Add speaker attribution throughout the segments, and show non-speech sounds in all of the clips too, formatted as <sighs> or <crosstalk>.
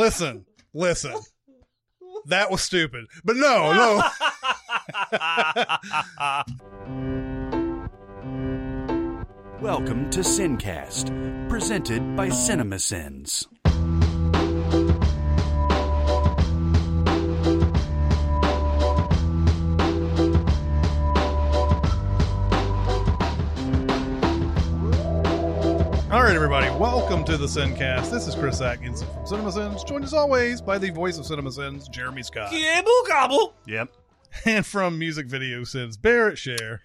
Speaker 1: Listen, listen. That was stupid. But no, no.
Speaker 2: Welcome to Sincast, presented by CinemaSins.
Speaker 1: All right, everybody. Welcome to the Sincast. This is Chris Atkinson from CinemaSins, joined as always by the voice of CinemaSins, Jeremy Scott.
Speaker 3: Gibble gobble.
Speaker 2: Yep.
Speaker 1: <laughs> And from Music Video Sins, Barrett Share.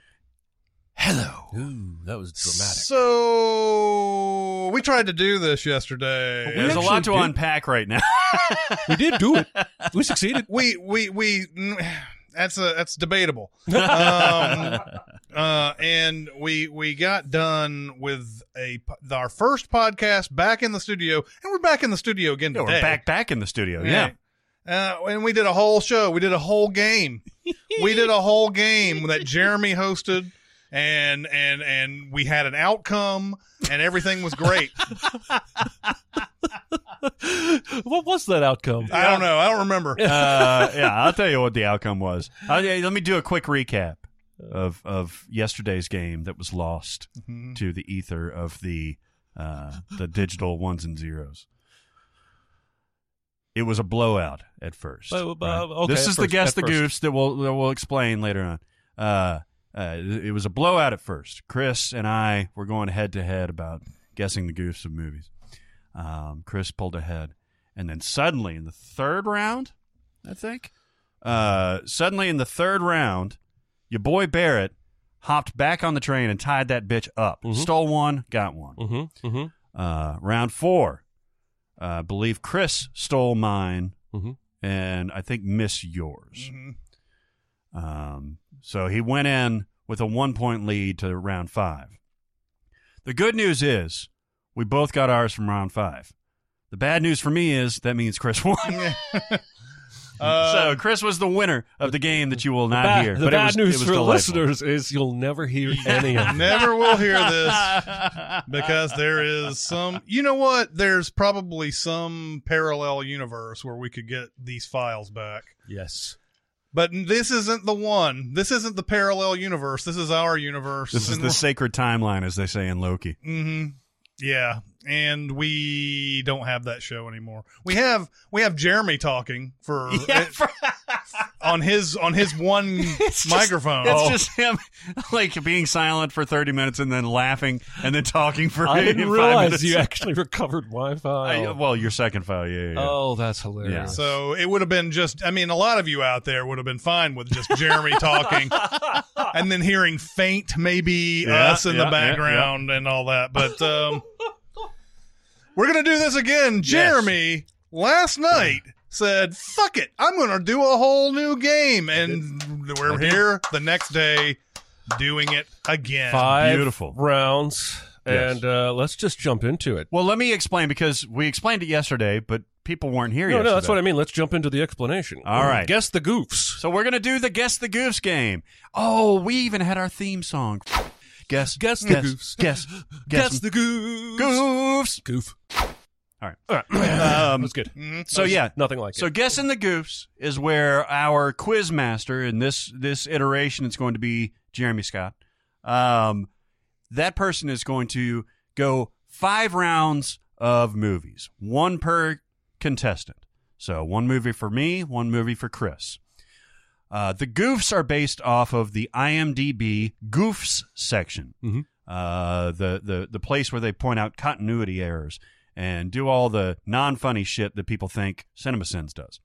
Speaker 4: Hello. Ooh, that was dramatic.
Speaker 1: So, we tried to do this yesterday.
Speaker 2: There's a
Speaker 4: actually
Speaker 2: lot to
Speaker 4: did-
Speaker 2: unpack right <laughs> now.
Speaker 4: we did do it. We succeeded.
Speaker 1: We, we, we, <sighs> mm, that's a, that's debatable. Um, uh, and we, we got done with a, po- our first podcast back in the studio, and we're back in the studio again
Speaker 2: Yeah,
Speaker 1: today.
Speaker 2: we're back back in the studio. Yeah.
Speaker 1: Yeah. Uh, and we did a whole show. We did a whole game. we did a whole game that Jeremy hosted, and and and we had an outcome, and everything was great.
Speaker 4: what was that outcome?
Speaker 1: I don't know. I don't remember.
Speaker 2: <laughs> Uh, yeah, I'll tell you what the outcome was. Uh, yeah, let me do a quick recap of of yesterday's game that was lost
Speaker 1: Mhm.
Speaker 4: Mm-hmm.
Speaker 2: to the ether of the uh, the digital ones and zeros. It was a blowout at first.
Speaker 4: Oh, uh, okay,
Speaker 2: this
Speaker 4: at
Speaker 2: is the
Speaker 4: first-
Speaker 2: guess
Speaker 4: at
Speaker 2: the
Speaker 4: first.
Speaker 2: goofs that we'll that we'll explain later on. Uh, uh, it was a blowout at first. Chris and I were going head to head about guessing the goofs of movies. Um, Chris pulled ahead, and then suddenly in the third round, I think, uh, suddenly in the third round, your boy Barrett hopped back on the train and tied that bitch up.
Speaker 4: Mhm.
Speaker 2: Stole one, got one.
Speaker 4: Mm-hmm. Mm-hmm.
Speaker 2: Uh, round four, uh, I believe Chris stole mine,
Speaker 4: Mhm.
Speaker 2: and I think Miss yours.
Speaker 1: Mhm.
Speaker 2: Um, so he went in with a one point lead to round five. The good news is we both got ours from round five. The bad news for me is that means Chris <laughs> won.
Speaker 1: Uh,
Speaker 2: so Chris was the winner of the game that you will not
Speaker 4: Bad,
Speaker 2: hear.
Speaker 4: the
Speaker 2: but
Speaker 4: bad
Speaker 2: it was,
Speaker 4: news
Speaker 2: it was
Speaker 4: for the
Speaker 2: delightful.
Speaker 4: <laughs> listeners is you'll
Speaker 2: <laughs>
Speaker 4: never hear any of it.
Speaker 1: never will hear this
Speaker 2: <laughs>
Speaker 1: because there is some. You know what? There's probably some parallel universe where we could get these files back.
Speaker 4: Yes.
Speaker 1: But this isn't the one. This isn't the parallel universe. This is our universe.
Speaker 2: This is
Speaker 1: And
Speaker 2: the sacred timeline, as they say in Loki.
Speaker 1: hmm Yeah, and we don't have that show anymore. We have we have Jeremy talking
Speaker 2: <laughs>
Speaker 1: for,
Speaker 4: <laughs>
Speaker 1: on his on his one
Speaker 2: just-
Speaker 1: microphone.
Speaker 2: <laughs> It's
Speaker 1: Oh,
Speaker 2: just him, <laughs> like being silent for thirty minutes and then laughing and then talking for. <laughs>
Speaker 4: I
Speaker 2: five
Speaker 4: didn't realize
Speaker 2: minutes.
Speaker 4: you actually recovered my
Speaker 2: I- uh,
Speaker 4: file.
Speaker 2: well, your second file, yeah, yeah. yeah.
Speaker 4: Oh, that's hilarious.
Speaker 1: so it would have been just. I mean, a lot of you out there would have been fine with just Jeremy talking, and then hearing faint maybe
Speaker 2: Yeah,
Speaker 1: us in
Speaker 2: yeah,
Speaker 1: the
Speaker 2: yeah,
Speaker 1: background and all that. But um, we're gonna do this again. Jeremy last night said, "Fuck it, I'm gonna do a whole new game," and we're
Speaker 2: I did.
Speaker 1: here the next day doing it again.
Speaker 4: Five
Speaker 2: Beautiful.
Speaker 4: rounds,
Speaker 2: Yes.
Speaker 4: and uh, let's just jump into it.
Speaker 2: Well, let me explain because we explained it yesterday, but people weren't here
Speaker 4: No,
Speaker 2: yesterday.
Speaker 4: no, that's what I mean. Let's jump into the explanation.
Speaker 2: All right.
Speaker 4: Guess the goofs.
Speaker 2: So we're gonna do the guess the goofs game. Oh, we even had our theme song. Guess,
Speaker 4: Guess the goofs. <laughs>
Speaker 2: Guess, guess,
Speaker 4: Guess the goofs.
Speaker 2: goofs.
Speaker 4: Goof.
Speaker 2: All right.
Speaker 4: All right.
Speaker 2: <laughs> Um,
Speaker 4: that's good.
Speaker 1: Mhm.
Speaker 2: so
Speaker 4: That was
Speaker 2: yeah,
Speaker 4: nothing like
Speaker 2: So
Speaker 4: it.
Speaker 2: guessing the goofs is where our quiz master in this this iteration it's going to be Jeremy Scott. Um, that person is going to go five rounds of movies, one per contestant. So one movie for me, one movie for Chris. Uh, the goofs are based off of the IMDb goofs section,
Speaker 4: Mhm.
Speaker 2: uh, the the the place where they point out continuity errors and do all the non funny shit that people think CinemaSins does,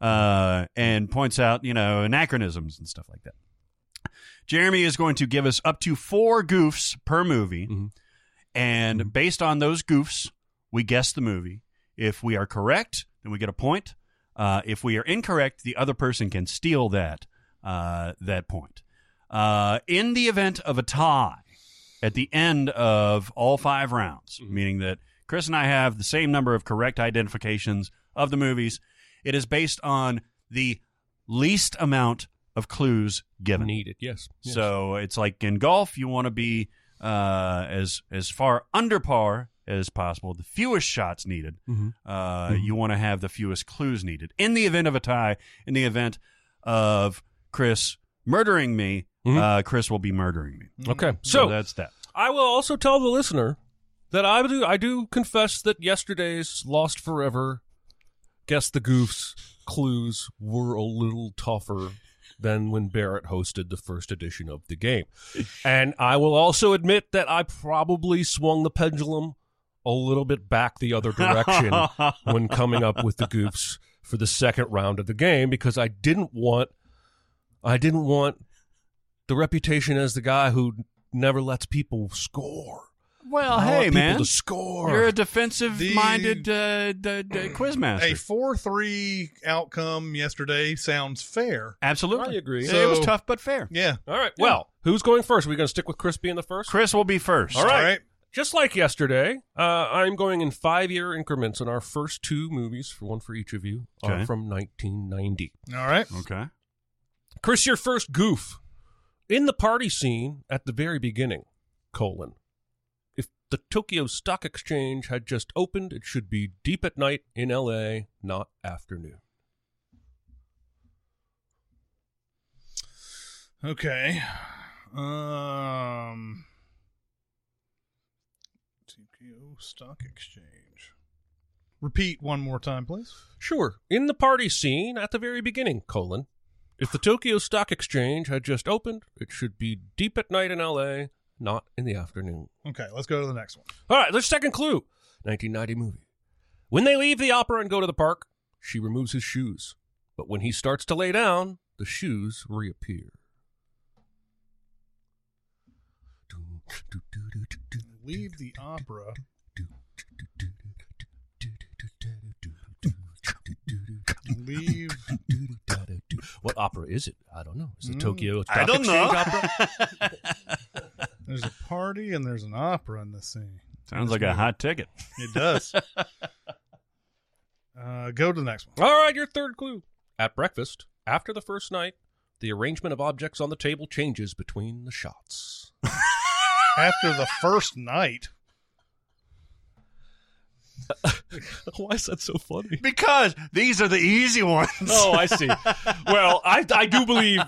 Speaker 2: uh, and points out you know anachronisms and stuff like that. Jeremy is going to give us up to four goofs per movie,
Speaker 4: Mhm.
Speaker 2: and based on those goofs, we guess the movie. If we are correct, then we get a point. Uh, if we are incorrect, the other person can steal that uh, that point. Uh, in the event of a tie at the end of all five rounds, meaning that Chris and I have the same number of correct identifications of the movies, it is based on the least amount of clues given.
Speaker 4: Need it, yes. yes.
Speaker 2: So it's like in golf, you want to be uh, as as far under par as possible. The fewest shots needed.
Speaker 4: Mhm.
Speaker 2: Uh,
Speaker 4: Mhm.
Speaker 2: You want to have the fewest clues needed. In the event of a tie, in the event of Chris murdering me,
Speaker 4: Mhm.
Speaker 2: uh, Chris will be murdering me.
Speaker 4: Okay.
Speaker 2: So,
Speaker 4: So
Speaker 2: that's that.
Speaker 4: I will also tell the listener that I do I do confess that yesterday's Lost Forever, guess the goofs clues were a little tougher than when Barrett hosted the first edition of the game. And I will also admit that I probably swung the pendulum a little bit back the other <laughs> direction when coming up with the goofs for the second round of the game because I didn't want I didn't want the reputation as the guy who never lets people score.
Speaker 2: <laughs> well,
Speaker 4: I want
Speaker 2: Oh, hey
Speaker 4: people
Speaker 2: man,
Speaker 4: to score.
Speaker 2: you're a defensive-minded
Speaker 1: The-
Speaker 2: uh, d-
Speaker 4: <clears throat>
Speaker 2: d-
Speaker 1: A
Speaker 2: quizmaster.
Speaker 1: four-three outcome yesterday sounds fair.
Speaker 2: Absolutely,
Speaker 4: I agree.
Speaker 2: So, it was
Speaker 1: So-
Speaker 2: tough but fair.
Speaker 1: Yeah.
Speaker 4: All right. Well, who's going first? Are we going to stick with Chris being the first?
Speaker 2: Chris will be first.
Speaker 4: All right. Just like yesterday, uh, I'm going in five year increments on our first two movies, for one for each of you, are
Speaker 2: Okay.
Speaker 4: from 1990.
Speaker 1: All right.
Speaker 2: Okay.
Speaker 4: Chris, your first goof in the party scene at the very beginning. Colon. If the Tokyo Stock Exchange had just opened, it should be deep at night in L.A., not afternoon.
Speaker 1: Okay. Um. TPO Stock Exchange. Repeat one more time, please.
Speaker 4: Sure. In the party scene at the very beginning, colon. If the Tokyo Stock Exchange had just opened, it should be deep at night in LA, not in the afternoon.
Speaker 1: Okay, let's go to the next one.
Speaker 4: All right, there's second clue. 1990 movie. When they leave the opera and go to the park, she removes his shoes. But when he starts to lay down, the shoes reappear.
Speaker 1: Leave the opera. Leave.
Speaker 4: What opera is it? I don't know. Is it
Speaker 1: Mm.
Speaker 4: Tokyo Stock
Speaker 2: I don't
Speaker 4: Exchange
Speaker 2: know.
Speaker 4: opera? <laughs>
Speaker 1: There's a party and there's an opera in this scene.
Speaker 2: Sounds like a hot ticket.
Speaker 1: It does. Uh, go to the next one.
Speaker 4: All right, your third clue. At breakfast, after the first night, the arrangement of objects on the table changes between the shots.
Speaker 1: After the first night,
Speaker 4: <laughs> Why is that so funny?
Speaker 2: Because these are the easy ones.
Speaker 4: Oh, I see. Well, I, I do believe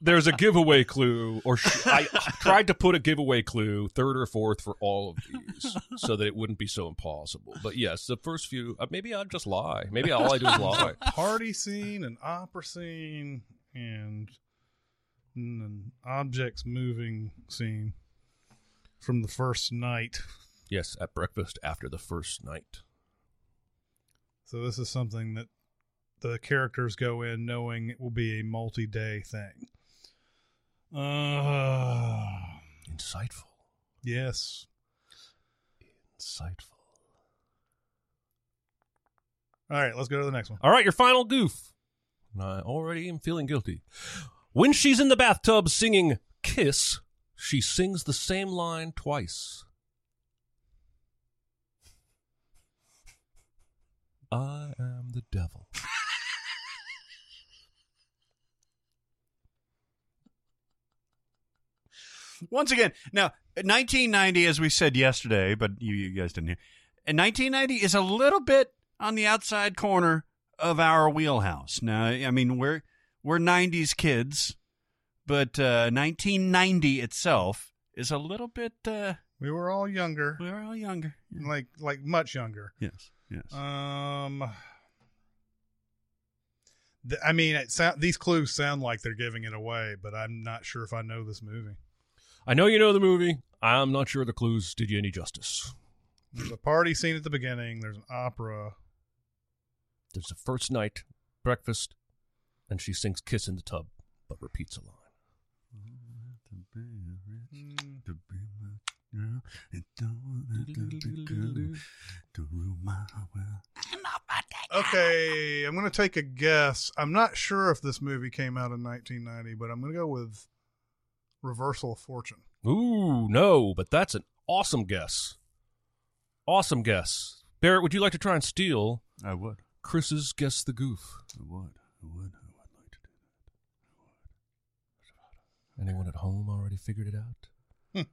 Speaker 4: there's a giveaway clue, or sh- I tried to put a giveaway clue, third or fourth, for all of these, so that it wouldn't be so impossible. But yes, the first few, uh, maybe I'll just lie. Maybe all I do is lie.
Speaker 1: <laughs> party scene, an opera scene, and an objects moving scene from the first night.
Speaker 4: Yes, at breakfast after the first night.
Speaker 1: So this is something that the characters go in knowing it will be a multi-day thing. Uh,
Speaker 4: Insightful.
Speaker 1: yes.
Speaker 4: Insightful.
Speaker 1: All right, let's go to the next one.
Speaker 4: All right, your final goof. And I already am feeling guilty. When she's in the bathtub singing Kiss, she sings the same line twice. I am the devil.
Speaker 2: <laughs> Once again, now 1990, as we said yesterday, but you, you guys didn't hear. And 1990 is a little bit on the outside corner of our wheelhouse. Now, I mean, we're we're 90s kids, but uh, 1990 itself is a little bit. Uh,
Speaker 1: We were all younger,
Speaker 2: we're all younger. Uh,
Speaker 1: like like much younger.
Speaker 2: Yes. Yes. <laughs>
Speaker 1: Um, th- I mean, it sound, these clues sound like they're giving it away, but I'm not sure if I know this movie.
Speaker 4: I know you know the movie. I'm not sure the clues did you any justice.
Speaker 1: There's a party scene at the beginning. There's an opera.
Speaker 4: There's the first night, breakfast, and she sings Kiss in the tub, but repeats a line.
Speaker 1: Mm,
Speaker 2: to be my girl. It don't have to be good to rule my world.
Speaker 1: Okay, I'm gonna take a guess. I'm not sure if this movie came out in 1990, but I'm gonna go with Reversal of Fortune.
Speaker 4: Ooh, no, but that's an awesome guess. Awesome guess. Barrett, would you like to try and steal
Speaker 2: I would.
Speaker 4: Chris's guess the goof?
Speaker 2: I would. I would. I would like to do
Speaker 4: Anyone at home already figured it out?
Speaker 2: that.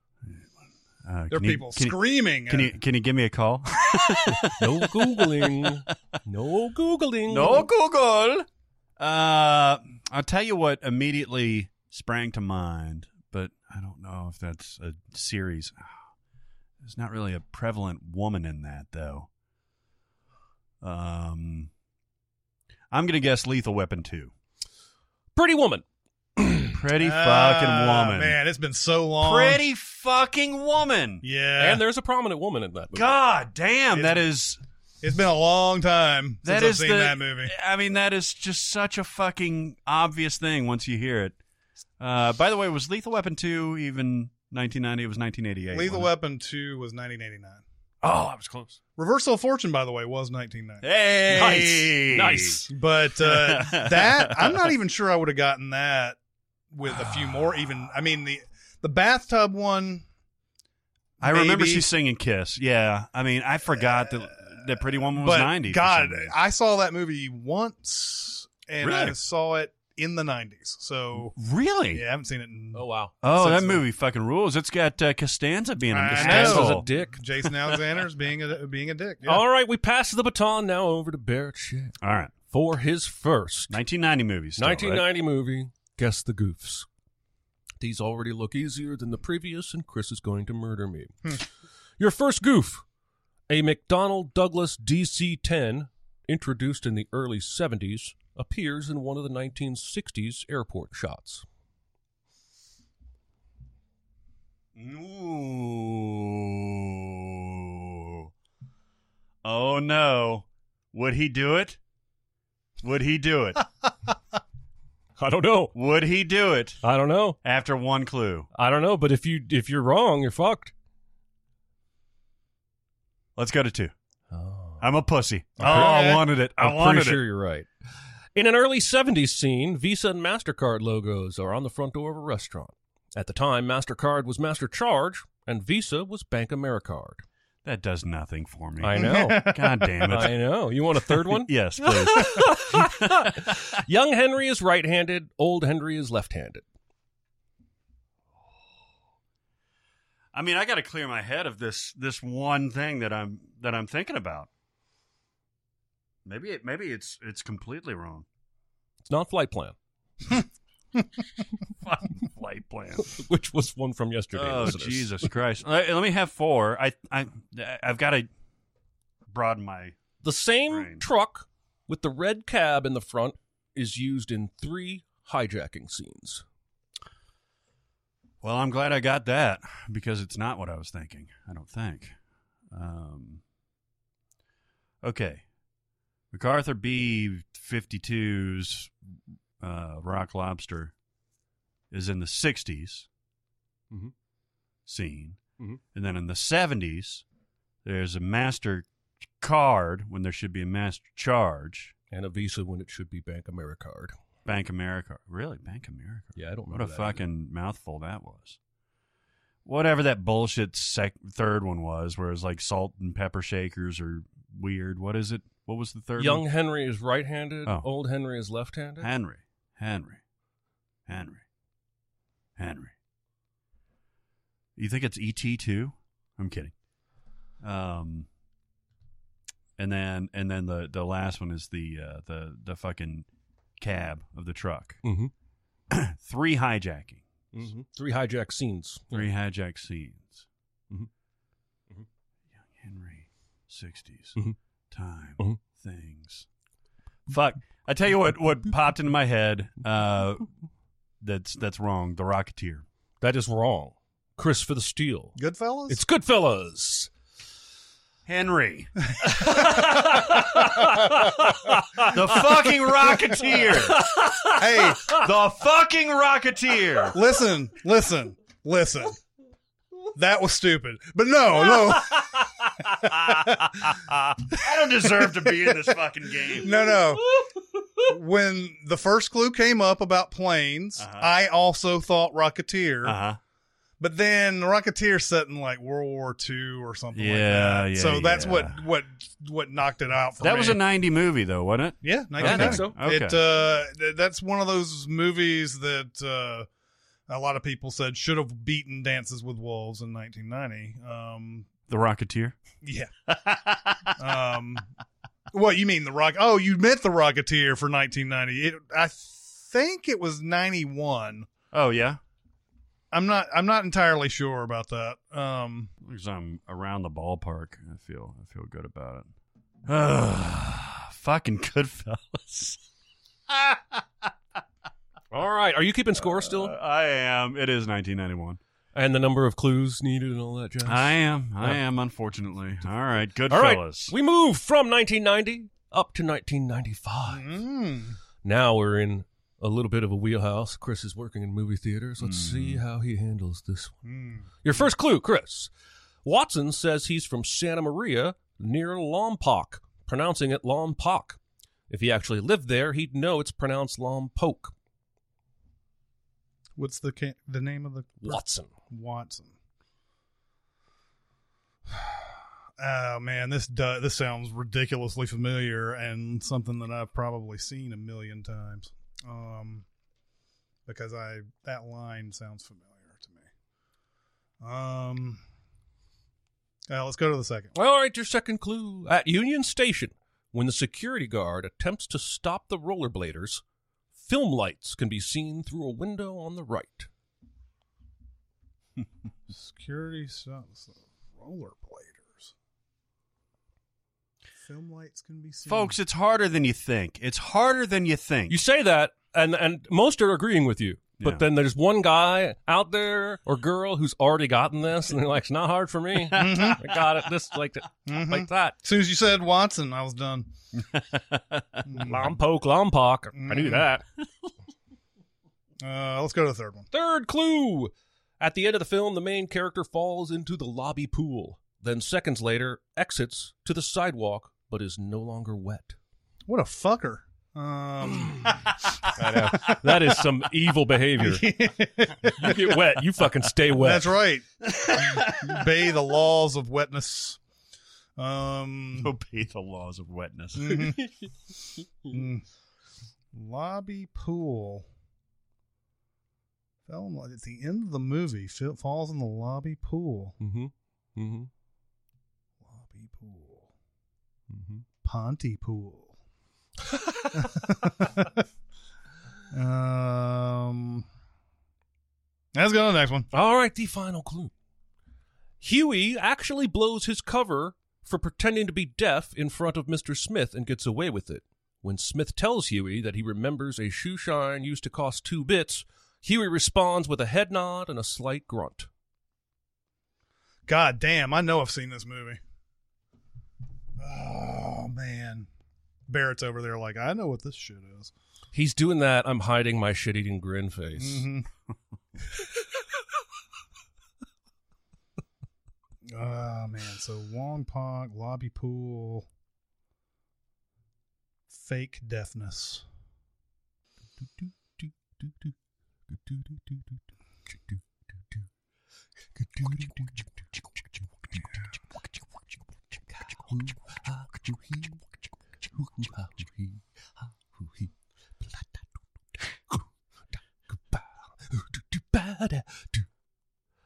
Speaker 2: Uh,
Speaker 1: There are
Speaker 2: can you-
Speaker 1: people
Speaker 2: can you-
Speaker 1: screaming.
Speaker 2: Can you can you give me a call?
Speaker 4: No
Speaker 1: <laughs>
Speaker 4: googling. No googling.
Speaker 2: Google. Uh, I'll tell you what immediately sprang to mind, but I don't know if that's a series. <sighs> There's not really a prevalent woman in that though. Um, I'm gonna guess Lethal Weapon two.
Speaker 4: Pretty woman.
Speaker 2: Pretty
Speaker 1: Ah,
Speaker 2: fucking woman.
Speaker 1: Man, it's been so long.
Speaker 2: Pretty fucking woman.
Speaker 1: Yeah.
Speaker 4: And there's a prominent woman in that movie.
Speaker 2: God damn,
Speaker 1: It's-
Speaker 2: that is
Speaker 1: it's been a long time
Speaker 2: That
Speaker 1: since I've
Speaker 2: is
Speaker 1: seen
Speaker 2: the-
Speaker 1: that movie.
Speaker 2: I mean, that is just such a fucking obvious thing once you hear it. Uh, by the way, was Lethal Weapon 2 even 1990? It was 1988.
Speaker 1: Lethal
Speaker 2: wasn't
Speaker 1: Weapon 2 was 1989.
Speaker 2: it? Oh, I was close.
Speaker 1: Reversal of Fortune, by the way, was 1990.
Speaker 2: Hey!
Speaker 4: Nice.
Speaker 1: But
Speaker 4: <laughs>
Speaker 1: uh, that, I'm not even sure I would have gotten that with a
Speaker 4: Ah.
Speaker 1: few more. Even, I mean, the the bathtub one.
Speaker 2: I remember
Speaker 1: maybe.
Speaker 2: she's singing Kiss. Yeah. I mean, I forgot that, that Pretty Woman was
Speaker 1: But
Speaker 2: 90. for
Speaker 1: God,
Speaker 2: some reason.
Speaker 1: I saw that movie once, and I
Speaker 2: Really?
Speaker 1: saw it in the 90s. So
Speaker 2: Really?
Speaker 1: yeah, I haven't seen it. in
Speaker 4: Oh wow.
Speaker 2: Oh, that
Speaker 1: Since then.
Speaker 2: movie fucking rules. It's got uh, Costanza being in
Speaker 1: I
Speaker 2: it.
Speaker 1: know.
Speaker 4: This was
Speaker 2: Costanza's
Speaker 4: a
Speaker 2: a-
Speaker 1: <laughs>
Speaker 4: dick.
Speaker 1: Jason Alexander's being a being a dick. Yeah.
Speaker 4: All right, we pass the baton now over to Barrett Shea
Speaker 2: All right.
Speaker 4: for his first
Speaker 2: 1990 movies. still, right?
Speaker 4: 1990 movie, Guess the Goofs. These already look easier than the previous, and Chris is going to murder me. Your first goof, a McDonnell Douglas DC 10, introduced in the early 70s, appears in one of the 1960s airport shots.
Speaker 2: Ooh. Oh no. Would he do it? Would he do <laughs> it?
Speaker 4: I don't know.
Speaker 2: Would he do it?
Speaker 4: I don't know.
Speaker 2: After one clue.
Speaker 4: I don't know, but if you if you're wrong, you're fucked.
Speaker 2: Let's go to two.
Speaker 4: Oh.
Speaker 2: I'm a pussy. Oh,
Speaker 1: Okay.
Speaker 2: I wanted it. I
Speaker 4: I'm
Speaker 2: wanted
Speaker 4: pretty sure
Speaker 2: it.
Speaker 4: you're right. In an early 70s scene, Visa and MasterCard logos are on the front door of a restaurant. At the time, MasterCard was Master Charge and Visa was Bank AmeriCard. <laughs>
Speaker 2: That does nothing for me.
Speaker 4: I know.
Speaker 2: <laughs>
Speaker 1: <laughs>
Speaker 2: God <laughs> damn it.
Speaker 4: I know. You want a third <laughs> one?
Speaker 2: yes, <laughs> please.
Speaker 4: Young Henry is right handed, old Henry is left handed.
Speaker 2: I mean, I got to clear my head of this this one thing that I'm that I'm thinking about. Maybe it, maybe it's it's completely wrong.
Speaker 4: It's not Flight Plan, <laughs>
Speaker 2: Fucking flight <laughs> plan.
Speaker 4: which was one from yesterday.
Speaker 2: Oh
Speaker 4: listeners.
Speaker 2: Jesus Christ! let, let me have four. I I I've got to broaden my.
Speaker 4: The same
Speaker 2: Brain.
Speaker 4: truck with the red cab in the front is used in three hijacking scenes.
Speaker 2: Well, I'm glad I got that because it's not what I was thinking. I don't think. Um, okay, MacArthur B 52's uh, Rock Lobster is in the 60s
Speaker 4: Mhm.
Speaker 2: scene,
Speaker 4: Mhm.
Speaker 2: and then in the 70s, there's a master card when there should be a master charge.
Speaker 4: And a Visa when it should be Bank AmeriCard.
Speaker 2: Bank America. Really? Bank America.
Speaker 4: Yeah, I don't
Speaker 2: What
Speaker 4: remember.
Speaker 2: a
Speaker 4: that
Speaker 2: fucking mouthful that was. Whatever that bullshit sec- third one was, where it was like salt and pepper shakers or weird. What is it? What was the third
Speaker 4: Young
Speaker 2: one?
Speaker 4: Henry is right-handed.
Speaker 2: Oh.
Speaker 4: Old Henry is left-handed.
Speaker 2: Henry. Henry. Henry. Henry. You think it's E.T. too? I'm kidding. Um and then and then the the last one is the uh the the fucking cab of the truck.
Speaker 4: mm-hmm.
Speaker 2: Three hijacking.
Speaker 4: Three hijack scenes.
Speaker 2: Three hijack scenes. Mm-hmm.
Speaker 4: Mhm. Mhm.
Speaker 2: Young Henry, 60s.
Speaker 4: Mhm.
Speaker 2: Time,
Speaker 4: Mhm.
Speaker 2: things. Mm-hmm. Fuck. I tell you what, <laughs> what popped into my head uh, that's that's wrong. The Rocketeer.
Speaker 4: That is wrong. Chris for the steal.
Speaker 1: Goodfellas.
Speaker 4: It's Goodfellas.
Speaker 2: <laughs> Henry. the fucking Rocketeer.
Speaker 4: <laughs>
Speaker 1: hey,
Speaker 2: The fucking Rocketeer.
Speaker 1: listen, listen, listen. That was stupid, but no, no,
Speaker 4: <laughs>
Speaker 2: I don't deserve to be in this fucking game.
Speaker 1: no, no. When the first clue came up about planes,
Speaker 2: Uh-huh.
Speaker 1: I also thought Rocketeer,
Speaker 2: Uh-huh.
Speaker 1: but then Rocketeer set in like World War II or something like
Speaker 2: Yeah,
Speaker 1: that.
Speaker 2: yeah,
Speaker 1: so that's
Speaker 2: yeah.
Speaker 1: what what what knocked it out for
Speaker 2: That
Speaker 1: me.
Speaker 2: was a 90 movie, though, wasn't it?
Speaker 1: Yeah,
Speaker 2: I think
Speaker 1: 1990.
Speaker 4: so.
Speaker 2: Okay.
Speaker 1: It uh, th- that's one of those movies that uh, a lot of people said should have beaten Dances with Wolves in 1990. Um,
Speaker 2: The Rocketeer.
Speaker 1: yeah. Um, what you mean the Rock? Oh, you meant the Rocketeer for 1990. It, I think it was 91.
Speaker 2: oh yeah,
Speaker 1: I'm not. I'm not entirely sure about that. Um,
Speaker 2: because I'm around the ballpark. I feel I feel good about it. Ugh, <sighs> fucking Goodfellas.
Speaker 4: All right. Are you keeping score still?
Speaker 2: Uh, I am. It is 1991.
Speaker 4: And the number of clues needed and all that jazz?
Speaker 2: I am. I am. Unfortunately. All right. Goodfellas.
Speaker 4: All right. We move from 1990 up to 1995.
Speaker 1: mm.
Speaker 4: Now we're in a little bit of a wheelhouse. Chris is working in movie theaters. Let's
Speaker 2: Hmm.
Speaker 4: see how he handles this one.
Speaker 1: Mm.
Speaker 4: Your first clue, Chris. Watson says he's from Santa Maria near Lompoc, pronouncing it Lompoc. If he actually lived there, he'd know it's pronounced Lompoc.
Speaker 1: What's the ca- the name of the
Speaker 4: Watson.
Speaker 1: Watson? <sighs> Oh man, this do- this sounds ridiculously familiar and something that I've probably seen a million times. Um, because I that line sounds familiar to me. Um, uh, let's go to the second.
Speaker 4: All right, your second clue. At Union Station, when the security guard attempts to stop the rollerbladers, film lights can be seen through a window on the right.
Speaker 1: Security stops the rollerbladers. Film lights can be seen.
Speaker 2: Folks, it's harder than you think. It's harder than you think.
Speaker 4: You say that, and and most are agreeing with you. But
Speaker 2: Yeah.
Speaker 4: then there's one guy out there or girl who's already gotten this, and they're like, "It's not hard for
Speaker 1: <laughs>
Speaker 4: me. I got it. This like th-
Speaker 1: Mhm.
Speaker 4: like that.
Speaker 1: As soon as you said Watson, I was done. Mm.
Speaker 4: Lompoc, lompoc. I
Speaker 1: Mhm.
Speaker 4: knew that."
Speaker 1: Uh, let's go to the third one.
Speaker 4: Third clue: At the end of the film, the main character falls into the lobby pool. Then seconds later, exits to the sidewalk, but is no longer wet.
Speaker 1: What a fucker. Um,
Speaker 4: That is
Speaker 1: <laughs>
Speaker 4: some evil behavior. You get wet, you fucking stay wet.
Speaker 1: that's right. Obey the laws of wetness. Um,
Speaker 2: <laughs> obey the laws of wetness.
Speaker 1: mhm. Mm. Lobby pool. Fell in love. At the end of the movie, Phil falls in the lobby pool.
Speaker 4: Mm-hmm. Mm-hmm.
Speaker 1: Lobby pool.
Speaker 4: Mm-hmm.
Speaker 1: Pontypool. <laughs> um, let's go to the next one.
Speaker 4: All right, the final clue. Huey actually blows his cover for pretending to be deaf in front of Mr. Smith and gets away with it. When Smith tells Huey that he remembers a shoe shine used to cost two bits, Huey responds with a head nod and a slight grunt.
Speaker 1: God damn, I know I've seen this movie. Oh man, Barrett's over there like I know what this shit is.
Speaker 4: He's doing that. I'm hiding my shit eating grin face. <laughs>
Speaker 1: Mhm. oh man, so Wong Pong, Lobby Pool, fake deafness.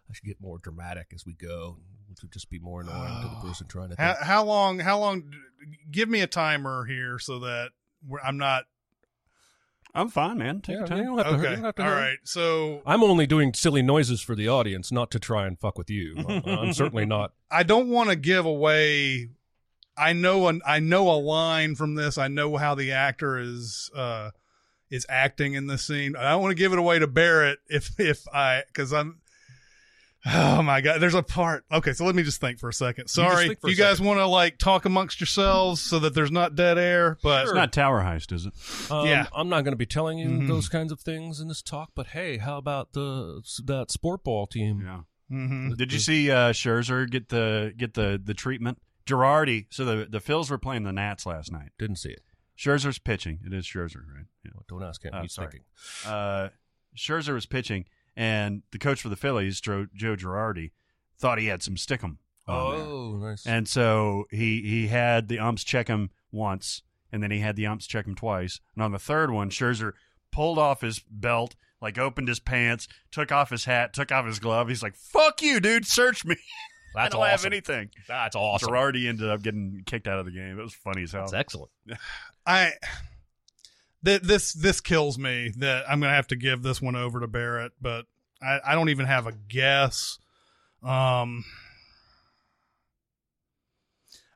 Speaker 4: I should get more dramatic as we go, which would just be more annoying to the person trying to.
Speaker 1: Oh. How,
Speaker 4: Think.
Speaker 1: how long? How long? Give me a timer here so that we're, I'm not.
Speaker 2: I'm fine, man. Take your
Speaker 4: Yeah, you
Speaker 2: time.
Speaker 4: don't have to hurry,
Speaker 1: okay.
Speaker 4: you don't have to
Speaker 1: All
Speaker 4: hurry.
Speaker 1: right. So
Speaker 4: I'm only doing silly noises for the audience, not to try and fuck with you.
Speaker 2: <laughs>
Speaker 4: I- I'm certainly not.
Speaker 1: I don't want to give away. I know an, I know a line from this. I know how the actor is uh is acting in this scene. I don't want to give it away to Barrett if if I because I'm. Oh my god, there's a part. Okay, so let me just think for a second.
Speaker 4: just
Speaker 1: Sorry, you,
Speaker 4: think for a
Speaker 1: guys want to like talk amongst yourselves so that there's not dead air, but
Speaker 2: It's not Tower Heist, is it?
Speaker 4: Um,
Speaker 1: Yeah.
Speaker 4: I'm not going to be telling you
Speaker 2: Mm-hmm.
Speaker 1: Mhm.
Speaker 4: those kinds of things in this talk. But hey, how about the that sport ball team?
Speaker 2: Yeah.
Speaker 1: Mhm.
Speaker 2: Did you see uh, Scherzer get the get the the treatment? Girardi. So the the Phils were playing the Nats last night.
Speaker 4: Didn't see it.
Speaker 2: Scherzer's pitching. It is Scherzer, right? Yeah.
Speaker 4: Well, Don't ask him.
Speaker 2: Oh,
Speaker 4: He's
Speaker 2: sorry.
Speaker 4: thinking.
Speaker 2: uh, Scherzer was pitching, and the coach for the Phillies, Joe, Joe Girardi, thought he had some stickum. on there.
Speaker 4: Oh, nice.
Speaker 2: And so he he had the umps check him once, and then he had the umps check him twice, and on the third one, Scherzer pulled off his belt, like opened his pants, took off his hat, took off his glove. He's like, "Fuck you, dude! Search me. <laughs> I
Speaker 3: That's
Speaker 2: don't have
Speaker 3: awesome.
Speaker 2: anything."
Speaker 3: That's awesome.
Speaker 2: Girardi ended up getting kicked out of the game. It was funny as hell.
Speaker 3: That's excellent.
Speaker 1: I th- this this kills me that I'm gonna have to give this one over to Barrett, but I, I don't even have a guess. Um,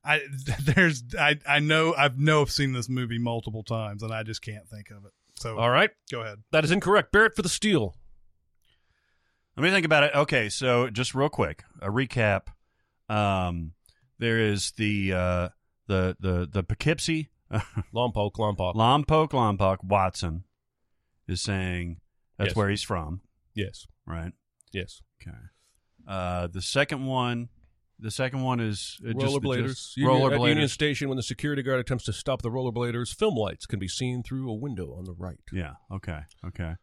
Speaker 1: I <laughs> there's I I know I know I've seen this movie multiple times and I just can't think of it. So
Speaker 4: All right.
Speaker 1: go ahead.
Speaker 4: That is incorrect. Barrett for the steal.
Speaker 2: Let me think about it. Okay, so just real quick, a recap. Um, there is the uh, the the the Poughkeepsie <laughs> uh,
Speaker 4: Lompoc, Lompoc.
Speaker 2: Lompoc Lompoc Watson is saying that's
Speaker 4: Yes.
Speaker 2: where he's from,
Speaker 4: yes.
Speaker 2: right?
Speaker 4: Yes.
Speaker 2: Okay. Uh, the second one, the second one is uh, just-
Speaker 4: rollerbladers.
Speaker 2: just-
Speaker 4: Union, at Union
Speaker 2: rollerbladers.
Speaker 4: Station, when the security guard attempts to stop the rollerbladers, film lights can be seen through a window on the right.
Speaker 2: Yeah. Okay. Okay.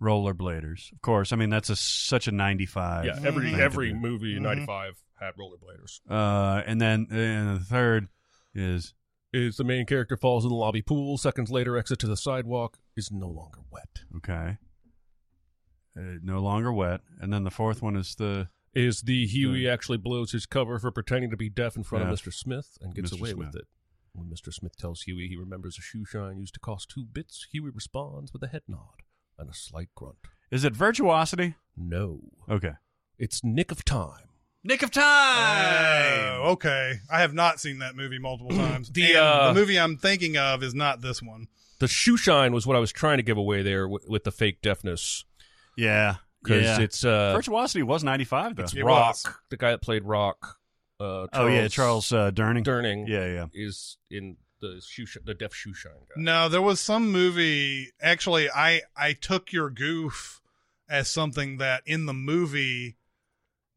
Speaker 2: Rollerbladers, of course. I mean, that's a such a ninety-five.
Speaker 4: Yeah, every
Speaker 2: thing to
Speaker 4: every
Speaker 2: do.
Speaker 4: movie in
Speaker 1: Mhm.
Speaker 4: '95 had rollerbladers.
Speaker 2: Uh, and then and the third is
Speaker 4: Is the main character falls in the lobby pool. Seconds later, exit to the sidewalk is no longer wet.
Speaker 2: okay. Uh, no longer wet, and then the fourth one is the
Speaker 4: Is the Huey actually blows his cover for pretending to be deaf in front
Speaker 2: Yeah.
Speaker 4: of Mr. Smith and gets
Speaker 2: Mr.
Speaker 4: away
Speaker 2: Smith.
Speaker 4: with it? When Mr. Smith tells Huey he remembers a shoe shine used to cost two bits, Huey responds with a head nod and a slight grunt.
Speaker 2: is it virtuosity?
Speaker 4: No,
Speaker 2: Okay.
Speaker 4: it's Nick of Time.
Speaker 2: Nick of time.
Speaker 1: Oh, okay. I have not seen that movie
Speaker 4: <clears throat>
Speaker 1: multiple times. And
Speaker 4: The, uh,
Speaker 1: the movie I'm thinking of is not this one.
Speaker 4: The shoe shine was what I was trying to give away there with, with the fake deafness
Speaker 2: Yeah.
Speaker 4: because
Speaker 2: yeah.
Speaker 4: it's uh,
Speaker 2: virtuosity was ninety-five though.
Speaker 4: it's
Speaker 1: It
Speaker 4: Rock,
Speaker 1: was.
Speaker 4: the guy that played Rock. Uh, Charles
Speaker 2: oh yeah, Charles uh, Durning.
Speaker 4: Durning
Speaker 2: Yeah, yeah.
Speaker 4: is in the shoe shi- the deaf shoe shine guy.
Speaker 1: No, there was some movie. Actually, I I took your goof as something that in the movie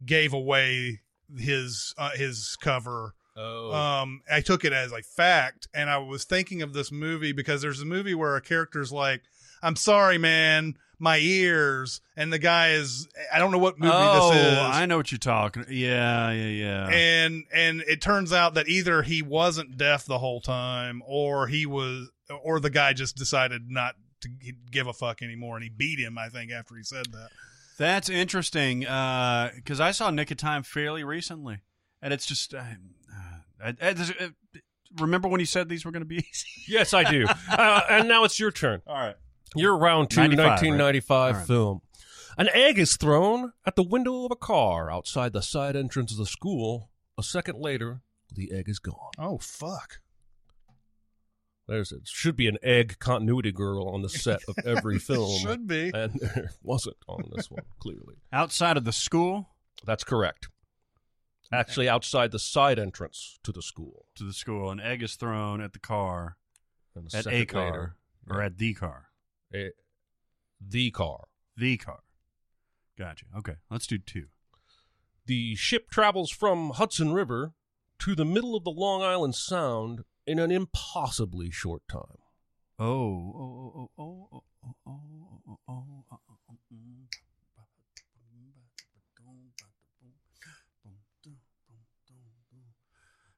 Speaker 1: gave away his uh, his cover.
Speaker 4: Oh,
Speaker 2: uh,
Speaker 1: Um, I took it as a fact, and I was thinking of this movie because there's a movie where a character's like, "I'm sorry, man, my ears," and the guy is I don't know what movie
Speaker 2: oh,
Speaker 1: this is.
Speaker 2: I know what you're talking. Yeah, yeah, yeah.
Speaker 1: Uh-huh. and and it turns out that either he wasn't deaf the whole time or he was or the guy just decided not to g- give a fuck anymore and he beat him i think after he said that
Speaker 2: That's interesting because I saw Nick of Time fairly recently, and it's just. Uh, uh, I- I just- uh, remember when you said these were going to be easy?
Speaker 4: yes, I
Speaker 2: <laughs>
Speaker 4: do. uh, and now it's your turn.
Speaker 2: All right.
Speaker 4: You're round two,
Speaker 2: 95, right?
Speaker 4: 1995
Speaker 2: All right.
Speaker 4: film. An egg is thrown at the window of a car outside the side entrance of the school. A second later, the egg is gone.
Speaker 1: oh fuck
Speaker 4: There's it. Should be an egg continuity girl on the set of
Speaker 2: <laughs>
Speaker 4: every film.
Speaker 1: should be
Speaker 4: And there wasn't on this one, clearly.
Speaker 2: Outside of the school
Speaker 4: That's correct. Actually, outside the side entrance to the school.
Speaker 2: to the school, an egg is thrown at the car,
Speaker 4: And
Speaker 2: at
Speaker 4: second
Speaker 2: a car,
Speaker 4: later,
Speaker 2: or at the car,
Speaker 4: a- the car.
Speaker 2: the car. Gotcha. Okay, let's do two.
Speaker 4: The ship travels from Hudson River to the middle of the Long Island Sound in an impossibly short time.
Speaker 2: Oh, oh, oh, oh, oh, oh, oh, oh, oh, oh, oh, oh, mm.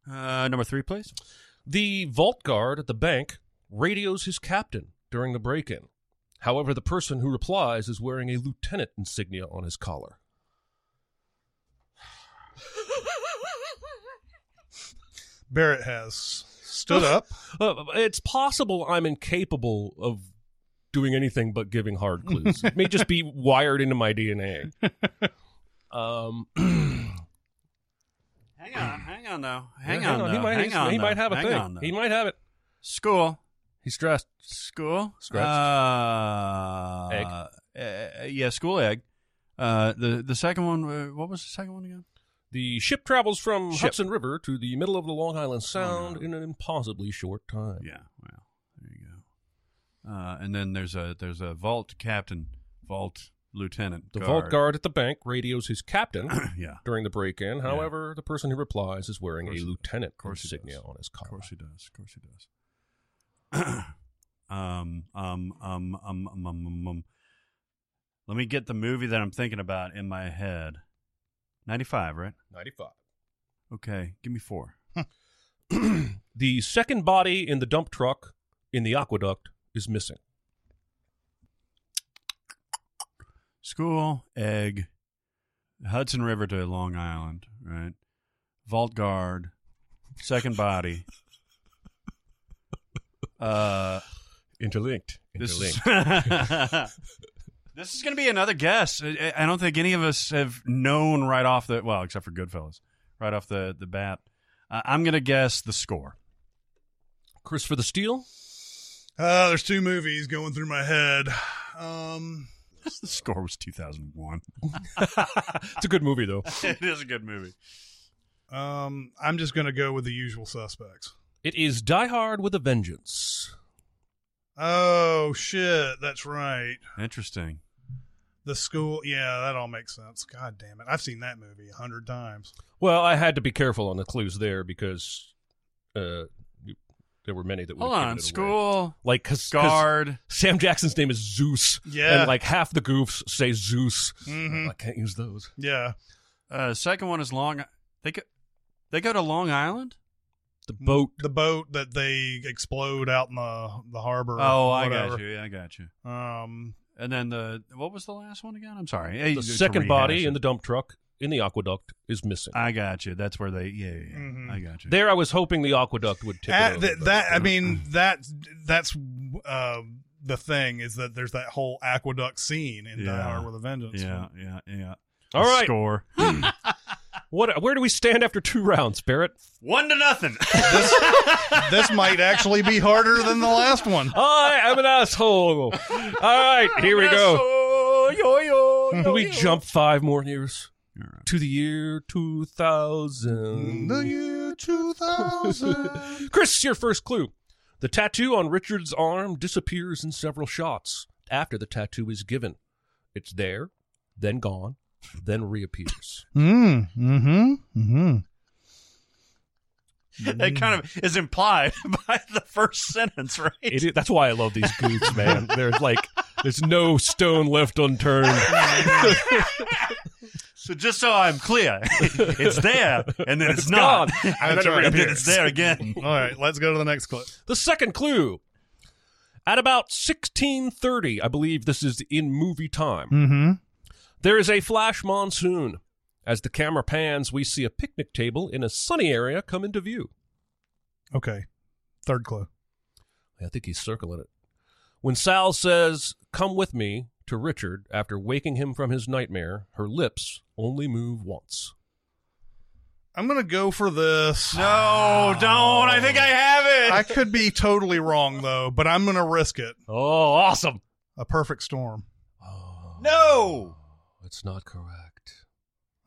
Speaker 2: Uh, number three, please.
Speaker 4: The vault guard at the bank radios his captain during the break in. However, the person who replies is wearing a lieutenant insignia on his collar.
Speaker 1: barrett has stood up
Speaker 4: Uh, it's possible I'm incapable of doing anything but giving hard clues. it may just be
Speaker 2: <laughs>
Speaker 4: wired into my DNA. Um, <clears throat>
Speaker 2: Hang on, hang on though.
Speaker 4: yeah,
Speaker 2: Hang on,
Speaker 4: He
Speaker 2: though.
Speaker 4: might,
Speaker 2: hang
Speaker 4: he's-
Speaker 2: on
Speaker 4: he
Speaker 2: though.
Speaker 4: might have a
Speaker 2: hang
Speaker 4: thing.
Speaker 2: On, though.
Speaker 4: he might have it.
Speaker 2: School,
Speaker 4: He's dressed.
Speaker 2: school,
Speaker 4: Scratched.
Speaker 2: Uh,
Speaker 4: Egg.
Speaker 2: Uh, yeah, school egg. Uh, the the second one. Uh, what was the second one again?
Speaker 4: The ship travels from
Speaker 2: Ship.
Speaker 4: Hudson River to the middle of the Long Island Sound
Speaker 2: Oh, no.
Speaker 4: in an impossibly short time.
Speaker 2: Yeah. Well, there you go. Uh, and then there's a there's a vault captain, vault lieutenant,
Speaker 4: The vault guard at the bank radios
Speaker 2: <clears throat>
Speaker 4: his captain
Speaker 2: <laughs> yeah.
Speaker 4: during the break in. However, the person who replies is wearing
Speaker 2: Of
Speaker 4: a
Speaker 2: course-
Speaker 4: lieutenant
Speaker 2: of course he
Speaker 4: insignia
Speaker 2: does.
Speaker 4: on his
Speaker 2: Of
Speaker 4: collar.
Speaker 2: course he does. Of course he does. <clears throat> um, um, um, um, um, um, um, um. Let me get the movie that I'm thinking about in my head. 95, right?
Speaker 4: 95.
Speaker 2: Okay, give me four.
Speaker 4: the second body in the dump truck in the aqueduct is missing.
Speaker 2: School, egg, Hudson River to Long Island, right? Vault guard, second body. Uh,
Speaker 3: Interlinked.
Speaker 2: this
Speaker 3: Interlinked.
Speaker 2: is, <laughs> this is going to be another guess. I, I- I don't think any of us have known right off the well, except for Goodfellas, right off the the bat. Uh, I'm going to guess the score. <laughs>
Speaker 4: Chris for the Steel?
Speaker 1: Uh, there's two movies going through my head. Um,
Speaker 2: the score was 2001.
Speaker 4: It's a good movie, though.
Speaker 2: it is a good movie.
Speaker 1: um, I'm just gonna go with the usual suspects.
Speaker 4: It is Die Hard with a Vengeance.
Speaker 1: Oh shit, that's right.
Speaker 2: Interesting.
Speaker 1: The school, yeah, that all makes sense. God damn it, I've seen that movie a hundred times.
Speaker 4: Well, I had to be careful on the clues there because uh, you- there were many that would
Speaker 2: Hold
Speaker 4: have given
Speaker 2: on,
Speaker 4: it away.
Speaker 2: school
Speaker 4: Like, because
Speaker 2: guard.
Speaker 4: Sam Jackson's name is Zeus.
Speaker 1: Yeah.
Speaker 4: And like half the goofs say Zeus.
Speaker 1: Mhm.
Speaker 4: I can't use those.
Speaker 1: Yeah,
Speaker 2: Uh, second one is Long. They go, they go to Long Island.
Speaker 4: The boat.
Speaker 1: the boat that they explode out in the the harbor.
Speaker 2: Oh,
Speaker 1: or
Speaker 2: I got
Speaker 1: whatever.
Speaker 2: you. Yeah, I got you.
Speaker 1: Um,
Speaker 2: And then the what was the last one again? I'm sorry.
Speaker 4: The second body in the dump truck in the aqueduct is missing.
Speaker 2: I got you. That's where they. Yeah, yeah. yeah.
Speaker 1: Mhm.
Speaker 2: I got you.
Speaker 4: there, I was hoping the aqueduct would tip it
Speaker 1: at
Speaker 4: over,
Speaker 1: th-
Speaker 4: but-
Speaker 1: that I mean that that's uh, the thing is that there's that whole aqueduct scene in Die
Speaker 2: Yeah.
Speaker 1: Hard with a Vengeance.
Speaker 2: yeah, yeah, yeah.
Speaker 4: All right.
Speaker 2: Score
Speaker 4: What? Where do we stand after two rounds, Barrett?
Speaker 2: one to nothing.
Speaker 1: this, this might actually be harder than the last one.
Speaker 4: I am an asshole. All right, here we go. Do
Speaker 1: <laughs>
Speaker 4: we jump five more years to the year 2000?
Speaker 1: The year 2000.
Speaker 4: Chris, your first clue. The tattoo on Richard's arm disappears in several shots after the tattoo is given. It's there, then gone, then reappears.
Speaker 1: Mm, mm-hmm, mm-hmm.
Speaker 2: <laughs> It kind of is implied <laughs> by the first sentence, right?
Speaker 4: <laughs> It is- that's why I love these goofs, <laughs> man. There's like, there's no stone left unturned.
Speaker 2: <laughs> So just so I'm clear, <laughs> it's there, and then it's,
Speaker 4: It's
Speaker 2: not,
Speaker 4: gone.
Speaker 2: <laughs> and
Speaker 1: That's
Speaker 2: then
Speaker 1: right.
Speaker 2: it reappears. it's there again.
Speaker 1: All right, let's go to the next clip.
Speaker 4: The second clue. At about 1630, I believe this is in movie time.
Speaker 1: Mm-hmm.
Speaker 4: There is a flash monsoon. As the camera pans, we see a picnic table in a sunny area come into view.
Speaker 1: Okay, third clue.
Speaker 4: I think he's circling it. When Sal says, Come with me to Richard after waking him from his nightmare, her lips only move once.
Speaker 1: I'm gonna go for this.
Speaker 2: No, don't. I think I have it.
Speaker 1: I could be totally wrong though, but I'm gonna risk it.
Speaker 4: Oh, awesome.
Speaker 1: A perfect storm.
Speaker 4: Oh,
Speaker 2: No.
Speaker 4: It's not correct.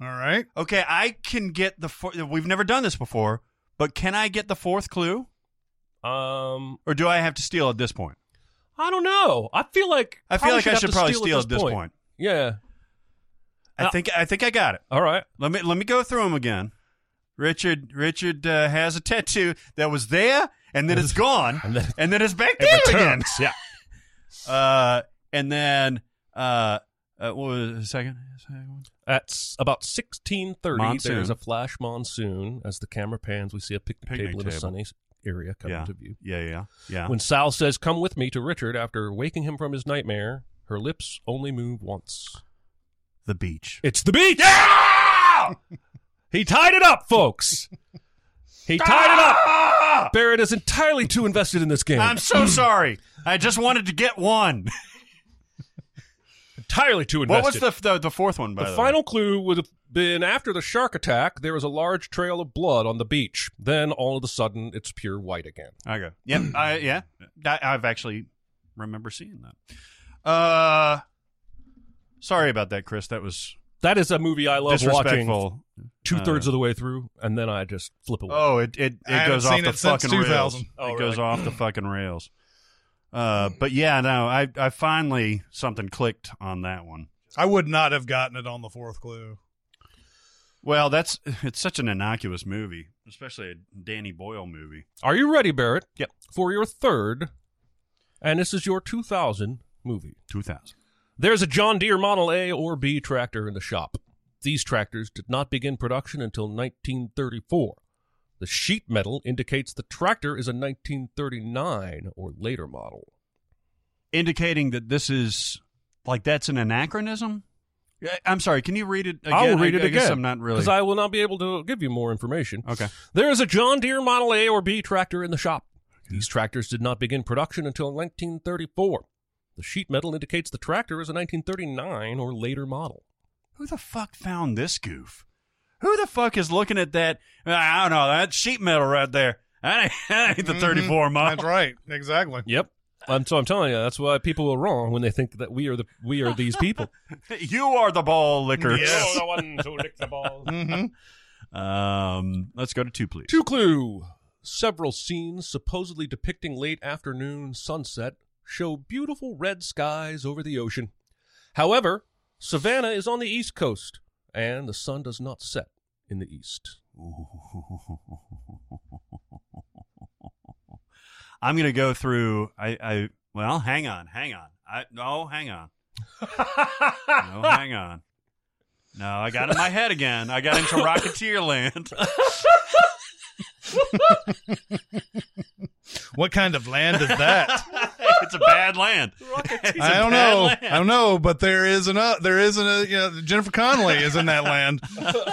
Speaker 1: All right.
Speaker 2: Okay, I can get the. Four- We've never done this before, but can I get the fourth clue,
Speaker 4: Um,
Speaker 2: or do I have to steal at this point?
Speaker 4: I don't know. I feel like
Speaker 2: I feel
Speaker 4: probably
Speaker 2: like I
Speaker 4: have
Speaker 2: should
Speaker 4: to
Speaker 2: probably
Speaker 4: steal
Speaker 2: at this point.
Speaker 4: Yeah.
Speaker 2: I
Speaker 4: Uh,
Speaker 2: think I think I got it.
Speaker 4: All right.
Speaker 2: Let me let me go through them again. Richard Richard uh, has a tattoo that was there and <laughs> then it's gone
Speaker 4: And then-
Speaker 2: and then it's back
Speaker 4: It
Speaker 2: there again.
Speaker 4: returns, yeah.
Speaker 2: Uh, and then uh, uh, what was the second? second one?
Speaker 4: At s- about 1630,
Speaker 2: Monsoon.
Speaker 4: there's a flash monsoon. As the camera pans, we see a picnic,
Speaker 2: Picnic
Speaker 4: table in a
Speaker 2: table.
Speaker 4: sunny s- area come
Speaker 2: Yeah.
Speaker 4: into view.
Speaker 2: Yeah, yeah, yeah.
Speaker 4: When Sal says, Come with me to Richard after waking him from his nightmare, her lips only move once.
Speaker 2: the beach.
Speaker 4: It's the beach! Yeah! <laughs> he tied it up, folks! He tied it up!
Speaker 2: Ah!
Speaker 4: Barrett is entirely too invested in this game.
Speaker 2: I'm <clears throat> so sorry. I just wanted to get one.
Speaker 4: entirely too
Speaker 2: What
Speaker 4: invested.
Speaker 2: was the the, the fourth one? By
Speaker 4: The
Speaker 2: the,
Speaker 4: final
Speaker 2: way?
Speaker 4: clue would have been after the shark attack, there was a large trail of blood on the beach. Then all of a sudden, it's pure white again.
Speaker 2: I go. Yep. <clears throat> I, yeah. I, I've actually remember seeing that. Uh, sorry about that, Chris. That was
Speaker 4: That is a movie I love watching
Speaker 2: disrespectful.
Speaker 4: two thirds of the way through, and then I just flip away.
Speaker 2: Oh, it it,
Speaker 1: I
Speaker 2: it
Speaker 1: haven't
Speaker 2: goes off
Speaker 1: seen
Speaker 2: the
Speaker 1: it since
Speaker 2: fucking rails.
Speaker 1: 2000.
Speaker 4: Oh,
Speaker 2: it goes
Speaker 4: really?
Speaker 2: off the fucking rails. Uh, but yeah, no, I I finally something clicked on that one.
Speaker 1: I would not have gotten it on the fourth clue.
Speaker 2: Well, that's it's such an innocuous movie, especially a Danny Boyle movie.
Speaker 4: Are you ready, Barrett?
Speaker 2: Yep.
Speaker 4: For your third, and this is your 2000 movie.
Speaker 2: Two thousand.
Speaker 4: There's a John Deere Model A or B tractor in the shop. These tractors did not begin production until 1934. The sheet metal indicates the tractor is a 1939 or later model.
Speaker 2: indicating that this is like that's an anachronism. Yeah, I'm sorry. Can you read it? again?
Speaker 4: I'll read
Speaker 2: I,
Speaker 4: it
Speaker 2: I guess
Speaker 4: again,
Speaker 2: I'm not really.
Speaker 4: because I will not be able to give you more information.
Speaker 2: okay.
Speaker 4: There is a John Deere Model A or B tractor in the shop. These tractors did not begin production until 1934. The sheet metal indicates the tractor is a 1939 or later model.
Speaker 2: Who the fuck found this goof? Who the fuck is looking at that? I don't know. That sheet metal right there. That ain't, that ain't the
Speaker 1: Mhm.
Speaker 2: 34 model.
Speaker 1: That's right. Exactly.
Speaker 4: Yep. And so I'm telling you, that's why people are wrong when they think that we are the we are these <laughs> people.
Speaker 2: You are the ball licker.
Speaker 4: <laughs>
Speaker 1: Yes.
Speaker 4: the ones who lick the balls.
Speaker 1: hmm
Speaker 2: <laughs> Um, let's go to two, please. <laughs>
Speaker 4: Two clue. Several scenes supposedly depicting late afternoon sunset show beautiful red skies over the ocean. However, Savannah is on the east coast, and the sun does not set in the east.
Speaker 2: I'm going to go through. I, I, well, hang on, hang on. I, no, hang on. No, hang on. No, I got in my head again. I got into Rocketeer <laughs> land.
Speaker 1: What kind of land is that?
Speaker 2: <laughs> it's a bad land. It's a
Speaker 1: I don't
Speaker 2: bad
Speaker 1: know.
Speaker 2: land.
Speaker 1: I don't know, but there is an uh, there is an uh, you know, Jennifer Connelly is in that land. Mm.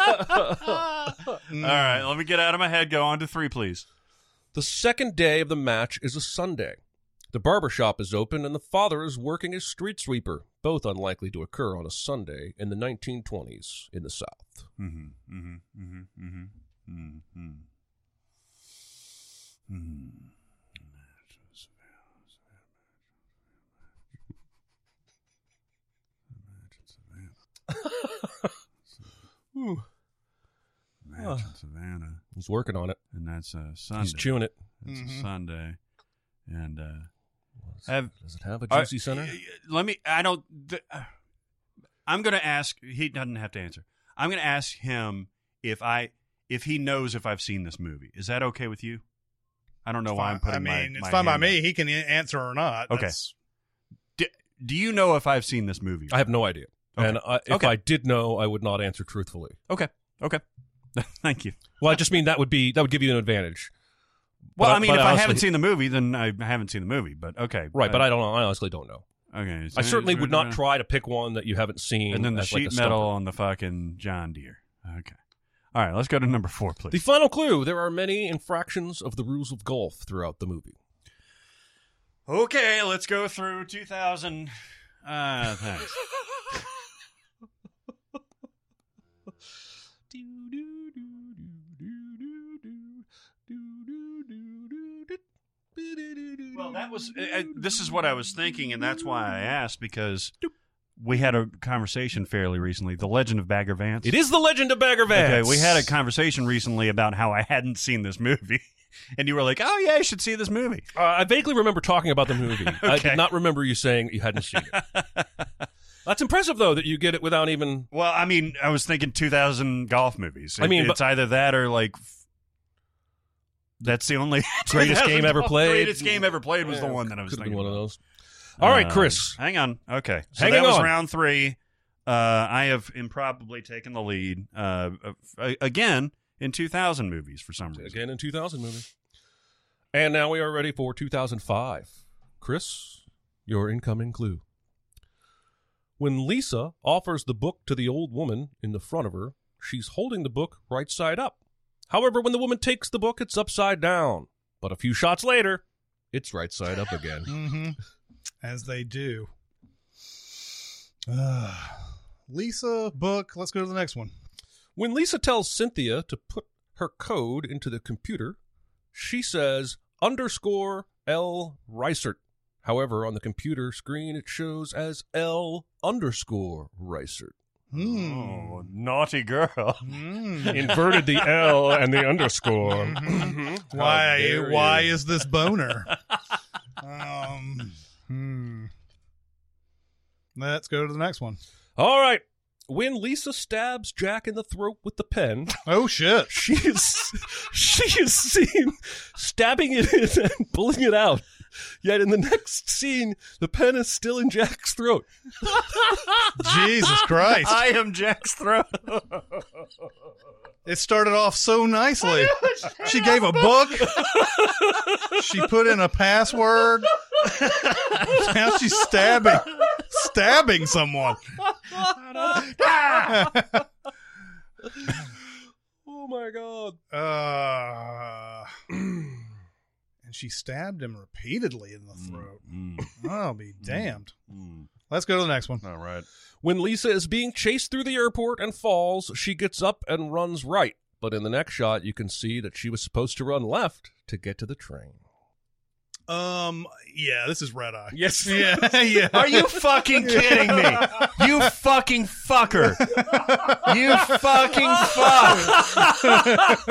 Speaker 2: All right, let me get out of my head. Go on to three, please.
Speaker 4: The second day of the match is a Sunday. The barber shop is open, and the father is working as street sweeper, both unlikely to occur on a Sunday in the 1920s in the South.
Speaker 2: Mm-hmm, mm-hmm, mm-hmm, mm-hmm, mm-hmm.
Speaker 4: Imagine
Speaker 2: Savannah,
Speaker 4: He's working on it.
Speaker 2: and that's a Sunday.
Speaker 4: He's chewing it.
Speaker 2: It's
Speaker 1: Mhm.
Speaker 2: a Sunday, and uh, have
Speaker 4: Does it have a
Speaker 2: All right.
Speaker 4: juicy center?
Speaker 2: Uh, let me. I don't. Th- I'm going to ask. He doesn't have to answer. I'm going to ask him if I if he knows if I've seen this movie. Is that okay with you? I don't know why I'm putting.
Speaker 1: I mean,
Speaker 2: my-
Speaker 1: it's
Speaker 2: my
Speaker 1: fine by
Speaker 2: hand
Speaker 1: me.
Speaker 2: up.
Speaker 1: He can a- answer or not.
Speaker 2: Okay.
Speaker 1: That's-
Speaker 2: Do you know if I've seen this movie?
Speaker 4: I have no idea.
Speaker 2: Okay.
Speaker 4: And I, if
Speaker 2: Okay.
Speaker 4: I did know, I would not answer truthfully.
Speaker 2: okay. Okay. <laughs> Thank you.
Speaker 4: Well, I just mean that would be that would give you an advantage,
Speaker 2: Well,
Speaker 4: But-
Speaker 2: I mean, if
Speaker 4: but
Speaker 2: I haven't
Speaker 4: honestly-
Speaker 2: seen the movie, then I haven't seen the movie. But okay, Uh,
Speaker 4: right? But I don't know. I honestly don't know.
Speaker 2: okay. uh,
Speaker 4: I certainly would not try to pick one that you haven't seen.
Speaker 2: And then the
Speaker 4: as, like, a
Speaker 2: sheet
Speaker 4: stumper.
Speaker 2: metal on the fucking John Deere. Okay. All right. Let's go to number four, please.
Speaker 4: The final clue: there are many infractions of the rules of golf throughout the movie.
Speaker 2: Okay, let's go through 2000. Uh, thanks. well, that was. I, I- this is what I was thinking, and that's why I asked because we had a conversation fairly recently. The Legend of Bagger Vance.
Speaker 4: It is the Legend of Bagger Vance.
Speaker 2: Okay, we had a conversation recently about how I hadn't seen this movie, <laughs> and you were like, "Oh yeah, I should see this movie."
Speaker 4: Uh, I vaguely remember talking about
Speaker 2: <laughs>
Speaker 4: the movie. I
Speaker 2: Okay.
Speaker 4: did not remember you saying you hadn't seen it.
Speaker 2: <laughs>
Speaker 4: That's impressive, though, that you get it without even.
Speaker 2: Well, I mean, I was thinking 2000 golf movies.
Speaker 4: I mean,
Speaker 2: it's either that or like f- that's the only <laughs>
Speaker 4: Greatest
Speaker 2: 2000
Speaker 4: game ever
Speaker 2: golf-
Speaker 4: played.
Speaker 2: Greatest game ever played was the one that I was
Speaker 4: Could have
Speaker 2: thinking.
Speaker 4: been one of
Speaker 2: about.
Speaker 4: those. All right,
Speaker 2: Um,
Speaker 4: Chris.
Speaker 2: hang on. Okay, so
Speaker 4: Hanging
Speaker 2: that was
Speaker 4: on.
Speaker 2: round three. Uh, I have improbably taken the lead uh, a- again in 2000 movies for some reason.
Speaker 4: Again in 2000 movie. And now we are ready for 2005. Chris, your incoming clue. When Lisa offers the book to the old woman in the front of her, she's holding the book right side up. However, when the woman takes the book, it's upside down. But a few shots later, it's right side
Speaker 2: <laughs>
Speaker 4: up again.
Speaker 1: Mhm. As they do. <sighs> Uh, Lisa, book. Let's go to the next one.
Speaker 4: When Lisa tells Cynthia to put her code into the computer, she says underscore L Reisert. However, on the computer screen, it shows as L underscore Reisert.
Speaker 1: Hmm.
Speaker 2: Oh, naughty girl.
Speaker 1: Hmm.
Speaker 4: <laughs> Inverted the L and the underscore.
Speaker 1: Mhm.
Speaker 4: <laughs> How
Speaker 1: Why?
Speaker 4: dare
Speaker 1: Why
Speaker 4: you.
Speaker 1: is this
Speaker 4: <laughs>
Speaker 1: boner? um. hmm. Let's go to the next one.
Speaker 4: All right. When Lisa stabs Jack in the throat with the pen,
Speaker 1: Oh shit!
Speaker 4: she is she is seen stabbing it in and pulling it out. Yet in the next scene, the pen is still in Jack's throat.
Speaker 1: Jesus Christ!
Speaker 2: <laughs> I am Jack's throat.
Speaker 1: It started off so nicely. She gave a book. she put in a password. now she's stabbing. stabbing
Speaker 4: <laughs>
Speaker 1: someone. Ah!
Speaker 4: oh my god.
Speaker 1: uh, <clears throat> and she stabbed him repeatedly in the throat.
Speaker 2: Mm,
Speaker 1: I'll be damned.
Speaker 2: mm.
Speaker 1: Let's go to the next one.
Speaker 2: All right.
Speaker 4: When Lisa is being chased through the airport and falls, she gets up and runs right. But in the next shot, you can see that she was supposed to run left to get to the train.
Speaker 1: Um, yeah, this is red eye.
Speaker 2: <laughs>
Speaker 4: Yes.
Speaker 1: Yeah, yeah.
Speaker 2: Are you fucking kidding me?
Speaker 1: <laughs>
Speaker 2: You fucking fucker. You <laughs> fucking fuck.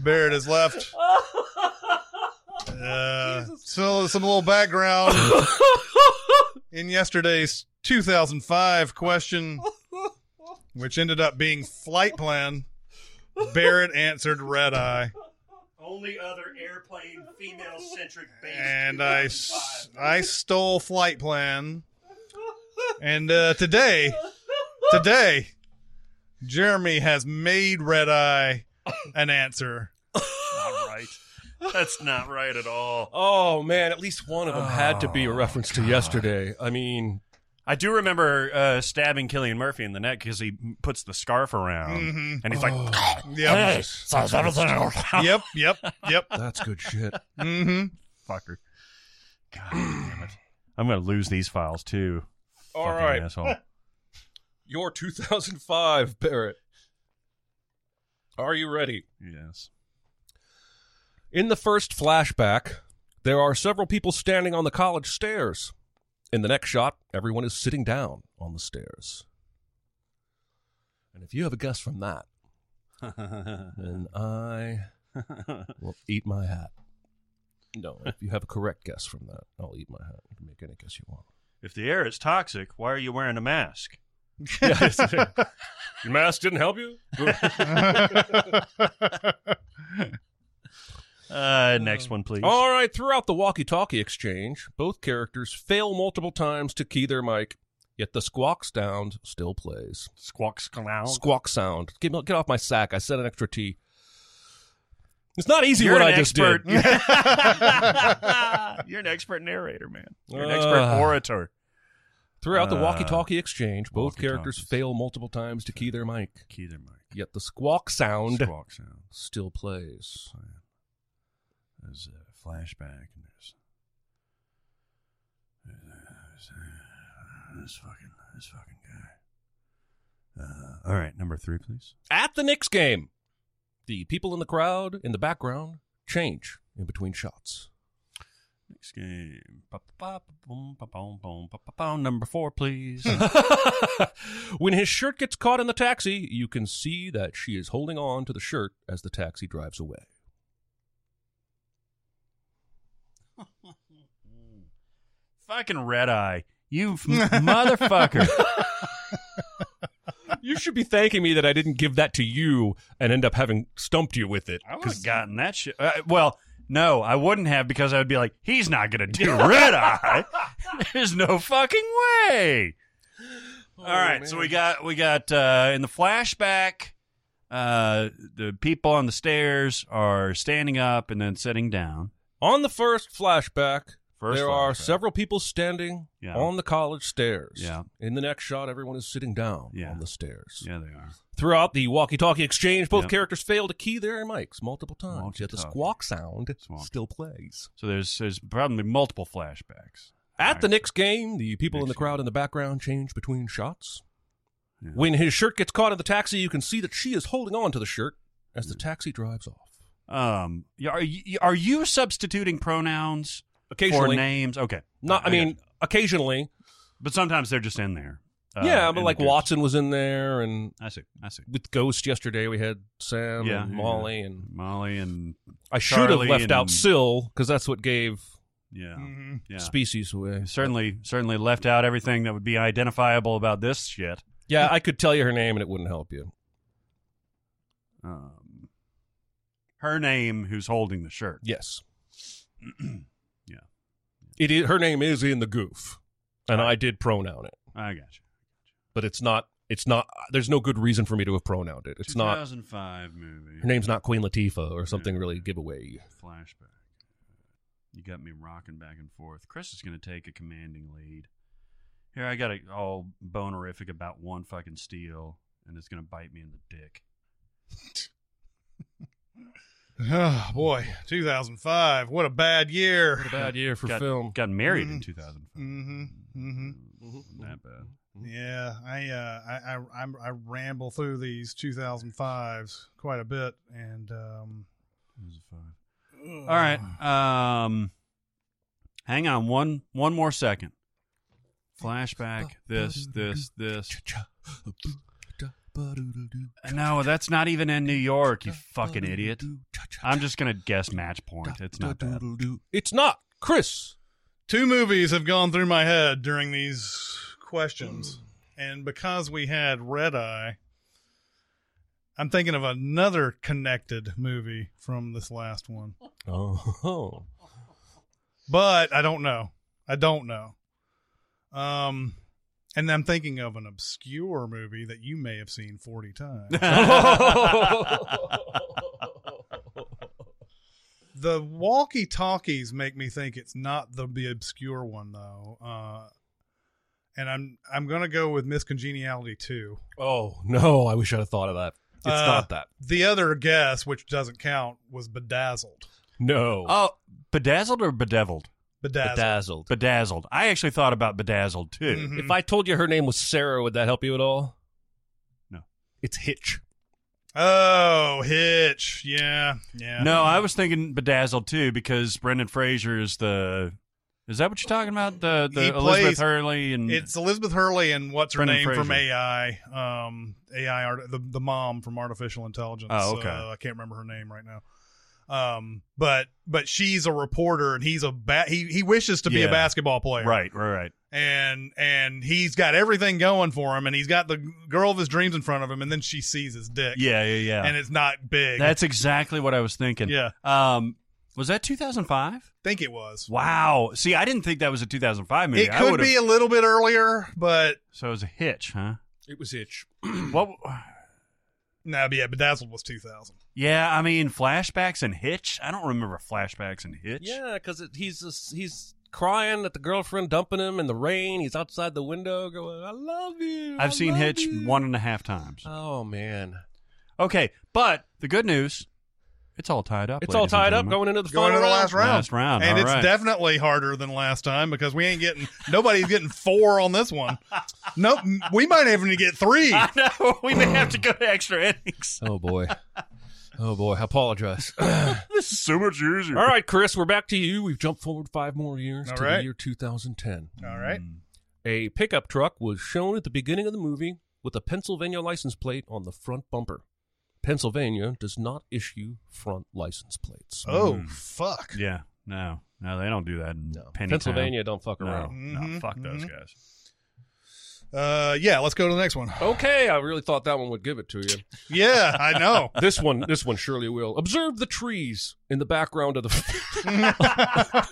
Speaker 1: Barrett is left. Uh, so some little background in yesterday's 2005 question, which ended up being flight plan. Barrett answered red eye,
Speaker 2: Only other airplane female centric base.
Speaker 1: and I, s- I stole flight plan. And uh, today, today, Jeremy has made red eye an answer.
Speaker 2: not right. <laughs> That's not right at all.
Speaker 4: Oh man, at least one of them had to be a reference to yesterday. I mean,
Speaker 2: I do remember uh, stabbing Killian Murphy in the neck because he puts the scarf around,
Speaker 1: Mhm.
Speaker 2: and he's like,
Speaker 1: Yep, yep, yep, yep.
Speaker 4: that's good shit.
Speaker 1: Mm-hmm.
Speaker 2: "Fucker, god damn <clears throat> it! I'm gonna lose these files too."
Speaker 4: All
Speaker 2: Fucking <laughs>
Speaker 4: right,
Speaker 2: asshole.
Speaker 4: your 2005 Barrett. Are you ready?
Speaker 2: yes.
Speaker 4: In the first flashback, there are several people standing on the college stairs. In the next shot, everyone is sitting down on the stairs. And if you have a guess from that, then I will eat my hat. No, if you have a correct guess from that, I'll eat my hat. You can make any guess you <laughs> want.
Speaker 2: if the air is toxic, why are you wearing a mask?
Speaker 4: Your mask didn't help <laughs> you?
Speaker 2: Uh, next one, please.
Speaker 4: All right, throughout the walkie talkie exchange, both characters fail multiple times to key their mic, yet the squawk sound still plays.
Speaker 2: Squawks clown.
Speaker 4: Squawk sound. Get, get off my sack. I said an extra T. It's not easy
Speaker 2: You're
Speaker 4: what
Speaker 2: an
Speaker 4: I
Speaker 2: expert.
Speaker 4: just
Speaker 2: <laughs>
Speaker 4: did.
Speaker 2: You're an expert narrator, man. You're an
Speaker 4: Uh,
Speaker 2: expert orator.
Speaker 4: Throughout the
Speaker 2: Uh,
Speaker 4: walkie talkie exchange, both characters
Speaker 2: walkie-talkies.
Speaker 4: fail multiple times to key their mic,
Speaker 2: Key their mic.
Speaker 4: yet the squawk sound
Speaker 2: Squawk sound.
Speaker 4: still plays.
Speaker 2: plan. There's a flashback and there's there's, uh, this fucking this fucking guy. Uh, all right, number three, please.
Speaker 4: At the Knicks game, the people in the crowd in the background change in between shots.
Speaker 2: Next game. Ba-ba-ba-boom, ba-boom, boom, ba-ba-boom. Number four, <laughs> please.
Speaker 4: <laughs> when his shirt gets caught in the taxi, you can see that she is holding on to the shirt as the taxi drives away.
Speaker 2: fucking red eye. You f- <laughs> motherfucker.
Speaker 4: You should be thanking me that I didn't give that to you and end up having stumped you with it.
Speaker 2: I would
Speaker 4: 'Cause-
Speaker 2: have gotten that shit. Uh, well, no, I wouldn't have because I would be like, he's not going to do red
Speaker 4: <laughs>
Speaker 2: eye. There's no fucking way.
Speaker 4: Oh,
Speaker 2: All right, so we got we got uh, in the flashback. Uh, the people on the stairs are standing up and then sitting down.
Speaker 4: on the first flashback.
Speaker 2: First
Speaker 4: there are
Speaker 2: flashback.
Speaker 4: several people standing
Speaker 2: Yeah.
Speaker 4: on the college stairs.
Speaker 2: Yeah.
Speaker 4: In the next shot, everyone is sitting down
Speaker 2: Yeah.
Speaker 4: on the stairs.
Speaker 2: Yeah, they are.
Speaker 4: Throughout the walkie-talkie exchange, both
Speaker 2: Yeah.
Speaker 4: characters fail to key their mics multiple times, yet the
Speaker 2: Walkie-talkie.
Speaker 4: squawk sound
Speaker 2: Squawk.
Speaker 4: still plays.
Speaker 2: So there's there's probably multiple flashbacks.
Speaker 4: At
Speaker 2: All
Speaker 4: the
Speaker 2: right.
Speaker 4: Knicks game, the people in the
Speaker 2: Knicks
Speaker 4: crowd in the background change between shots.
Speaker 2: Yeah.
Speaker 4: When his shirt gets caught in the taxi, you can see that she is holding on to the shirt as
Speaker 2: Mm.
Speaker 4: the taxi drives off.
Speaker 2: um, y- are you, are you substituting pronouns for
Speaker 4: Occasionally,
Speaker 2: names? Okay,
Speaker 4: not.
Speaker 2: Uh,
Speaker 4: I
Speaker 2: got
Speaker 4: mean,
Speaker 2: you.
Speaker 4: occasionally,
Speaker 2: but sometimes they're just in there. Uh,
Speaker 4: yeah.
Speaker 2: in
Speaker 4: But
Speaker 2: the
Speaker 4: like
Speaker 2: goose.
Speaker 4: Watson was in there, and
Speaker 2: I see. I see.
Speaker 4: with Ghost yesterday, we had Sam
Speaker 2: Yeah,
Speaker 4: and
Speaker 2: yeah.
Speaker 4: Molly, and
Speaker 2: Molly and
Speaker 4: I should have
Speaker 2: Charlie
Speaker 4: left
Speaker 2: and-
Speaker 4: out Sill because that's what gave
Speaker 2: yeah,
Speaker 1: Mhm.
Speaker 2: yeah.
Speaker 4: species away.
Speaker 2: certainly, certainly left out everything that would be identifiable about this shit.
Speaker 4: Yeah, I could tell you her name, and it wouldn't help you.
Speaker 2: um, her name who's holding the shirt.
Speaker 4: Yes.
Speaker 2: <clears throat> Yeah.
Speaker 4: It is, her name is in the goof, and I did pronoun it,
Speaker 2: I got you.
Speaker 4: but it's not It's not. There's no good reason for me to have pronouned it. It's not.
Speaker 2: 2005 movie.
Speaker 4: Her name's not Queen Latifah or something really giveaway.
Speaker 2: Flashback. You got me rocking back and forth. Chris is going to take a commanding lead. Here, I got it all bonerific about one fucking steal, and it's going to bite me in the dick.
Speaker 1: Oh boy, 2005. What a bad year.
Speaker 4: What a bad year for
Speaker 2: Got-
Speaker 4: film.
Speaker 2: Got married in
Speaker 1: Mhm.
Speaker 2: 2005.
Speaker 1: Mhm, mhm.
Speaker 2: Wasn't Mm-hmm.
Speaker 4: mm-hmm.
Speaker 2: That bad.
Speaker 1: Yeah, I uh, I, I I'm- I ramble through these 2005s quite a bit, and um,
Speaker 2: It was a five. All right. Um, hang on one one more second. Flashback. This this this. No, that's not even in New York. You fucking idiot. I'm just gonna guess match point. It's not bad.
Speaker 4: It's not Chris.
Speaker 1: two movies have gone through my head during these questions, and because we had Red Eye, I'm thinking of another connected movie from this last one,
Speaker 4: <laughs> Oh,
Speaker 1: but I don't know. I don't know. Um, and I'm thinking of an obscure movie that you may have seen 40
Speaker 2: <laughs>
Speaker 1: times. <laughs>
Speaker 4: Oh,
Speaker 1: The walkie talkies make me think it's not the, the obscure one though. Uh, and I'm I'm gonna go with Miss Congeniality too.
Speaker 4: oh no! I wish I'd have thought of that. It's
Speaker 1: Uh,
Speaker 4: not that.
Speaker 1: The other guess, which doesn't count, was bedazzled.
Speaker 4: No.
Speaker 2: Oh, bedazzled or bedeviled?
Speaker 1: Bedazzled.
Speaker 4: Bedazzled.
Speaker 2: Bedazzled. I actually thought about bedazzled too.
Speaker 1: Mhm.
Speaker 4: If I told you her name was Sarah, would that help you at all?
Speaker 2: No.
Speaker 4: It's Hitch.
Speaker 1: oh, Hitch. Yeah, yeah.
Speaker 2: No, I was thinking bedazzled too because Brendan Fraser is the. Is that what you're talking about? The the
Speaker 1: He
Speaker 2: Elizabeth
Speaker 1: plays-
Speaker 2: Hurley and
Speaker 1: It's Elizabeth Hurley and what's her
Speaker 2: Brendan
Speaker 1: name from
Speaker 2: Fraser.
Speaker 1: AI, um, AI art, the the mom from Artificial Intelligence.
Speaker 2: Oh, okay.
Speaker 1: Uh, I can't remember her name right now. Um, but but she's a reporter and he's a ba- he he wishes to be
Speaker 2: Yeah.
Speaker 1: a basketball player,
Speaker 2: right, right, right.
Speaker 1: And and he's got everything going for him, and he's got the girl of his dreams in front of him, and then she sees his dick,
Speaker 2: Yeah, yeah, yeah.
Speaker 1: and it's not big.
Speaker 2: That's exactly what I was thinking.
Speaker 1: yeah,
Speaker 2: Um, was that 2005?
Speaker 1: think it was.
Speaker 2: Wow. See, I didn't think that was a 2005 movie.
Speaker 1: It
Speaker 2: I
Speaker 1: could
Speaker 2: would've-
Speaker 1: be a little bit earlier, but
Speaker 2: So it was a hitch, huh?
Speaker 4: It was Hitch.
Speaker 2: what?
Speaker 1: no, but yeah, Bedazzled was two thousand.
Speaker 2: Yeah, I mean, flashbacks and hitch. I don't remember flashbacks and hitch.
Speaker 4: Yeah, because he's just, he's crying at the girlfriend dumping him in the rain. He's outside the window going, "I love you." I
Speaker 2: I've seen
Speaker 4: love
Speaker 2: Hitch
Speaker 4: you."
Speaker 2: one and a half times.
Speaker 4: Oh man,
Speaker 2: Okay, but the good news, it's all tied up.
Speaker 4: it's all
Speaker 2: ladies and
Speaker 4: tied up
Speaker 2: gentlemen.
Speaker 4: going <laughs> into the
Speaker 1: Going to
Speaker 4: final
Speaker 1: the
Speaker 4: round.
Speaker 1: last round.
Speaker 2: Last round,
Speaker 1: and
Speaker 2: all
Speaker 1: it's
Speaker 2: right.
Speaker 1: definitely harder than last time because we ain't getting <laughs> nobody's getting four on this <laughs> one. Nope, we might even get three.
Speaker 2: I know we may have to go to extra innings.
Speaker 4: Oh <laughs> boy. Oh boy, I apologize.
Speaker 2: <laughs> this is so much easier.
Speaker 4: <clears throat> All right, Chris, we're back to you. We've jumped forward five more years
Speaker 1: All
Speaker 4: to the
Speaker 1: right.
Speaker 4: year 2010.
Speaker 2: Mm.
Speaker 1: All right,
Speaker 4: A pickup truck was shown at the beginning of the movie with a Pennsylvania license plate on the front bumper. Pennsylvania does not issue front license plates.
Speaker 1: Oh fuck.
Speaker 2: Yeah. No. No, they don't do that in
Speaker 4: No.
Speaker 2: Pennytown.
Speaker 4: Pennsylvania don't fuck
Speaker 2: No.
Speaker 4: around.
Speaker 2: No.
Speaker 1: Mhm,
Speaker 2: Fuck those
Speaker 1: mhm.
Speaker 2: guys.
Speaker 1: Uh, yeah. Let's go to the next one.
Speaker 4: Okay, I really thought that one would give it to you.
Speaker 1: Yeah, I <laughs> know.
Speaker 4: This one, this one surely will. Observe the trees in the background of the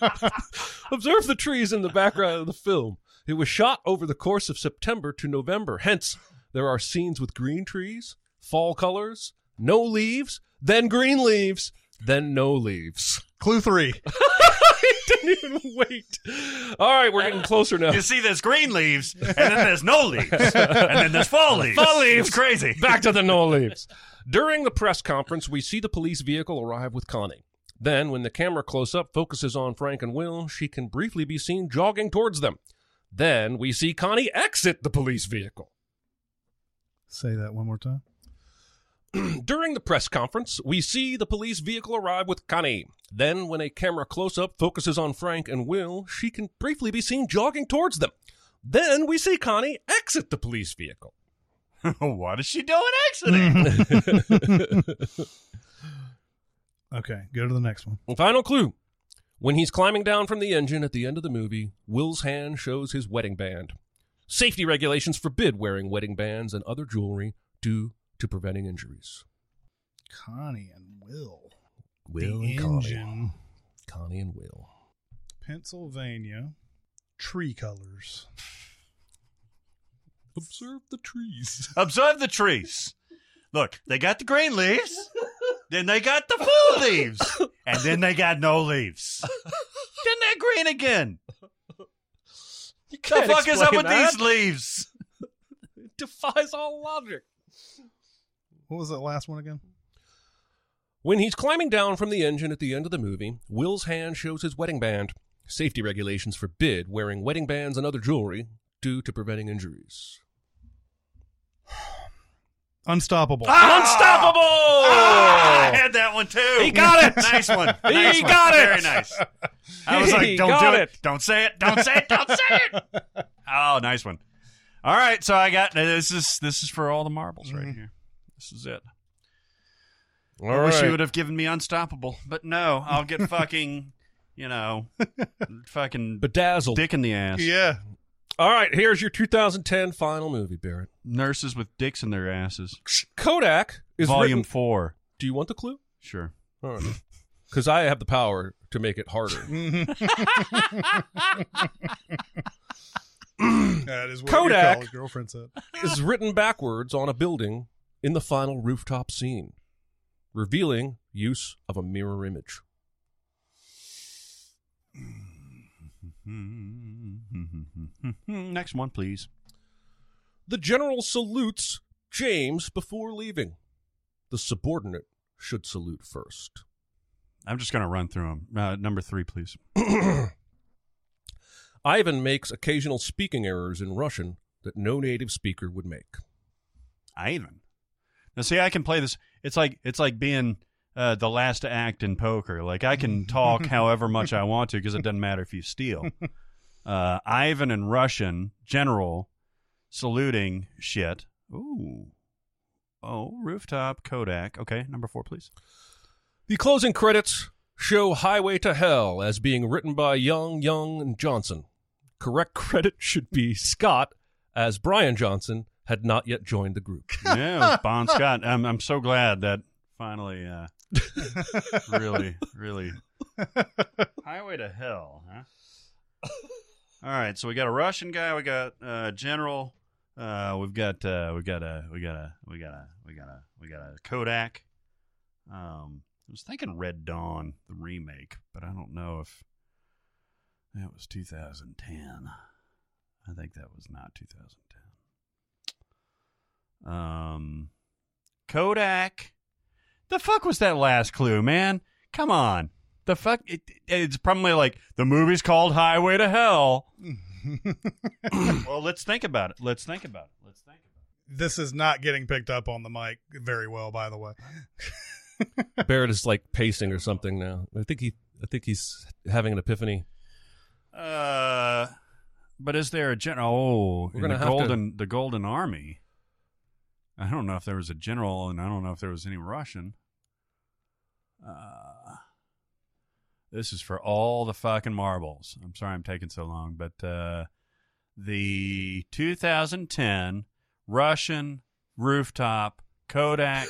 Speaker 4: <laughs> Observe the trees in the background of the film. It was shot over the course of September to November. Hence, there are scenes with green trees, fall colors, no leaves, then green leaves, then no leaves. <laughs>
Speaker 1: Clue three.
Speaker 4: Didn't even wait. All right, we're getting closer now.
Speaker 2: You see, there's green leaves, and then there's no leaves, and then there's fall leaves.
Speaker 4: Fall leaves.
Speaker 2: It's crazy. <laughs>
Speaker 4: Back to the no leaves. During the press conference, we see the police vehicle arrive with Connie. Then, when the camera close up focuses on Frank and Will, she can briefly be seen jogging towards them. Then we see Connie exit the police vehicle. <clears throat>
Speaker 1: Say that one more time.
Speaker 4: During the press conference, we see the police vehicle arrive with Connie. Then, when a camera close up focuses on Frank and Will, she can briefly be seen jogging towards them. Then we see Connie exit the police vehicle.
Speaker 2: what is she doing exiting?
Speaker 4: <laughs>
Speaker 1: Okay, go to the next one.
Speaker 4: Final clue. When he's climbing down from the engine at the end of the movie, Will's hand shows his wedding band. Safety regulations forbid wearing wedding bands and other jewelry due to preventing injuries.
Speaker 1: Connie and Will.
Speaker 4: Will
Speaker 1: the
Speaker 4: and Connie.
Speaker 1: engine.
Speaker 4: Connie and Will.
Speaker 1: Pennsylvania. Tree colors.
Speaker 4: Observe the trees.
Speaker 2: Observe the trees. Look, they got the green leaves, then they got the blue leaves, and then they got no
Speaker 4: <laughs>
Speaker 2: leaves. Then they're green again.
Speaker 4: You
Speaker 2: The
Speaker 4: can't
Speaker 2: fuck is up
Speaker 4: explain
Speaker 2: with
Speaker 4: that.
Speaker 2: these leaves?
Speaker 4: It <laughs> defies all logic.
Speaker 1: What was that last one again?
Speaker 4: When he's climbing down from the engine at the end of the movie, Will's hand shows his wedding band. Safety regulations forbid wearing wedding bands and other jewelry due to preventing injuries.
Speaker 1: Unstoppable.
Speaker 2: Unstoppable!
Speaker 4: Ah!
Speaker 2: <laughs> I had that one too.
Speaker 4: He got it!
Speaker 2: nice one.
Speaker 4: He
Speaker 2: Nice one.
Speaker 4: got it!
Speaker 2: Very nice. I was
Speaker 4: He
Speaker 2: like, don't
Speaker 4: got
Speaker 2: do it.
Speaker 4: it.
Speaker 2: Don't say it. Don't say it. Don't say it. Oh, nice one. All right, so I got this is this is for all the marbles right
Speaker 1: Mhm.
Speaker 2: here. This is it.
Speaker 4: Mm-hmm. All
Speaker 2: I wish you
Speaker 4: right.
Speaker 2: would have given me unstoppable, but no, I'll get fucking, you
Speaker 4: <laughs>
Speaker 2: know, fucking
Speaker 4: Bedazzled.
Speaker 2: dick in the ass.
Speaker 1: Yeah.
Speaker 4: All right, here's your 2010 final movie, Barrett.
Speaker 2: Nurses with dicks in their asses.
Speaker 4: Kodak is
Speaker 2: Volume
Speaker 4: written-
Speaker 2: four.
Speaker 4: Do you want the clue?
Speaker 2: Sure. <laughs>
Speaker 4: All right. Because I have the power to make
Speaker 1: <laughs>
Speaker 4: it harder.
Speaker 1: Mhm. that is what
Speaker 4: Kodak.
Speaker 1: your college girlfriend said.
Speaker 4: is written backwards on a building in the final rooftop scene, revealing use of a mirror image.
Speaker 2: Next one, please.
Speaker 4: The general salutes James before leaving. The subordinate should salute first.
Speaker 2: I'm just gonna run through them. Uh, number three, please.
Speaker 4: Ivan makes occasional speaking errors in Russian that no native speaker would make.
Speaker 2: Ivan. Now, see, I can play this. It's like it's like being uh, the last act in poker. Like I can talk <laughs> however much I want to because it doesn't matter if you <laughs> steal. Uh, Ivan and Russian general saluting shit. Ooh. Oh, rooftop Kodak. Okay, number four, please.
Speaker 4: The closing credits show Highway to Hell as being written by Young, Young, and Johnson. Correct credit should be Scott, as Brian Johnson had not yet joined the group.
Speaker 2: Yeah, Bon Scott. I'm I'm so glad that finally, uh, really, really. Highway to hell, huh? All right, so we got a Russian guy, we got uh, general, uh, we've got uh, we got a we got a we got a we got a we got a Kodak. Um, I was thinking Red Dawn, the remake, but I don't know if that was 2010. I think that was not 2010. Um, Kodak. The fuck was that last clue, man? Come on. The fuck? It, it's probably like the movie's called Highway to Hell. well, let's think about it. Let's think about it. Let's think about
Speaker 1: this is not getting picked up on the mic very well, by the way.
Speaker 4: Barrett is like pacing or something now. I think he, I think he's having an epiphany.
Speaker 2: it. Uh, but is there a general? Oh,
Speaker 4: We're
Speaker 2: in
Speaker 4: gonna
Speaker 2: the
Speaker 4: have to-
Speaker 2: golden the Golden Army. I don't know if there was a general, and I don't know if there was any Russian. Uh, this is for all the fucking marbles. I'm sorry I'm taking so long, but uh, the 2010 Russian rooftop
Speaker 4: <laughs>
Speaker 2: Kodak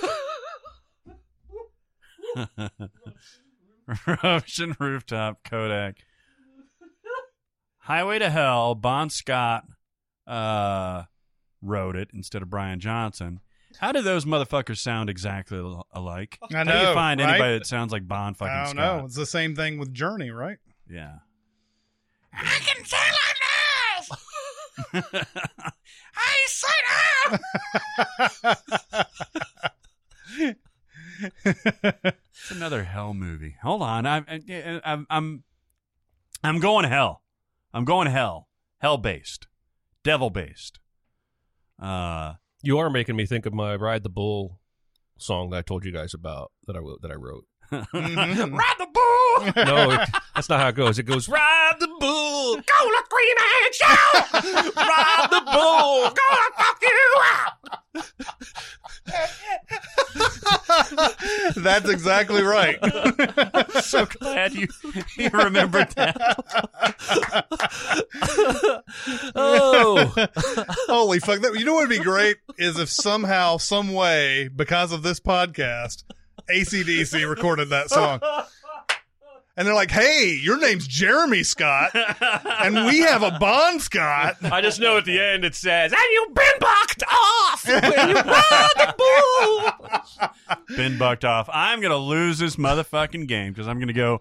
Speaker 2: Russian rooftop Kodak Highway to Hell. Bon Scott uh, wrote it instead of Brian Johnson. How do those motherfuckers sound exactly al- alike?
Speaker 1: I
Speaker 2: How do
Speaker 1: know,
Speaker 2: you find
Speaker 1: right?
Speaker 2: anybody that sounds like Bon fucking
Speaker 1: I don't
Speaker 2: Scott?
Speaker 1: know. It's the same thing with Journey,
Speaker 2: <laughs>
Speaker 1: right? <laughs>
Speaker 2: Yeah. I can say like <laughs> this. I said "Ah!" up. It's another hell movie. Hold on, I'm I- I'm I'm I'm going hell. I'm going hell. Hell based, devil based. Uh,
Speaker 4: You are making me think of my "Ride the Bull" song that I told you guys about that I wo- that I wrote.
Speaker 1: Mhm.
Speaker 2: ride the <laughs> bull.
Speaker 4: No, it, that's not how it goes. It goes "Ride the Bull, go to Green
Speaker 2: <laughs>
Speaker 4: Man Show, Ride the Bull, go to fuck you up."
Speaker 1: That's exactly right.
Speaker 2: <laughs> I'm so glad you you remembered that.
Speaker 4: Oh,
Speaker 1: Holy fuck! That, you know what would be great is if somehow, some way, because of this podcast, ACDC recorded that song. and they're like, "Hey, your name's Jeremy Scott, and we have a Bond Scott."
Speaker 3: I just know at the end it says, "And you've been bucked off when you were the bull."
Speaker 2: Been bucked off. I'm gonna lose this motherfucking game because I'm gonna go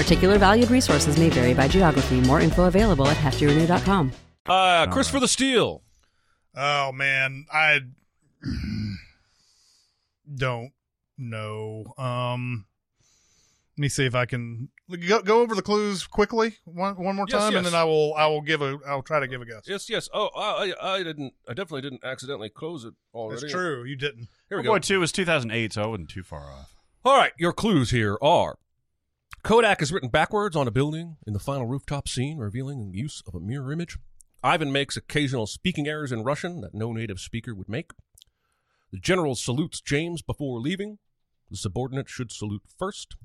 Speaker 5: Particular valued resources may vary by geography. More info available at heftyrenew.com.
Speaker 4: Uh, Christopher the Steel.
Speaker 1: Oh man, I don't know. Um, let me see if I can go, go over the clues quickly one one more
Speaker 4: Yes,
Speaker 1: time, and
Speaker 4: yes.
Speaker 1: then I will I will give a I'll try to give a guess.
Speaker 4: Yes, yes. Oh, I, I, I didn't. I definitely didn't accidentally close it already.
Speaker 1: It's true. You didn't.
Speaker 4: Here we go.
Speaker 2: Hellboy 2 was 2008, so I wasn't too far off.
Speaker 4: All right, your clues here are Kodak is written backwards on a building in the final rooftop scene, revealing the use of a mirror image. Ivan makes occasional speaking errors in Russian that no native speaker would make. The general salutes James before leaving. The subordinate should salute first.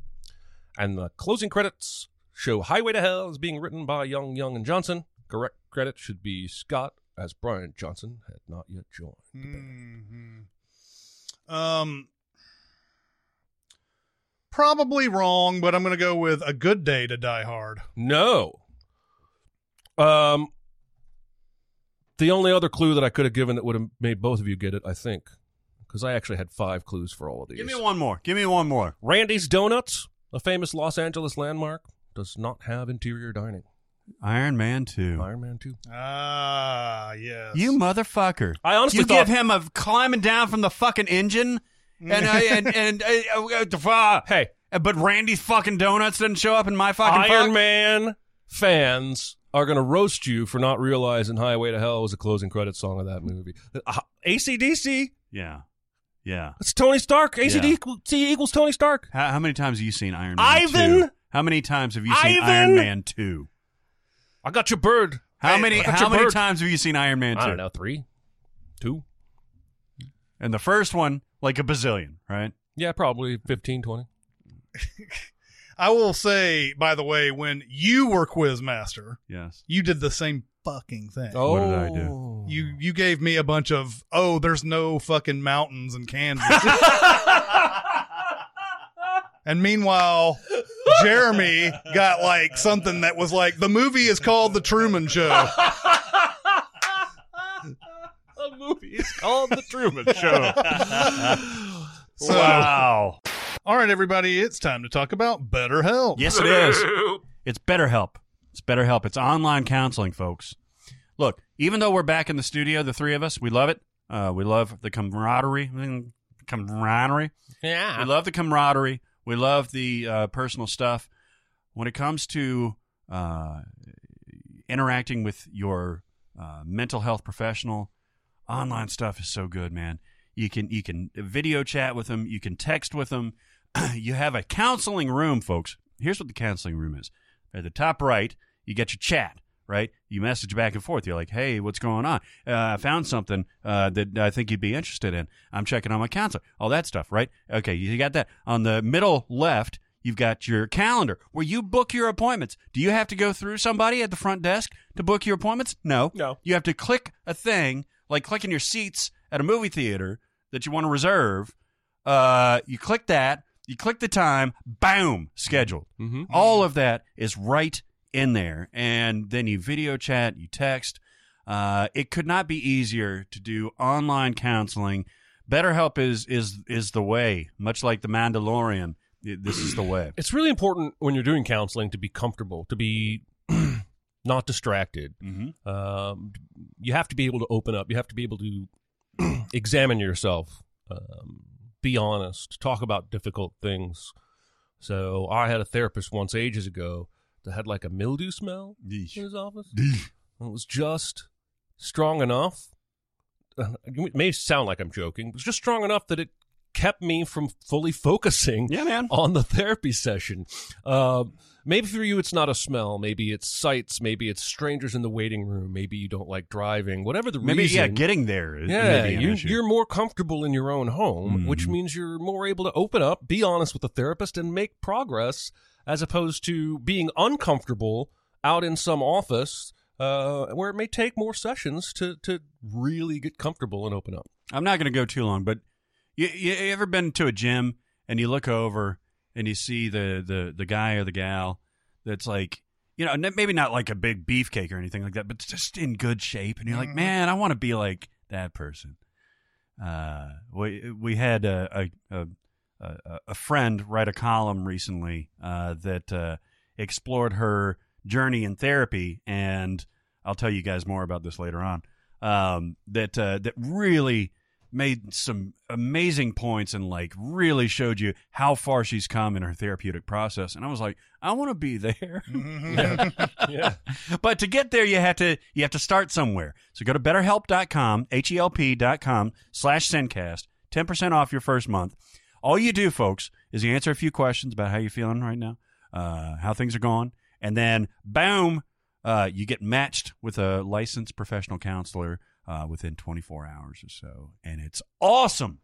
Speaker 4: And the closing credits show Highway to Hell is being written by Young, Young, and Johnson. Correct credit should be Scott, as Brian Johnson had not yet joined.
Speaker 1: Hmm. Mm-hmm. Um, probably wrong, but I'm going to go with a good day to die hard.
Speaker 4: No. Um, the only other clue that I could have given that would have made both of you get it, I think, because I actually had five clues for all of these.
Speaker 2: Give me one more. Give me one more.
Speaker 4: Randy's Donuts, a famous Los Angeles landmark, does not have interior dining.
Speaker 2: Iron Man 2.
Speaker 4: Iron Man Two.
Speaker 1: Ah, yes.
Speaker 2: You motherfucker.
Speaker 4: I honestly
Speaker 2: you give
Speaker 4: thought-
Speaker 2: him a climbing down from the fucking engine, and I,
Speaker 3: <laughs>
Speaker 2: and and, and uh, uh,
Speaker 4: Hey,
Speaker 2: but Randy's fucking donuts didn't show up in my fucking
Speaker 4: Iron
Speaker 2: fuck-
Speaker 4: Man fans are going to roast you for not realizing Highway to Hell was the closing credit song of that movie. Uh, ACDC,
Speaker 2: Yeah, yeah.
Speaker 4: it's Tony Stark. ACDC
Speaker 2: Yeah.
Speaker 4: equals- C equals Tony Stark.
Speaker 2: How, how many times have you seen Iron Man?
Speaker 4: Ivan?
Speaker 2: 2? How many times have you seen
Speaker 4: Ivan?
Speaker 2: Iron Man two?
Speaker 4: I got your bird.
Speaker 2: How
Speaker 4: Hey,
Speaker 2: many
Speaker 4: I got
Speaker 2: how
Speaker 4: your
Speaker 2: many
Speaker 4: bird.
Speaker 2: times have you seen Iron Man two?
Speaker 4: I don't know, three, two.
Speaker 2: And the first one, like a bazillion, right?
Speaker 4: Yeah, probably 15, 20.
Speaker 1: I will say, by the way, when you were quizmaster,
Speaker 2: Yes.
Speaker 1: you did the same fucking thing.
Speaker 4: Oh.
Speaker 2: What did I do?
Speaker 1: You you gave me a bunch of oh, there's no fucking mountains in Kansas. and meanwhile, Jeremy got like something that was like the movie is called The Truman Show.
Speaker 4: <laughs> A movie is called The Truman
Speaker 2: Show.
Speaker 1: So,
Speaker 2: wow.
Speaker 1: all right, everybody, it's time to talk about better health.
Speaker 2: Yes, it is. It's BetterHelp. It's BetterHelp. It's online counseling, folks. Look, even though we're back in the studio, the three of us, we love it. Uh, we love the camaraderie. mm, Camaraderie. We
Speaker 4: Yeah.
Speaker 2: love the camaraderie. We love the uh, personal stuff. When it comes to uh, interacting with your uh, mental health professional, online stuff is so good, man. You can you can video chat with them. You can text with them. <clears throat> you have a counseling room, folks. Here's what the counseling room is. At the top right, you get your chat. Right, you message back and forth. You're like, "Hey, what's going on? Uh, I found something uh, that I think you'd be interested in. I'm checking on my counselor. All that stuff, right? Okay, you got that. On the middle left, You've got your calendar where you book your appointments. Do you have to go through somebody at the front desk to book your appointments? No.
Speaker 4: No.
Speaker 2: You have to click a thing, like clicking your seats at a movie theater that you want to reserve. Uh, you click that, you click the time, boom, scheduled.
Speaker 4: Mm-hmm.
Speaker 2: All of that is right in there. And then you video chat, you text. Uh, it could not be easier to do online counseling. BetterHelp is is is the way, much like the Mandalorian. i- This is the way.
Speaker 4: It's really important when you're doing counseling to be comfortable, to be <clears throat> not distracted.
Speaker 2: Mm-hmm.
Speaker 4: Um, you have to be able to open up. You have to be able to <clears throat> examine yourself, um, be honest, talk about difficult things. So I had a therapist once ages ago that had like a mildew smell. in his office. And it was just uh, strong enough. It may sound like I'm joking, but it was just strong enough that it kept me from fully focusing
Speaker 2: Yeah, man.
Speaker 4: on the therapy session. Um, maybe for you, it's not a smell. Maybe it's sights. Maybe it's strangers in the waiting room. Maybe you don't like driving. Whatever the
Speaker 2: Maybe
Speaker 4: reason.
Speaker 2: yeah, getting there is
Speaker 4: Yeah,
Speaker 2: maybe an
Speaker 4: you,
Speaker 2: issue.
Speaker 4: you're more comfortable in your own home, which means you're more able to open up, be honest with the therapist, and make progress as opposed to being uncomfortable out in some office uh, where it may take more sessions to, to really get comfortable and open up.
Speaker 2: I'm not going to go too long, but you, you you ever been to a gym and you look over and you see the, the, the guy or the gal that's like, you know, n- maybe not like a big beefcake or anything like that, but just in good shape. And you're like, man, I want to be like that person. Uh, we, we had a, a, a, a, a friend write a column recently uh, that uh, explored her journey in therapy. And I'll tell you guys more about this later on. Um, that uh, that really made some amazing points and like really showed you how far she's come in her therapeutic process and i was like i want to be there
Speaker 1: Mm-hmm.
Speaker 4: yeah.
Speaker 2: <laughs> but to get there you have to you have to start somewhere so go to betterhelp.com help.com slash sendcast 10% off your first month all you do folks is you answer a few questions about how you're feeling right now uh, how things are going and then boom uh, you get matched with a licensed professional counselor uh, within 24 hours or so and it's awesome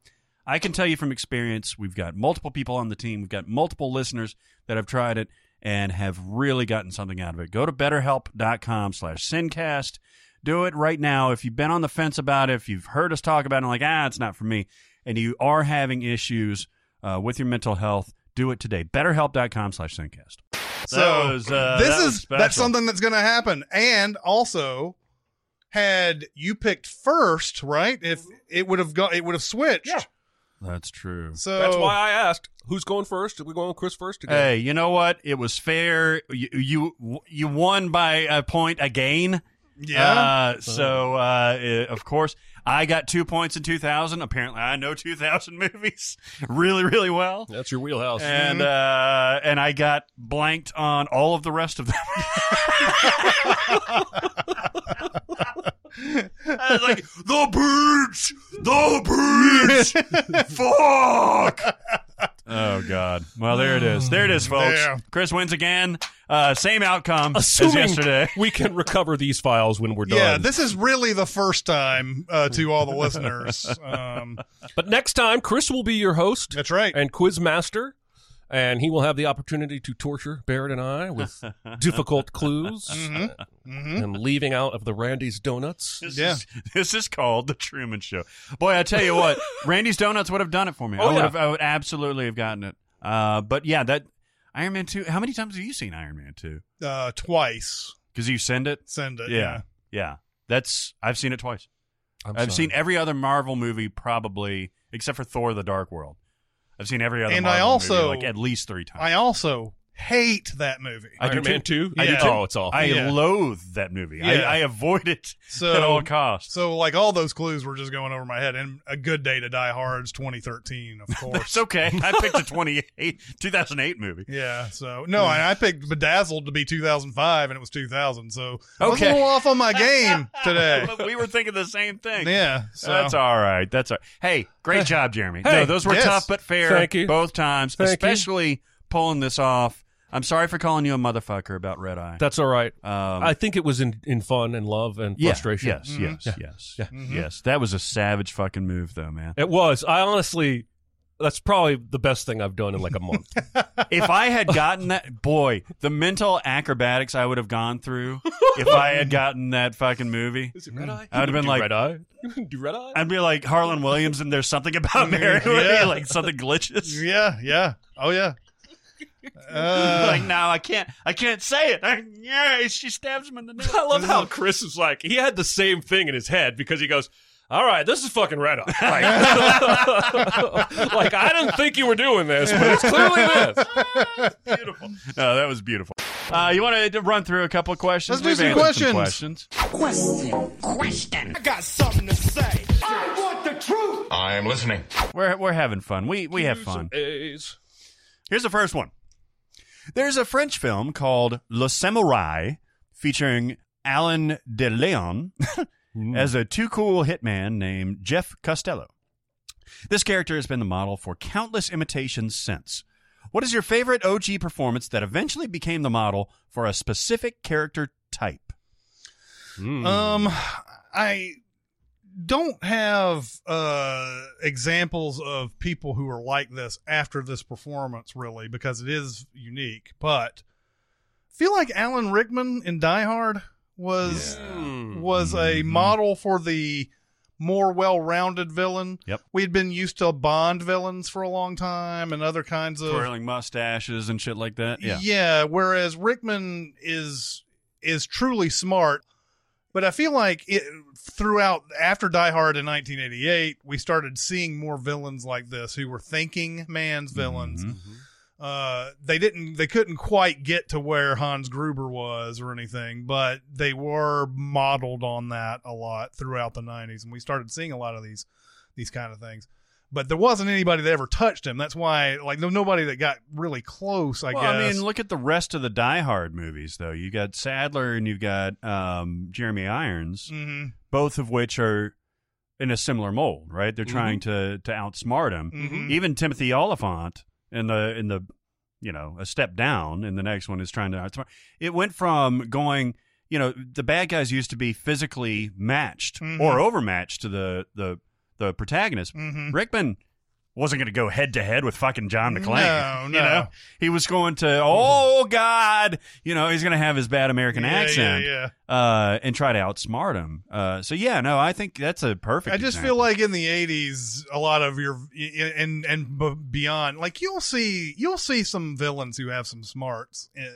Speaker 2: I can tell you from experience, we've got multiple people on the team, we've got multiple listeners that have tried it and have really gotten something out of it. Go to betterhelp.com slash sincast. Do it right now. If you've been on the fence about it, if you've heard us talk about it and like, ah, it's not for me, and you are having issues uh, with your mental health, do it today. Betterhelp.com slash sincast.
Speaker 1: So,
Speaker 2: was, uh,
Speaker 1: this
Speaker 2: that
Speaker 1: is
Speaker 2: was
Speaker 1: that's
Speaker 2: special.
Speaker 1: something that's going to happen. And also, had you picked first, right? If it would have got, it would have switched.
Speaker 4: Yeah.
Speaker 2: That's true.
Speaker 1: So
Speaker 4: <laughs> That's why I asked who's going first. Are we going with Chris first again?
Speaker 2: Oh. Hey, you know what? It was fair. You you, you won by a point again.
Speaker 1: yeah.
Speaker 2: Uh, so, uh, eh, of course, I got two points in 2000. Apparently, I know 2000 <laughs> movies really, really well.
Speaker 4: That's your wheelhouse.
Speaker 2: And uh, and I got blanked on all of the rest of them. <laughs> I was like, the birds, the
Speaker 4: <laughs>
Speaker 2: birds, Uh, fuck. <laughs> Oh God! Well, there it is. There it is, folks.
Speaker 1: There.
Speaker 2: Chris wins again. Uh, same outcome
Speaker 4: Assuming
Speaker 2: as yesterday.
Speaker 4: we can recover these files when we're
Speaker 1: <laughs>
Speaker 4: done.
Speaker 1: yeah, this is really the first time uh, to all the
Speaker 2: <laughs>
Speaker 1: listeners. Um,
Speaker 4: but next time, Chris will be your host.
Speaker 1: that's right.
Speaker 4: <laughs> and quiz master and he will have the opportunity to torture Barrett and
Speaker 2: <laughs>
Speaker 4: I with difficult clues
Speaker 1: hmm
Speaker 4: and leaving out of the Randy's donuts.
Speaker 2: This
Speaker 1: Yeah.
Speaker 2: is <laughs> this is called the Truman Show. Boy, I tell
Speaker 1: <laughs>
Speaker 2: you what, Randy's Donuts would have done it for me.
Speaker 4: Oh,
Speaker 2: I would
Speaker 4: yeah.
Speaker 2: have, I would absolutely have gotten it. Uh, but yeah, that Iron Man two. How many times have you seen Iron Man two?
Speaker 1: Uh, twice.
Speaker 2: Because you send it.
Speaker 1: Send it.
Speaker 2: yeah, yeah. That's I've seen it twice.
Speaker 4: I'm
Speaker 2: i have seen every other Marvel movie probably except for Thor: The Dark World. I've seen every other
Speaker 1: And I
Speaker 2: Marvel
Speaker 1: also-
Speaker 2: movie like at least three times.
Speaker 1: I also hate that movie.
Speaker 4: I do
Speaker 2: Iron Man
Speaker 4: too.
Speaker 1: I do too.
Speaker 4: Oh, it's awful.
Speaker 2: I
Speaker 1: yeah.
Speaker 2: loathe that movie.
Speaker 1: Yeah.
Speaker 2: I, I avoid it
Speaker 1: So
Speaker 2: at all costs.
Speaker 1: So like all those clues were just going over my head. And a good day to die hard's 2013,
Speaker 2: <laughs>
Speaker 1: of course.
Speaker 2: It's okay. I picked a 28, 2008 movie.
Speaker 1: yeah. So no, and I picked Bedazzled to be 2005, and it was 2000. So I was a
Speaker 2: Okay.
Speaker 1: little off on my
Speaker 2: <laughs>
Speaker 1: game today.
Speaker 2: But we were thinking the same thing.
Speaker 1: yeah. So
Speaker 2: That's all right. That's all right. Hey, great job, Jeremy.
Speaker 4: Hey,
Speaker 2: no, those were
Speaker 1: yes.
Speaker 2: tough but fair
Speaker 4: Thank you.
Speaker 2: both times,
Speaker 4: Thank you.
Speaker 2: especially pulling this off. I'm sorry for calling you a motherfucker about red eye.
Speaker 4: That's all right.
Speaker 2: Um,
Speaker 4: I think it was in, in fun and love and
Speaker 2: yeah,
Speaker 4: frustration. Mm. Mm-hmm.
Speaker 2: Yes, yes, yes, yes. That was a savage fucking move, though, man.
Speaker 4: It was. I honestly, that's probably the best thing I've done in like a
Speaker 2: <laughs>
Speaker 4: month.
Speaker 2: if I had gotten that, boy, the mental acrobatics I would have gone through if I had gotten that fucking movie. Mm.
Speaker 4: Is it red eye?
Speaker 2: I would've been
Speaker 4: Do
Speaker 2: like-
Speaker 4: red eye. <laughs> You didn't Do red eye?
Speaker 2: I'd be like Harlan Williams, and there's something
Speaker 4: <laughs>
Speaker 2: about Mary.
Speaker 1: Yeah.
Speaker 2: like something glitches.
Speaker 1: yeah. Yeah. Oh
Speaker 2: <laughs>
Speaker 1: yeah. Uh,
Speaker 2: like no, I can't. I can't say it. I, yeah, she stabs him in the neck.
Speaker 4: <laughs> I love how Chris is like he had the same thing in his head because he goes, "All right, this is fucking red eye." <laughs> Like, like, I didn't think you were doing this, but it's clearly
Speaker 2: <laughs>
Speaker 4: this.
Speaker 2: beautiful. <laughs> No, that was beautiful. Uh, you want to run through a couple of questions?
Speaker 1: Let's do
Speaker 2: We've
Speaker 1: some
Speaker 2: answered
Speaker 1: questions.
Speaker 6: I am listening.
Speaker 2: questions. We're we're having fun. We we have fun.
Speaker 4: A's.
Speaker 2: Here's the first one. There's a French film called Le Samurai featuring Alan <laughs>
Speaker 1: Hmm.
Speaker 2: de Leon as a too cool hitman named Jeff Costello. This character has been the model for countless imitations since. What is your favorite OG performance that eventually became the model for a specific character type?
Speaker 1: Um, I don't have uh, examples of people who are like this after this performance, really, because it is unique. But I feel like Alan Rickman in Die Hard was was a model for the more well-rounded villain.
Speaker 2: Yep.
Speaker 1: we had been used to Bond villains for a long time and other kinds of
Speaker 2: Twirling mustaches and shit like that. Yeah.
Speaker 1: whereas Rickman is is truly smart, but I feel like it throughout after Die Hard in 1988, we started seeing more villains like this who were thinking man's villains.
Speaker 2: Mm-hmm.
Speaker 1: Uh, they didn't they couldn't quite get to where Hans Gruber was or anything, but they were modeled on that a lot throughout the 90s and we started seeing a lot of these these kind of things. But there wasn't anybody that ever touched him. That's why, like, no nobody that got really close. I
Speaker 2: well,
Speaker 1: guess.
Speaker 2: I mean, look at the rest of the Die Hard movies, though. You got Sadler and you've got um, Jeremy Irons,
Speaker 1: Mhm.
Speaker 2: both of which are in a similar mold, right?
Speaker 1: Mm-hmm.
Speaker 2: They're trying to to outsmart him.
Speaker 1: Mhm.
Speaker 2: Even Timothy Oliphant in the in the you know a step down, and the next one is trying to outsmart. It went from going. You know, the bad guys used to be physically matched
Speaker 1: Mhm.
Speaker 2: or overmatched to the the the protagonist.
Speaker 1: Mhm.
Speaker 2: Rickman wasn't going to go head to head with fucking John McClane. <laughs>
Speaker 1: No,
Speaker 2: You
Speaker 1: no.
Speaker 2: know, he was going to, oh God, you know, he's going to have his bad American
Speaker 1: Yeah,
Speaker 2: accent
Speaker 1: yeah, yeah.
Speaker 2: Uh, and try to outsmart him. Uh, so yeah, no, I think that's a perfect.
Speaker 1: I just feel
Speaker 2: example.
Speaker 1: like in the '80s, a lot of your and and b- beyond, like you'll see you'll see some villains who have some smarts eh,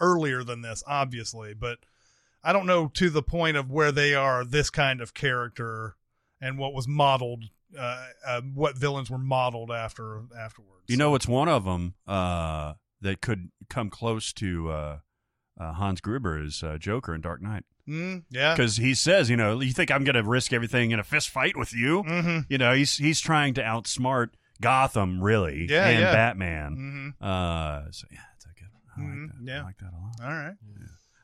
Speaker 1: earlier than this, obviously, but I don't know to the point of where they are this kind of character and what was modeled, uh, uh, what villains were modeled after afterwards.
Speaker 2: you know it's one of them uh, that could come close to uh, uh, Hans Gruber is uh, Joker in Dark Knight
Speaker 1: Mm, yeah.
Speaker 2: because he says, you know, you think I'm going to risk everything in a fist fight with you?
Speaker 1: Mm-hmm.
Speaker 2: You know, he's he's trying to outsmart Gotham really
Speaker 1: Yeah,
Speaker 2: and
Speaker 1: yeah.
Speaker 2: Batman.
Speaker 1: Mm-hmm.
Speaker 2: Uh, so yeah, it's a good. I like
Speaker 1: Mhm,
Speaker 2: that. I
Speaker 1: yeah.
Speaker 2: like that a lot.
Speaker 1: All right.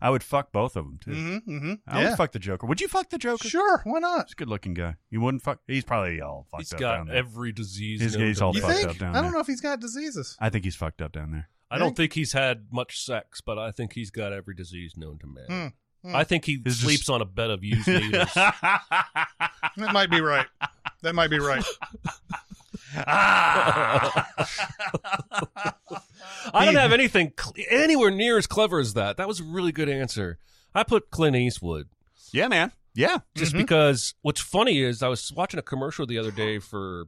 Speaker 2: I would fuck both of them too.
Speaker 1: Mm-hmm. Mm-hmm.
Speaker 2: I would fuck the Joker. Would you fuck the Joker?
Speaker 1: Sure. Why not?
Speaker 2: He's a good-looking guy. You wouldn't fuck. He's probably all fucked
Speaker 4: He's
Speaker 2: up down
Speaker 4: got
Speaker 2: there.
Speaker 4: every disease.
Speaker 2: He's-
Speaker 4: known
Speaker 2: he's
Speaker 4: to
Speaker 2: all
Speaker 1: You
Speaker 4: man.
Speaker 2: fucked
Speaker 1: think?
Speaker 2: up down
Speaker 1: I don't
Speaker 2: there.
Speaker 1: know if he's got diseases.
Speaker 2: I think he's fucked up
Speaker 1: <laughs>
Speaker 2: down there.
Speaker 4: I don't think he's had much sex, but I think he's got every disease known to man.
Speaker 1: Hmm.
Speaker 4: I think he
Speaker 2: It's just-
Speaker 4: sleeps on a bed
Speaker 2: <laughs>
Speaker 4: of used <laughs> needles.
Speaker 1: That might be right. That might be right.
Speaker 4: I don't
Speaker 2: <laughs>
Speaker 4: have anything cl- anywhere near as clever as that. That was a really good answer. I put Clint Eastwood
Speaker 2: yeah, man. Yeah.
Speaker 4: just because what's funny is I was watching a commercial the other day for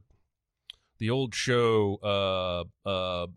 Speaker 4: the old show uh uh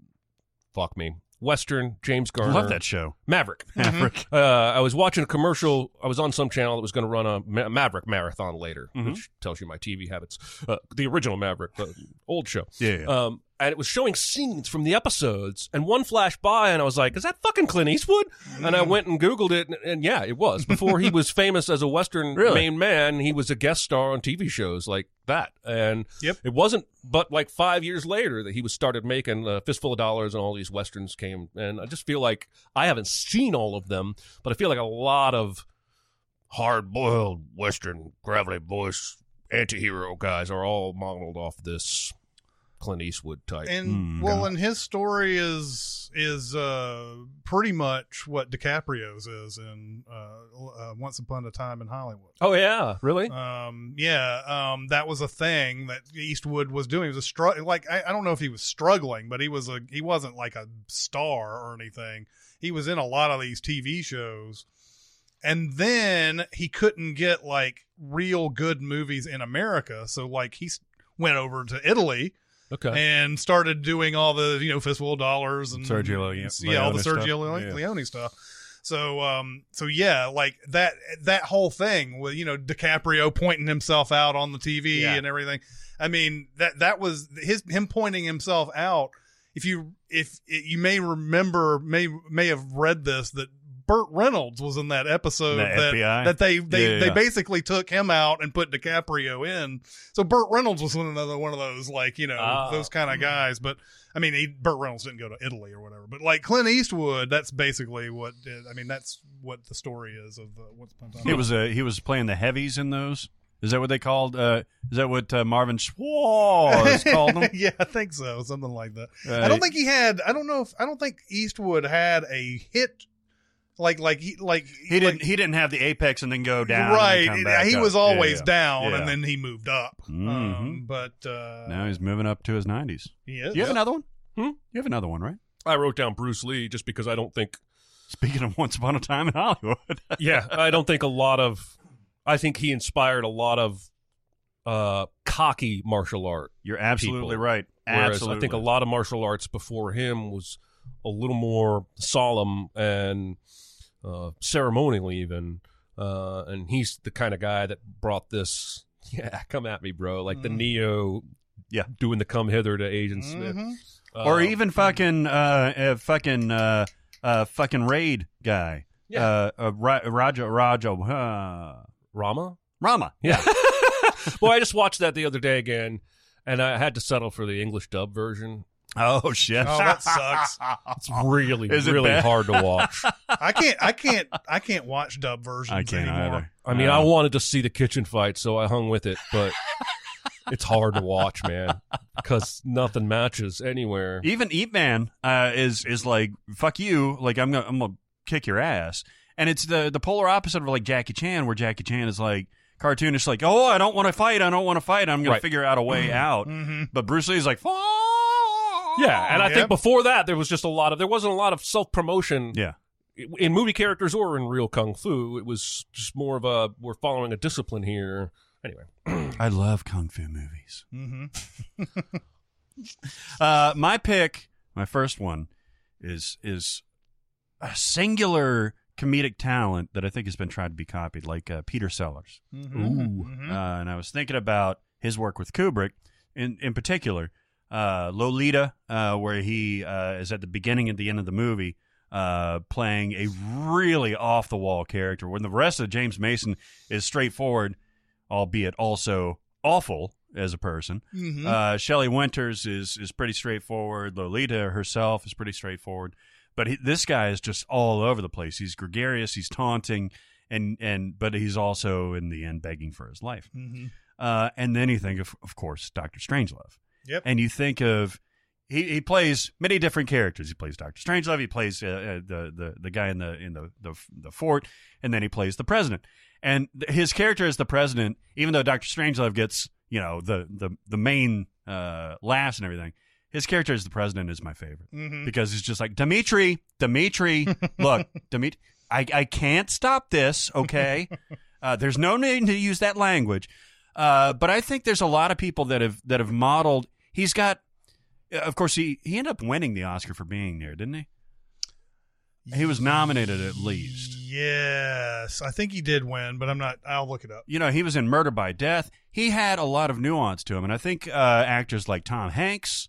Speaker 4: fuck me. Western James Garner.
Speaker 2: Love that
Speaker 1: <laughs>
Speaker 2: show.
Speaker 4: Maverick.
Speaker 1: Mm-hmm.
Speaker 2: Maverick.
Speaker 4: Uh, I was watching a commercial. I was on some channel that was going to run a Ma- Maverick marathon later,
Speaker 2: Mhm.
Speaker 4: which tells you my TV habits. Uh, the original Maverick, the old show.
Speaker 2: Yeah. yeah.
Speaker 4: Um, and it was showing scenes from the episodes, and one flashed by, and I was like, "Is that fucking Clint Eastwood?" And I went and Googled it, and, and yeah, it was. Before he was famous as a
Speaker 2: <laughs>
Speaker 4: Western
Speaker 2: Really?
Speaker 4: main man, he was a guest star on TV shows like that, and
Speaker 1: Yep.
Speaker 4: it wasn't. But like five years later, that he was started making a fistful of dollars, and all these westerns came, and I just feel like I haven't seen all of them, but I feel like a lot of hard-boiled Western gravelly voice anti-hero guys are all modeled off this Clint Eastwood type.
Speaker 1: And
Speaker 2: Hmm.
Speaker 1: well, and his story is is uh, pretty much what DiCaprio's is in uh, uh, Once Upon a Time in Hollywood.
Speaker 4: oh yeah, really?
Speaker 1: Um, yeah, um, that was a thing that Eastwood was doing. He was a str- like I, I don't know if he was struggling, but he was a he wasn't like a star or anything. He was in a lot of these TV shows, and then he couldn't get like real good movies in America, so like he s- went over to Italy
Speaker 4: okay.
Speaker 1: and started doing all the you know fistful of dollars and
Speaker 2: Sergio Leone-
Speaker 1: yeah, all the
Speaker 2: Leone
Speaker 1: Sergio
Speaker 2: stuff.
Speaker 1: Leone,
Speaker 2: Yeah.
Speaker 1: Leone stuff. So um, so yeah, like that that whole thing with you know DiCaprio pointing himself out on the TV
Speaker 2: Yeah.
Speaker 1: and everything. I mean that that was his him pointing himself out. If you if you may remember may may have read this that. Burt Reynolds was in that episode
Speaker 2: The
Speaker 1: that,
Speaker 2: FBI?
Speaker 1: that they they,
Speaker 2: Yeah, yeah,
Speaker 1: they
Speaker 2: yeah.
Speaker 1: basically took him out and put DiCaprio in. So Burt Reynolds was another one of those like you know
Speaker 4: Ah.
Speaker 1: those kind
Speaker 2: Mm-hmm.
Speaker 1: of guys. But I mean, he, Burt Reynolds didn't go to Italy or whatever. But like Clint Eastwood, that's basically what did, I mean. That's what the story is of the Once Upon a Time.
Speaker 2: uh, It was a he was playing the heavies in those. Is that what they called? Uh, is that what uh,
Speaker 1: <laughs>
Speaker 2: Marvin Schwartz called them?
Speaker 1: <laughs> yeah, I think so. Something like that.
Speaker 2: Right.
Speaker 1: I don't think he had. I don't know if I don't think Eastwood had a hit. Like like he like
Speaker 2: he didn't. he didn't have the apex and then go down.
Speaker 1: right.
Speaker 2: and then come back
Speaker 1: he
Speaker 2: up.
Speaker 1: was always
Speaker 2: Yeah.
Speaker 1: down,
Speaker 2: Yeah.
Speaker 1: and then he moved up. Um,
Speaker 2: Mhm.
Speaker 1: but uh,
Speaker 2: Now he's moving up to his nineties.
Speaker 1: he is.
Speaker 2: You have another one?
Speaker 4: Hmm?
Speaker 2: You have another one, right?
Speaker 4: I wrote down Bruce Lee just because I don't <laughs> think
Speaker 2: Speaking of <laughs> Once Upon a Time in Hollywood,
Speaker 4: yeah, I don't think a lot of. I think he inspired a lot of uh, cocky martial art.
Speaker 2: you're absolutely
Speaker 4: People.
Speaker 2: right.
Speaker 4: Whereas
Speaker 2: Absolutely,
Speaker 4: I think a lot of martial arts before him was a little more solemn and uh, ceremonial, even. Uh, and he's the kind of guy that brought this. <laughs> Yeah, come at me, bro. Like the
Speaker 1: Mhm.
Speaker 4: Neo.
Speaker 2: Mm. Yeah. Mm-hmm.
Speaker 4: doing the come hither to Agent Smith,
Speaker 1: Mhm.
Speaker 2: or
Speaker 4: Um,
Speaker 2: even fucking uh, uh fucking uh, uh fucking raid guy.
Speaker 4: Yeah.
Speaker 2: Uh, uh Ra- Raja Raja uh,
Speaker 4: Rama.
Speaker 1: <laughs>
Speaker 2: Rama. <laughs>
Speaker 4: Yeah. well, I just watched that the other day again, and I had to settle for the English dub version.
Speaker 2: Oh shit.
Speaker 1: Oh, that
Speaker 2: <laughs>
Speaker 1: sucks.
Speaker 4: It's really,
Speaker 2: Is it
Speaker 4: really
Speaker 2: bad?
Speaker 4: hard to watch.
Speaker 1: I can't. I can't. I can't watch dub versions
Speaker 2: I can't
Speaker 1: anymore.
Speaker 2: either.
Speaker 4: I mean,
Speaker 2: Uh,
Speaker 4: I wanted to see the kitchen fight, so I hung with it, but it's hard to watch, man, because nothing matches anywhere.
Speaker 2: even Eat Man uh, is is like fuck you, like I'm gonna I'm gonna kick your ass, and it's the the polar opposite of like Jackie Chan, where Jackie Chan is like cartoonish, like oh I don't want to fight, I don't want to fight, I'm gonna
Speaker 4: Right.
Speaker 2: figure out a
Speaker 4: <laughs>
Speaker 2: way out,
Speaker 1: Mhm.
Speaker 2: but Bruce Lee's like fuck
Speaker 4: Yeah, and I
Speaker 1: Yeah.
Speaker 4: think before that there was just a lot of there wasn't a lot of self promotion
Speaker 2: yeah
Speaker 4: in movie characters or in real kung fu. It was just more of a we're following a discipline here. Anyway,
Speaker 2: I love kung fu movies.
Speaker 1: Mhm.
Speaker 2: <laughs> Uh, my pick, my first one, is is a singular comedic talent that I think has been tried to be copied, like uh, Peter Sellers.
Speaker 1: Mhm.
Speaker 2: Uh,
Speaker 1: Mhm.
Speaker 2: and I was thinking about his work with Kubrick, in in particular, uh, Lolita, uh, where he uh, is at the beginning and the end of the movie uh, playing a really off the wall character, when the rest of James Mason is straightforward, albeit also awful as a person.
Speaker 1: Mhm.
Speaker 2: Uh, Shelley Winters is is pretty straightforward. Lolita herself is pretty straightforward, but he, this guy is just all over the place. He's gregarious. He's taunting, and and but he's also in the end begging for his life.
Speaker 1: Mhm.
Speaker 2: Uh, and then you think of of course Doctor Strangelove.
Speaker 1: Yep.
Speaker 2: And you think of he, he plays many different characters. He plays Doctor Strangelove. He plays uh, uh, the the the guy in the in the, the the fort, and then he plays the president. And th- his character as the president, even though Doctor Strangelove gets you know the the the main uh, laughs and everything, his character as the president is my favorite
Speaker 1: Mhm.
Speaker 2: because he's just like Dimitri, Dimitri, look, Dimitri, I, I can't stop this. Okay, uh, there's no need to use that language, uh, but I think there's a lot of people that have that have modeled. He's got, uh, of course, he he ended up winning the Oscar for being there, didn't he? He was nominated at least.
Speaker 1: Yes, I think he did win, but I'm not. I'll look it up.
Speaker 2: You know, he was in Murder by Death. He had a lot of nuance to him, and I think uh, actors like Tom Hanks,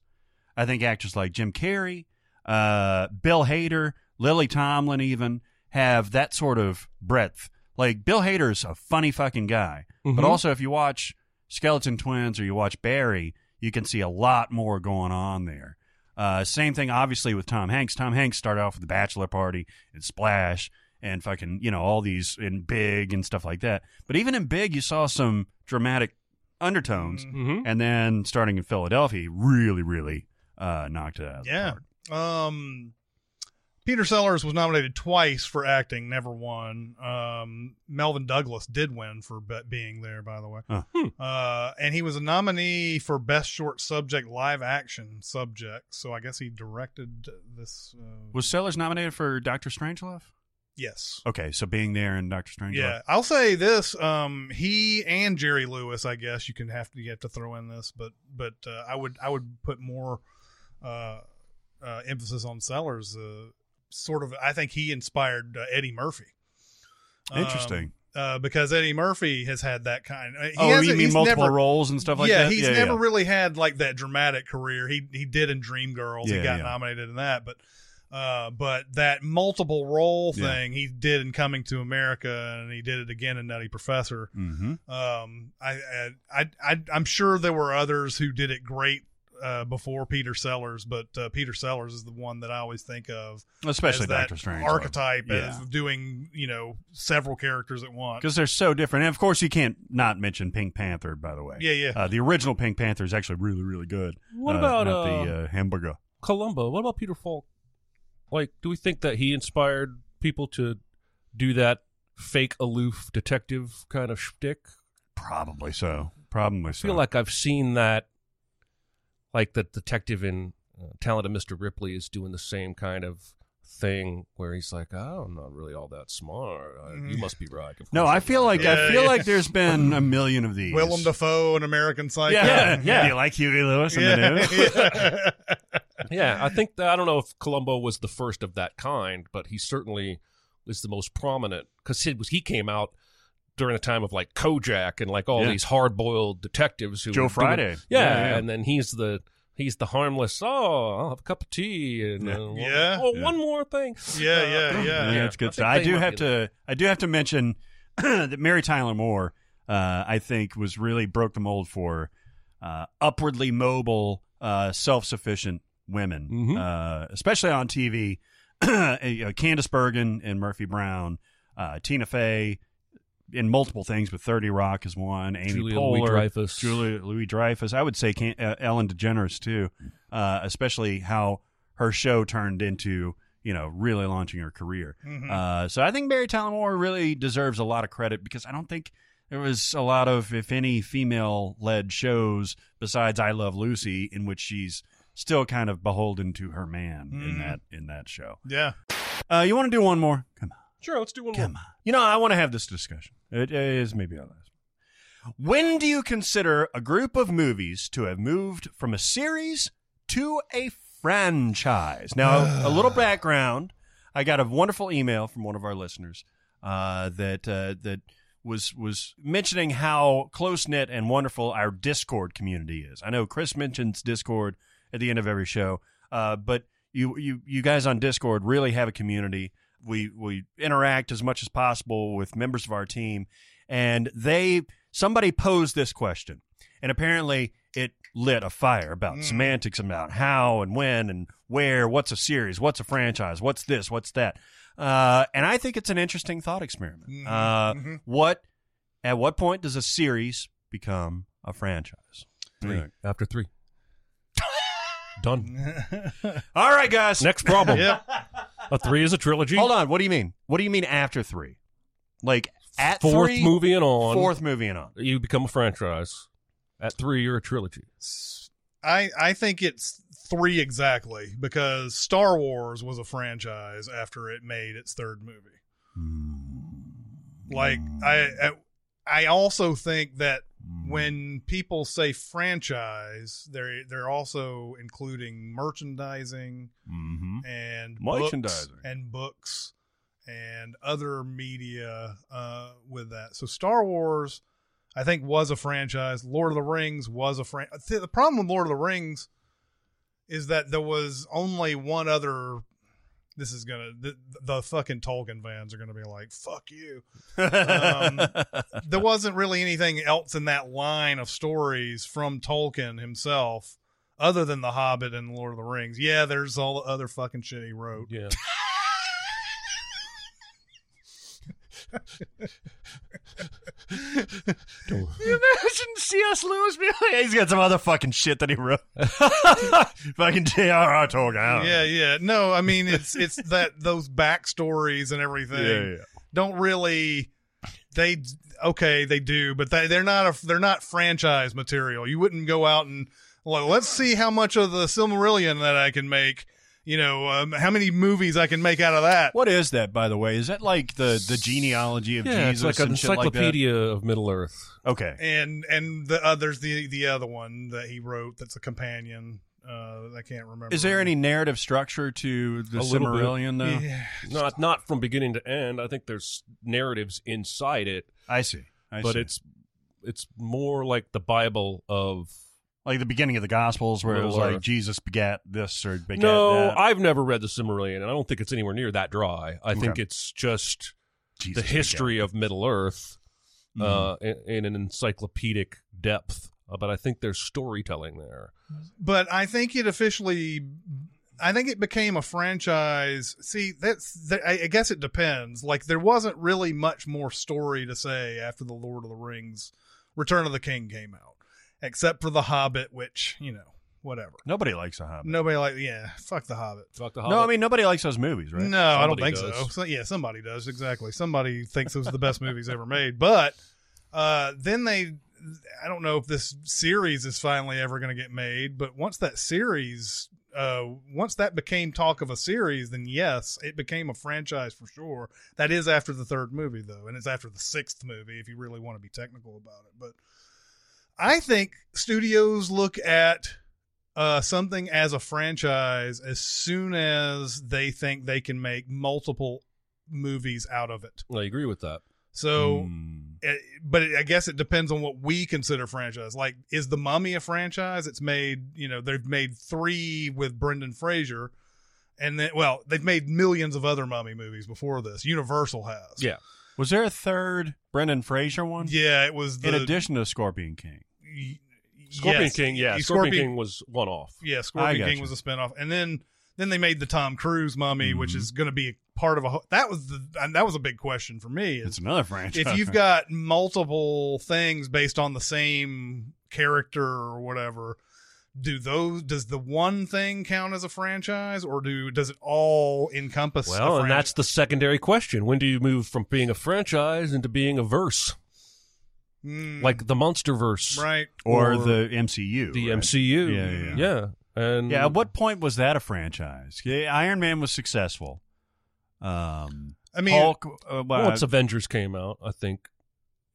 Speaker 2: I think actors like Jim Carrey, uh, Bill Hader, Lily Tomlin, even have that sort of breadth. Like Bill Hader's a funny fucking guy,
Speaker 4: Mhm.
Speaker 2: but also if you watch Skeleton Twins or you watch Barry, you can see a lot more going on there. Uh, same thing, obviously, with Tom Hanks. Tom Hanks started off with The Bachelor Party and Splash and fucking, you know, all these in Big and stuff like that. But even in Big, you saw some dramatic undertones.
Speaker 1: Mm. Mm-hmm.
Speaker 4: Mhm.
Speaker 2: And then starting in Philadelphia, he really, really uh, knocked it out. of the
Speaker 1: Yeah.
Speaker 2: park.
Speaker 1: Um, Peter Sellers was nominated twice for acting, never won. Um, Melvin Douglas did win for be- being there, by the way.
Speaker 2: Huh.
Speaker 1: Uh, and he was a nominee for Best Short Subject Live Action Subject. So I guess he directed this. Uh,
Speaker 2: Was Sellers nominated for Doctor Strangelove?
Speaker 1: yes.
Speaker 2: Okay, so being there in Doctor Strangelove.
Speaker 1: Yeah, I'll say this. Um, he and Jerry Lewis, I guess you can have to you have to throw in this, but but uh, I would I would put more uh, uh, emphasis on Sellers. Uh, sort of, I think he inspired uh, Eddie Murphy. Um,
Speaker 2: Interesting.
Speaker 1: uh, because Eddie Murphy has had that kind. uh, He
Speaker 2: oh, you
Speaker 1: hasn't-
Speaker 2: mean
Speaker 1: he's
Speaker 2: multiple
Speaker 1: never-
Speaker 2: roles and stuff like
Speaker 1: yeah,
Speaker 2: that?
Speaker 1: he's never really had like that dramatic career. He he did in Dreamgirls. he
Speaker 2: Yeah,
Speaker 1: got
Speaker 2: yeah.
Speaker 1: nominated in that, but uh, but that multiple role
Speaker 2: Yeah.
Speaker 1: thing he did in Coming to America, and he did it again in Nutty Professor.
Speaker 2: hmm
Speaker 1: Um, I I I, I I'm sure there were others who did it great uh, before Peter Sellers, but uh, Peter Sellers is the one that I always think of,
Speaker 2: especially
Speaker 1: as that
Speaker 2: Doctor Strange
Speaker 1: archetype
Speaker 2: Yeah.
Speaker 1: as doing you know several characters at once.
Speaker 2: because they're so different. And of course, you can't not mention Pink Panther. By the way,
Speaker 1: Yeah, yeah.
Speaker 2: Uh, the original Pink Panther is actually really, really good.
Speaker 4: What
Speaker 2: Uh,
Speaker 4: about
Speaker 2: not
Speaker 4: uh,
Speaker 2: the uh, hamburger?
Speaker 4: Columbo? What about Peter Falk? Like, do we think that he inspired people to do that fake aloof detective kind of shtick?
Speaker 2: Probably so. Probably
Speaker 4: I
Speaker 2: so.
Speaker 4: feel like I've seen that, like the detective in uh, Talented Mr. Ripley is doing the same kind of thing where he's like, oh, I'm not really all that smart. Uh, you
Speaker 1: Mhm.
Speaker 4: must be right. Of
Speaker 2: Mm. no,
Speaker 4: course
Speaker 2: I feel like I
Speaker 1: Yeah,
Speaker 2: feel
Speaker 1: yeah.
Speaker 2: like there's been a million of these.
Speaker 1: Willem Dafoe and American Psycho. <laughs>
Speaker 2: Yeah, yeah. <laughs> You like Huey Lewis and the News?
Speaker 1: yeah.
Speaker 4: yeah,
Speaker 2: <laughs>
Speaker 4: I think that, I don't know if Columbo was the first of that kind, but he certainly was the most prominent because he was he came out during the time of like Kojak and like all
Speaker 2: Yeah.
Speaker 4: these hard boiled detectives who
Speaker 2: Joe
Speaker 4: were doing-
Speaker 2: Friday.
Speaker 4: yeah,
Speaker 2: Yeah, yeah.
Speaker 4: and then he's the he's the harmless. Oh, I'll have a cup of tea and
Speaker 2: Yeah.
Speaker 4: uh,
Speaker 1: Yeah.
Speaker 4: Oh,
Speaker 2: Yeah.
Speaker 4: one more thing. Uh,
Speaker 1: Yeah, yeah,
Speaker 2: Yeah,
Speaker 1: yeah.
Speaker 2: that's good
Speaker 4: I think
Speaker 2: stuff. I
Speaker 4: they
Speaker 2: do
Speaker 4: might
Speaker 2: have
Speaker 4: be
Speaker 2: to. I do have to mention <clears throat> that Mary Tyler Moore, uh, I think, was really broke the mold for uh, upwardly mobile, uh, self-sufficient women,
Speaker 4: Mhm.
Speaker 2: uh, especially on <clears throat> TV. you know, Candace Bergen and Murphy Brown, uh, Tina Fey, in multiple things, but Thirty Rock is one. Amy
Speaker 4: Julia
Speaker 2: Poehler,
Speaker 4: Louis-Dreyfus.
Speaker 2: Julia Louis Dreyfus. I would say Can- uh, Ellen DeGeneres too, uh, especially how her show turned into you know really launching her career.
Speaker 1: Mhm.
Speaker 2: Uh, so I think Mary Tyler Moore really deserves a lot of credit because I don't think there was a lot of, if any, female led shows besides I Love Lucy in which she's still kind of beholden to her man in
Speaker 1: Mhm.
Speaker 2: that in that show.
Speaker 1: yeah.
Speaker 2: Uh, you want to do one more? Come on.
Speaker 4: Sure, let's do one
Speaker 2: Come on. You know, I want to have this discussion. It is maybe our last. one. When do you consider a group of movies to have moved from a series to a franchise? Now, a little background. I got a wonderful email from one of our listeners uh, that uh, that was was mentioning how close knit and wonderful our Discord community is. I know Chris mentions Discord at the end of every show, uh, but you you you guys on Discord really have a community. We we interact as much as possible with members of our team, and they somebody posed this question, and apparently it lit a fire about
Speaker 1: Mm.
Speaker 2: semantics about how and when and where what's a series what's a franchise what's this what's that uh, and i think it's an interesting thought experiment
Speaker 1: Mhm.
Speaker 2: uh,
Speaker 1: Mhm.
Speaker 2: what at what point does a series become a franchise
Speaker 4: Three.
Speaker 2: <laughs>
Speaker 4: After three. Done.
Speaker 2: all right guys
Speaker 4: Next problem.
Speaker 2: <laughs>
Speaker 1: yeah.
Speaker 4: A three is a trilogy.
Speaker 2: hold on what do you mean what do you mean after three like at
Speaker 4: Fourth
Speaker 2: three,
Speaker 4: movie and on.
Speaker 2: fourth movie and <laughs> on
Speaker 4: You become a franchise. At three, you're a trilogy.
Speaker 1: I I think it's three exactly because Star Wars was a franchise after it made its third movie. Like I I, I also think that
Speaker 2: Mm-hmm.
Speaker 1: when people say franchise, they're they're also including merchandising
Speaker 2: mm-hmm.
Speaker 1: and
Speaker 2: Merchandising.
Speaker 1: books and books and other media uh, with that. So Star Wars, I think, was a franchise. Lord of the Rings was a franchise. The problem with Lord of the Rings is that there was only one other. This is gonna the, the fucking Tolkien fans are gonna be like fuck you.
Speaker 2: <laughs>
Speaker 1: Um, there wasn't really anything else in that line of stories from Tolkien himself, other than The Hobbit and Lord of the Rings. Yeah, there's all the other fucking shit he wrote.
Speaker 4: Yeah.
Speaker 2: Imagine C.S. Lewis being like, he's got some other fucking shit that he <laughs> wrote. fucking J.R.R. Tolkien. I don't know.
Speaker 1: Yeah, yeah. No, I mean it's
Speaker 2: <laughs>
Speaker 1: it's that those backstories and everything
Speaker 2: Yeah, yeah.
Speaker 1: don't really they okay they do, but they they're not a they're not franchise material. You wouldn't go out and like let's see how much of the Silmarillion that I can make. You know um, how many movies I can make out of that.
Speaker 2: What is that, by the way? Is that like the, the genealogy of
Speaker 4: <laughs> Yeah,
Speaker 2: Jesus
Speaker 4: it's like an
Speaker 2: and shit like that?
Speaker 4: encyclopedia of Middle Earth.
Speaker 2: Okay.
Speaker 1: and and the others the the other one that he wrote that's a companion uh i can't remember
Speaker 2: Is there any narrative structure to the
Speaker 4: A little bit.
Speaker 2: Silmarillion, though?
Speaker 1: yeah
Speaker 4: Not not from beginning to end. I think there's narratives inside it,
Speaker 2: I see. I
Speaker 4: but
Speaker 2: see.
Speaker 4: it's it's more like the Bible of.
Speaker 2: like the beginning of the Gospels where it was
Speaker 4: Little
Speaker 2: like
Speaker 4: Earth.
Speaker 2: Jesus begat this or begat
Speaker 4: no,
Speaker 2: that.
Speaker 4: I've never read the Silmarillion, and I don't think it's anywhere near that dry. I think
Speaker 2: Okay.
Speaker 4: it's just
Speaker 2: Jesus
Speaker 4: the
Speaker 2: begat.
Speaker 4: history of Middle Earth
Speaker 2: Mhm.
Speaker 4: uh, in, in an encyclopedic depth. uh, but I think there's storytelling there.
Speaker 1: but I think it officially, I think it became a franchise. See, that's that, I, I guess it depends. Like there wasn't really much more story to say after the Lord of the Rings, Return of the King came out, except for the Hobbit, which you know, whatever.
Speaker 2: Nobody likes a Hobbit.
Speaker 1: Nobody like yeah, fuck the Hobbit.
Speaker 4: Fuck the
Speaker 2: No,
Speaker 4: Hobbit.
Speaker 2: I mean nobody likes those movies, right?
Speaker 1: No, I don't
Speaker 4: Somebody
Speaker 1: think so.
Speaker 4: does.
Speaker 1: so. Yeah, somebody does exactly. Somebody thinks those are the best movies ever made. But uh, then they, I don't know if this series is finally ever going to get made. But once that series, uh, once that became talk of a series, then yes, it became a franchise for sure. That is after the third movie though, and it's after the sixth movie if you really want to be technical about it. But I think studios look at uh, something as a franchise as soon as they think they can make multiple movies out of it.
Speaker 4: I agree with that.
Speaker 1: So,
Speaker 4: Hmm.
Speaker 2: Mm.
Speaker 1: it, but it, I guess it depends on what we consider franchise. Like, is The Mummy a franchise? It's made, you know, they've made three with Brendan Fraser. And then, well, they've made millions of other mummy movies before this. Universal has.
Speaker 4: Yeah.
Speaker 2: Was there a third Brendan Fraser one?
Speaker 1: Yeah, it was the.
Speaker 2: In addition to Scorpion King.
Speaker 1: y-
Speaker 4: Scorpion
Speaker 1: yes.
Speaker 4: King, yeah,
Speaker 1: Y-
Speaker 4: Scorpion, King was one off.
Speaker 1: Yeah,
Speaker 2: I
Speaker 1: Scorpion
Speaker 2: got
Speaker 1: King
Speaker 2: you.
Speaker 1: was a spinoff, and then then they made the Tom Cruise Mummy, which
Speaker 2: Mhm.
Speaker 1: is going to be part of a. ho- That was the and that was a big question for me.
Speaker 2: It's
Speaker 1: Is
Speaker 2: another franchise.
Speaker 1: if you've got multiple things based on the same character or whatever, do those does the one thing count as a franchise, or do does it all encompass? a
Speaker 4: Well, and
Speaker 1: franchise?
Speaker 4: that's the secondary question. When do you move from being a franchise into being a verse,
Speaker 1: Mm,
Speaker 4: like the monster verse,
Speaker 1: right.
Speaker 2: <laughs> or,
Speaker 4: or
Speaker 2: the MCU.
Speaker 4: the
Speaker 2: right? Yeah,
Speaker 4: MCU?
Speaker 2: yeah,
Speaker 1: Mm-hmm.
Speaker 4: And
Speaker 2: Yeah, at what point was that a franchise? Yeah, Iron Man was successful. Um,
Speaker 1: I mean,
Speaker 2: Hulk. Uh, well,
Speaker 4: once Avengers came out, I think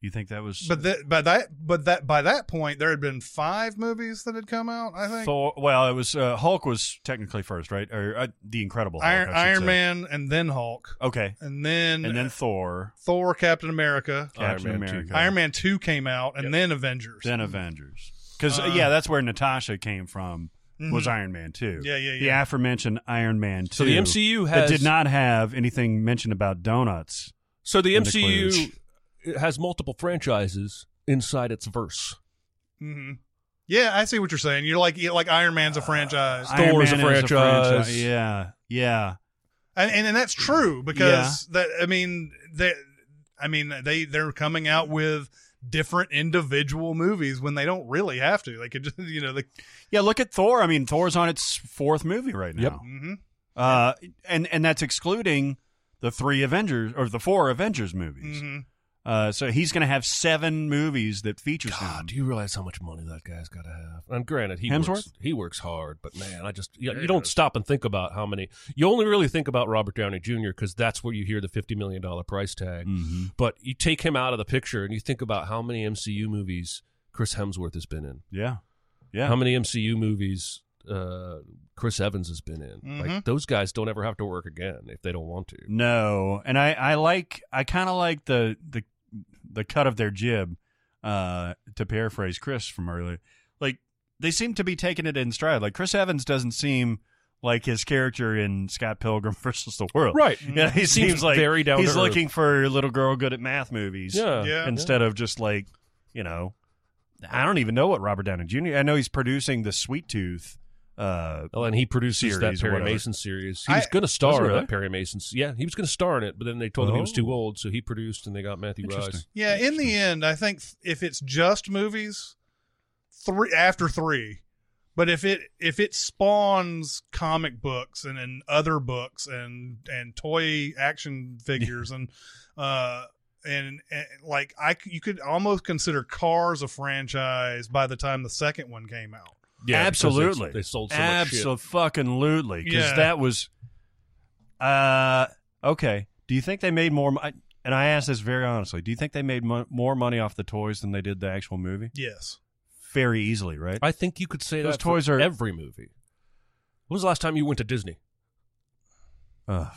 Speaker 2: you think that was
Speaker 1: but that by that but that by that point there had been five movies that had come out. I think.
Speaker 2: Thor? Well, it was uh, Hulk was technically first, right? Or uh, the Incredible Hulk,
Speaker 1: Iron,
Speaker 2: I should
Speaker 1: Iron
Speaker 2: say.
Speaker 1: Man and then Hulk
Speaker 2: Okay,
Speaker 1: and then
Speaker 2: and then Thor,
Speaker 1: Thor, Captain America,
Speaker 2: Captain
Speaker 4: Man
Speaker 2: America,
Speaker 1: Iron Man Two came out, and then Avengers. Mm-hmm.
Speaker 2: then Avengers. Because
Speaker 1: Uh,
Speaker 2: yeah, that's where Natasha came from. Was
Speaker 1: Mhm.
Speaker 2: Iron Man two?
Speaker 1: Yeah, yeah, yeah.
Speaker 2: The aforementioned Iron Man two.
Speaker 4: So the MCU
Speaker 2: that
Speaker 4: has
Speaker 2: did not have anything mentioned about donuts.
Speaker 4: So the
Speaker 2: in the
Speaker 4: MCU has multiple franchises inside its verse.
Speaker 1: hmm Yeah, I see what you're saying. You're like you're like Iron Man's a
Speaker 2: Uh,
Speaker 1: franchise,
Speaker 2: Iron
Speaker 4: Thor's
Speaker 2: Man
Speaker 4: a
Speaker 2: is
Speaker 4: franchise.
Speaker 2: Yeah, yeah.
Speaker 1: and, and and that's true because that I mean that I mean they they're coming out with different individual movies when they don't really have to. They could just <laughs> you know they.
Speaker 2: Yeah, look at Thor. I mean, Thor's on its fourth movie right now.
Speaker 4: Yep.
Speaker 1: Mhm.
Speaker 2: Uh, and and that's excluding the three Avengers or the four Avengers movies.
Speaker 1: Mhm.
Speaker 2: Uh, so he's going to have seven movies that features him.
Speaker 4: God, do you realize how much money that guy's got to have? And granted, he
Speaker 2: Hemsworth?
Speaker 4: works, he works hard, but man, I just you, you don't stop and think about how many. You only really think about Robert Downey Jr. because that's where you hear the fifty million dollar price tag.
Speaker 2: Mhm.
Speaker 4: But you take him out of the picture and you think about how many MCU movies Chris Hemsworth has been in,
Speaker 2: Yeah, yeah.
Speaker 4: how many MCU movies uh, Chris Evans has been in.
Speaker 2: Mm-hmm.
Speaker 4: Like those guys don't ever have to work again if they don't want to.
Speaker 2: No, and I, I like I kind of like the the the cut of their jib. Uh, to paraphrase Chris from earlier, like they seem to be taking it in stride. Like Chris Evans doesn't seem like his character in Scott Pilgrim <laughs> versus the World.
Speaker 4: Right.
Speaker 2: Yeah, he
Speaker 4: Seems
Speaker 2: seems, like
Speaker 4: very down
Speaker 2: he's
Speaker 4: to earth.
Speaker 2: looking for little girl good at math movies.
Speaker 4: Yeah.
Speaker 1: Yeah.
Speaker 2: Instead of just like you know, I don't even know what Robert Downey Jr. I know he's producing the Sweet Tooth. Uh,
Speaker 4: Well, Oh, and he produces that
Speaker 2: series or
Speaker 4: Perry
Speaker 2: whatever.
Speaker 4: Mason series. He
Speaker 1: I-
Speaker 4: was going to star
Speaker 2: it
Speaker 4: in
Speaker 2: really?
Speaker 4: that Perry Mason. se- Yeah, he was going to star in it, but then they told him he was
Speaker 2: Oh.
Speaker 4: too old, so he produced, and they got Matthew
Speaker 2: Interesting.
Speaker 4: Rice.
Speaker 1: Yeah, in the end, I think if it's just movies, three after three, but if it if it spawns comic books and then other books and and toy action figures and uh and, and like I c- you could almost consider Cars a franchise by the time the second one came out.
Speaker 4: because they-
Speaker 2: absolutely.
Speaker 4: They sold so much shit.
Speaker 2: Absolutely, because
Speaker 1: Yeah.
Speaker 2: that was. Uh, okay. Do you think they made more? mo- I- And I ask this very honestly. Do you think they made mo- more money off the toys than they did the actual movie?
Speaker 1: Yes,
Speaker 2: Very easily, right?
Speaker 4: I think you could say
Speaker 2: Those
Speaker 4: that for
Speaker 2: toys are-
Speaker 4: every movie. When was the last time you went to Disney?
Speaker 2: Uh,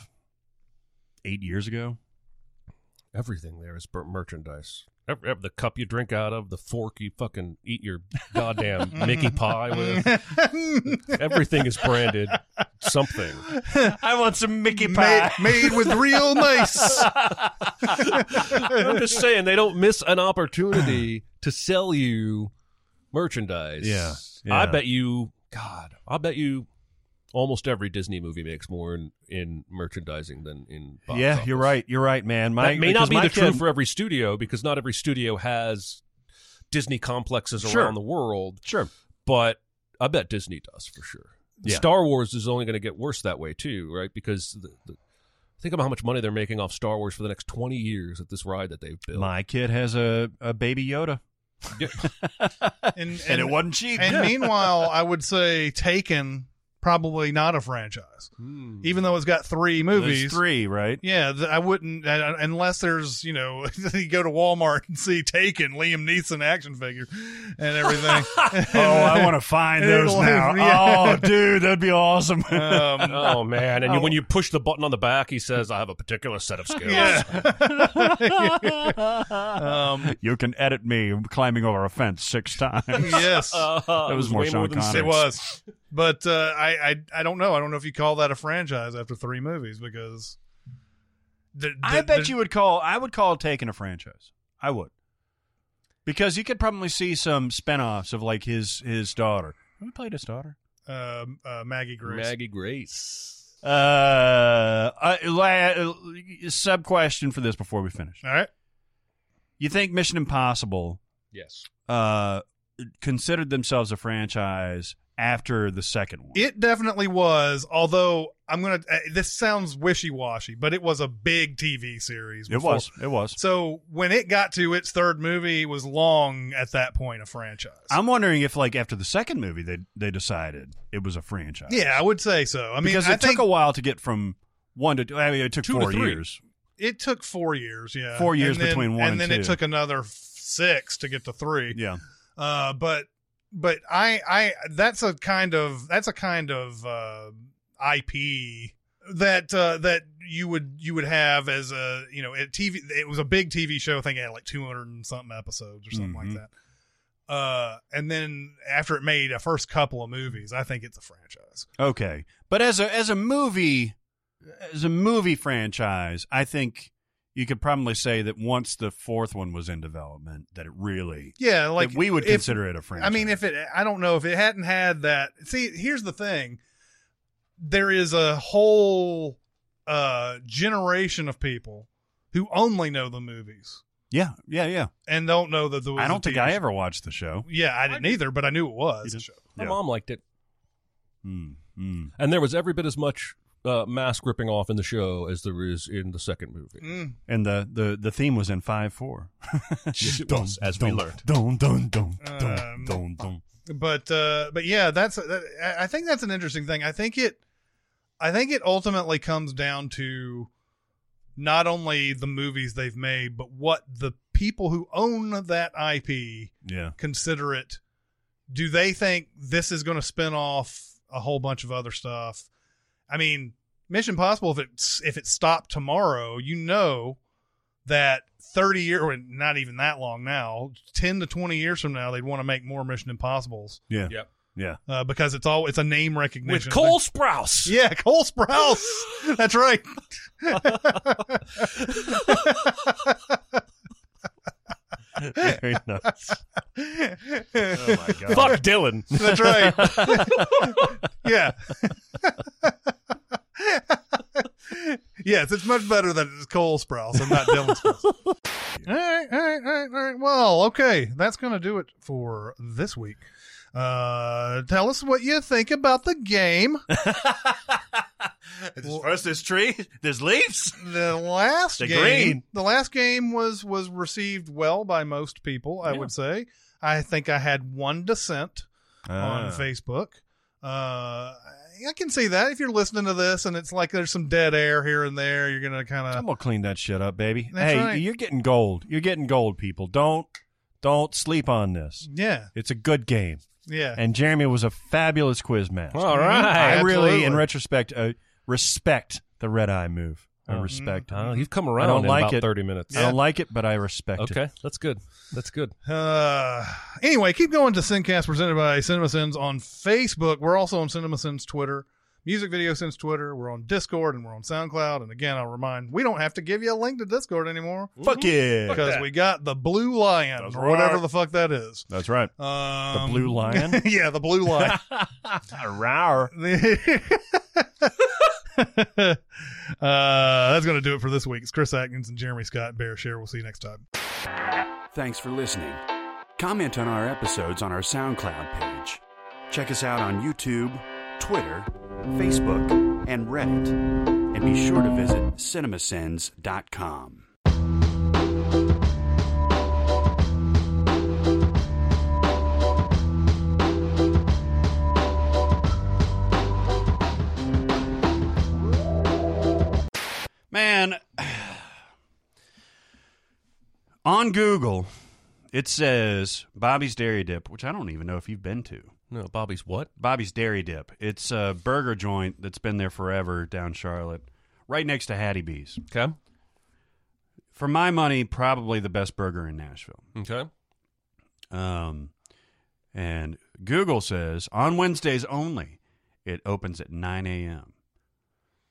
Speaker 2: eight years ago.
Speaker 4: Everything there is per- merchandise. Ev- ev- the cup you drink out of, the fork you fucking eat your goddamn Mickey pie with.
Speaker 2: <laughs>
Speaker 4: Everything is branded something.
Speaker 2: <laughs> I want some Mickey
Speaker 1: made, made with real mice.
Speaker 4: I'm just saying they don't miss an opportunity to sell you merchandise.
Speaker 2: Yeah,
Speaker 4: I
Speaker 2: yeah.
Speaker 4: bet you, God, I bet you almost every Disney movie makes more in, in merchandising than in box
Speaker 2: yeah,
Speaker 4: office.
Speaker 2: you're right. You're right, man. My,
Speaker 4: that may
Speaker 2: because
Speaker 4: not be
Speaker 2: my
Speaker 4: the
Speaker 2: kid-
Speaker 4: truth for every studio because not every studio has Disney complexes
Speaker 2: Sure.
Speaker 4: around the world,
Speaker 2: Sure.
Speaker 4: but I bet Disney does for sure.
Speaker 2: Yeah.
Speaker 4: Star Wars is only going to get worse that way too, right? Because the, the, think about how much money they're making off Star Wars for the next twenty years at this ride that they've built.
Speaker 2: My kid has a, a baby Yoda,
Speaker 1: And, and,
Speaker 2: and it wasn't cheap.
Speaker 1: and
Speaker 2: <laughs>
Speaker 1: meanwhile, I would say Taken probably not a franchise,
Speaker 4: Hmm.
Speaker 1: even though it's got three
Speaker 2: There's
Speaker 1: movies.
Speaker 2: three, right?
Speaker 1: Yeah, th- I wouldn't uh, unless there's you know <laughs> you go to Walmart and see Taken Liam Neeson action figure and
Speaker 2: <laughs>
Speaker 1: everything.
Speaker 2: Oh, I want to <laughs> find those
Speaker 1: It'll-
Speaker 2: now.
Speaker 1: yeah.
Speaker 2: Oh, dude, that'd be <laughs> awesome.
Speaker 1: Um,
Speaker 4: Oh man! And you, when you push the button on the back, he says, "I have a particular set of
Speaker 1: <laughs>
Speaker 2: Oh, <laughs>
Speaker 4: skills."
Speaker 1: um,
Speaker 2: you can edit me climbing over a fence
Speaker 1: <laughs>
Speaker 2: six times.
Speaker 1: yes,
Speaker 4: Uh,
Speaker 2: That was more Sean Connery.
Speaker 1: it was. But uh, I, I I don't know. I don't know if you call that a franchise after three movies because. the-
Speaker 2: I
Speaker 1: the-
Speaker 2: bet
Speaker 1: the-
Speaker 2: you would call. I would call taking a franchise. I would, because you could probably see some spinoffs of like his his daughter. Who played his daughter?
Speaker 1: uh, uh, Maggie Grace.
Speaker 4: Maggie Grace.
Speaker 2: Uh, uh la- sub question for this before we finish.
Speaker 1: All right.
Speaker 2: You think Mission Impossible
Speaker 4: Yes.
Speaker 2: uh considered themselves a franchise after the second one?
Speaker 1: It definitely was, although I'm gonna. Uh, this sounds wishy-washy, but it was a big TV series.
Speaker 2: It
Speaker 1: before-
Speaker 2: was. It was.
Speaker 1: So when it got to its third movie, it was long at that point a franchise.
Speaker 2: I'm wondering if like after the second movie they they decided it was a franchise.
Speaker 1: yeah, I would say so. I mean,
Speaker 2: because
Speaker 1: I
Speaker 2: it
Speaker 1: think
Speaker 2: took a while to get from one to two. I mean, it took
Speaker 4: Two to
Speaker 2: four
Speaker 1: <laughs>
Speaker 4: three.
Speaker 2: years.
Speaker 1: it took four years. Yeah,
Speaker 2: Four years
Speaker 1: And then-
Speaker 2: between one and
Speaker 1: then it
Speaker 2: two.
Speaker 1: took another f- six to get to three.
Speaker 2: Yeah.
Speaker 1: Uh, but but I I that's a kind of that's a kind of uh, IP that uh, that you would you would have as a you know a TV it was a big TV show I think it had like 200 and something episodes or something like
Speaker 2: Mhm.
Speaker 1: that. Uh, and then after it made a first couple of movies, I think it's a franchise.
Speaker 2: Okay. But as a as a movie as a movie franchise, I think you could probably say that once the fourth one was in development, that it really
Speaker 1: Yeah, like
Speaker 2: that we would
Speaker 1: if-
Speaker 2: consider it a franchise.
Speaker 1: I mean, if it, I don't know if it hadn't had that. See, here's the thing: there is a whole uh, generation of people who only know the movies
Speaker 2: yeah, yeah, yeah.
Speaker 1: and don't know that the.
Speaker 2: I don't think I ever watched the show.
Speaker 1: Yeah, I didn't either, but I knew it was.
Speaker 2: You
Speaker 1: a show.
Speaker 4: My
Speaker 2: Yeah.
Speaker 4: mom liked it,
Speaker 2: Mm, mm.
Speaker 4: and there was every bit as much uh, mask ripping off in the show as there is in the second movie.
Speaker 1: Mm.
Speaker 2: And the, the, the theme was in five four. <laughs>
Speaker 4: Yes, it was, as we learned.
Speaker 2: Dun, dun, dun, dun,
Speaker 1: Um,
Speaker 2: dun, dun.
Speaker 1: But uh, but yeah, that's that, I- I think that's an interesting thing. I think it, I think it ultimately comes down to not only the movies they've made, but what the people who own that IP
Speaker 2: Yeah.
Speaker 1: consider it do they think this is going to spin off a whole bunch of other stuff i mean mission possible if it's if it stopped tomorrow you know that 30 year or not even that long now 10 to 20 years from now they'd want to make more mission impossibles
Speaker 2: Yeah.
Speaker 4: Yep.
Speaker 2: Yeah.
Speaker 1: uh, because it's all it's a name recognition
Speaker 4: With Cole Sprouse.
Speaker 1: yeah cole
Speaker 4: <laughs>
Speaker 1: sprouse that's right
Speaker 2: <laughs> Very nuts. Oh my god.
Speaker 4: Fuck
Speaker 2: <laughs>
Speaker 4: Dylan.
Speaker 1: That's <laughs> right. yeah. <laughs> yes, it's much better that it's Cole Sprouse and not Dylan Sprouse. <laughs> all right, all right, all right, all right. Well, okay, that's going to do it for this week. Uh, tell us what you think about the game.
Speaker 2: First, there's trees, there's leaves.
Speaker 1: <laughs> The last
Speaker 2: The
Speaker 1: game,
Speaker 2: green.
Speaker 1: the last game was was received well by most people. I would say. I think I had one dissent.
Speaker 2: Ah.
Speaker 1: on Facebook. Uh, I can see that if you're listening to this and it's like there's some dead air here and there, you're gonna kind
Speaker 2: I'm
Speaker 1: of
Speaker 2: gonna clean that shit up, baby.
Speaker 1: That's
Speaker 2: hey,
Speaker 1: right.
Speaker 2: you're getting gold. You're getting gold, people. Don't don't sleep on this.
Speaker 1: yeah,
Speaker 2: It's a good game,
Speaker 1: yeah.
Speaker 2: and Jeremy was a fabulous quiz master.
Speaker 4: All right.
Speaker 2: Mm-hmm. I really,
Speaker 1: absolutely.
Speaker 2: in retrospect, uh, respect the red eye move. I
Speaker 1: Mm-hmm.
Speaker 2: respect.
Speaker 1: Uh-huh.
Speaker 4: Oh, you've come
Speaker 2: I
Speaker 4: around
Speaker 2: don't
Speaker 4: in
Speaker 2: like
Speaker 4: about
Speaker 2: it.
Speaker 4: thirty minutes.
Speaker 2: I don't like it, but I respect it.
Speaker 4: Okay, that's good. That's good.
Speaker 1: Uh, anyway, keep going to Sincast presented by CinemaSins on Facebook. We're also on CinemaSins Twitter. Music Video Sense Twitter. We're on Discord and we're on SoundCloud. And again, I'll remind we don't have to give you a link to Discord anymore
Speaker 2: Fuck yeah.
Speaker 1: because
Speaker 4: that.
Speaker 1: we got the Blue Lion
Speaker 2: That's
Speaker 1: or whatever
Speaker 2: right.
Speaker 1: the fuck that is.
Speaker 2: That's right. The
Speaker 1: Um,
Speaker 2: blue
Speaker 1: <laughs>
Speaker 2: lion.
Speaker 1: yeah, the Blue Lion.
Speaker 2: <laughs>
Speaker 1: <laughs>
Speaker 2: Rawr.
Speaker 1: uh, that's going to do it for this week. It's Chris Atkins and Jeremy Scott. Bear Share. We'll see you next
Speaker 2: <laughs>
Speaker 1: time.
Speaker 7: Thanks for listening. Comment on our episodes on our SoundCloud page. Check us out on YouTube, Twitter, Facebook, and Reddit. And be sure to visit cinemasins.com.
Speaker 2: Man, on Google, it says Bobby's Dairy Dip, which I don't even know if you've been to.
Speaker 8: No, Bobby's what?
Speaker 2: Bobby's Dairy Dip. It's a burger joint that's been there forever down Charlotte, right next to Hattie B's.
Speaker 8: Okay.
Speaker 2: For my money, probably the best burger in Nashville.
Speaker 8: Okay.
Speaker 2: Um, and Google says on Wednesdays only, it opens at 9 a.m.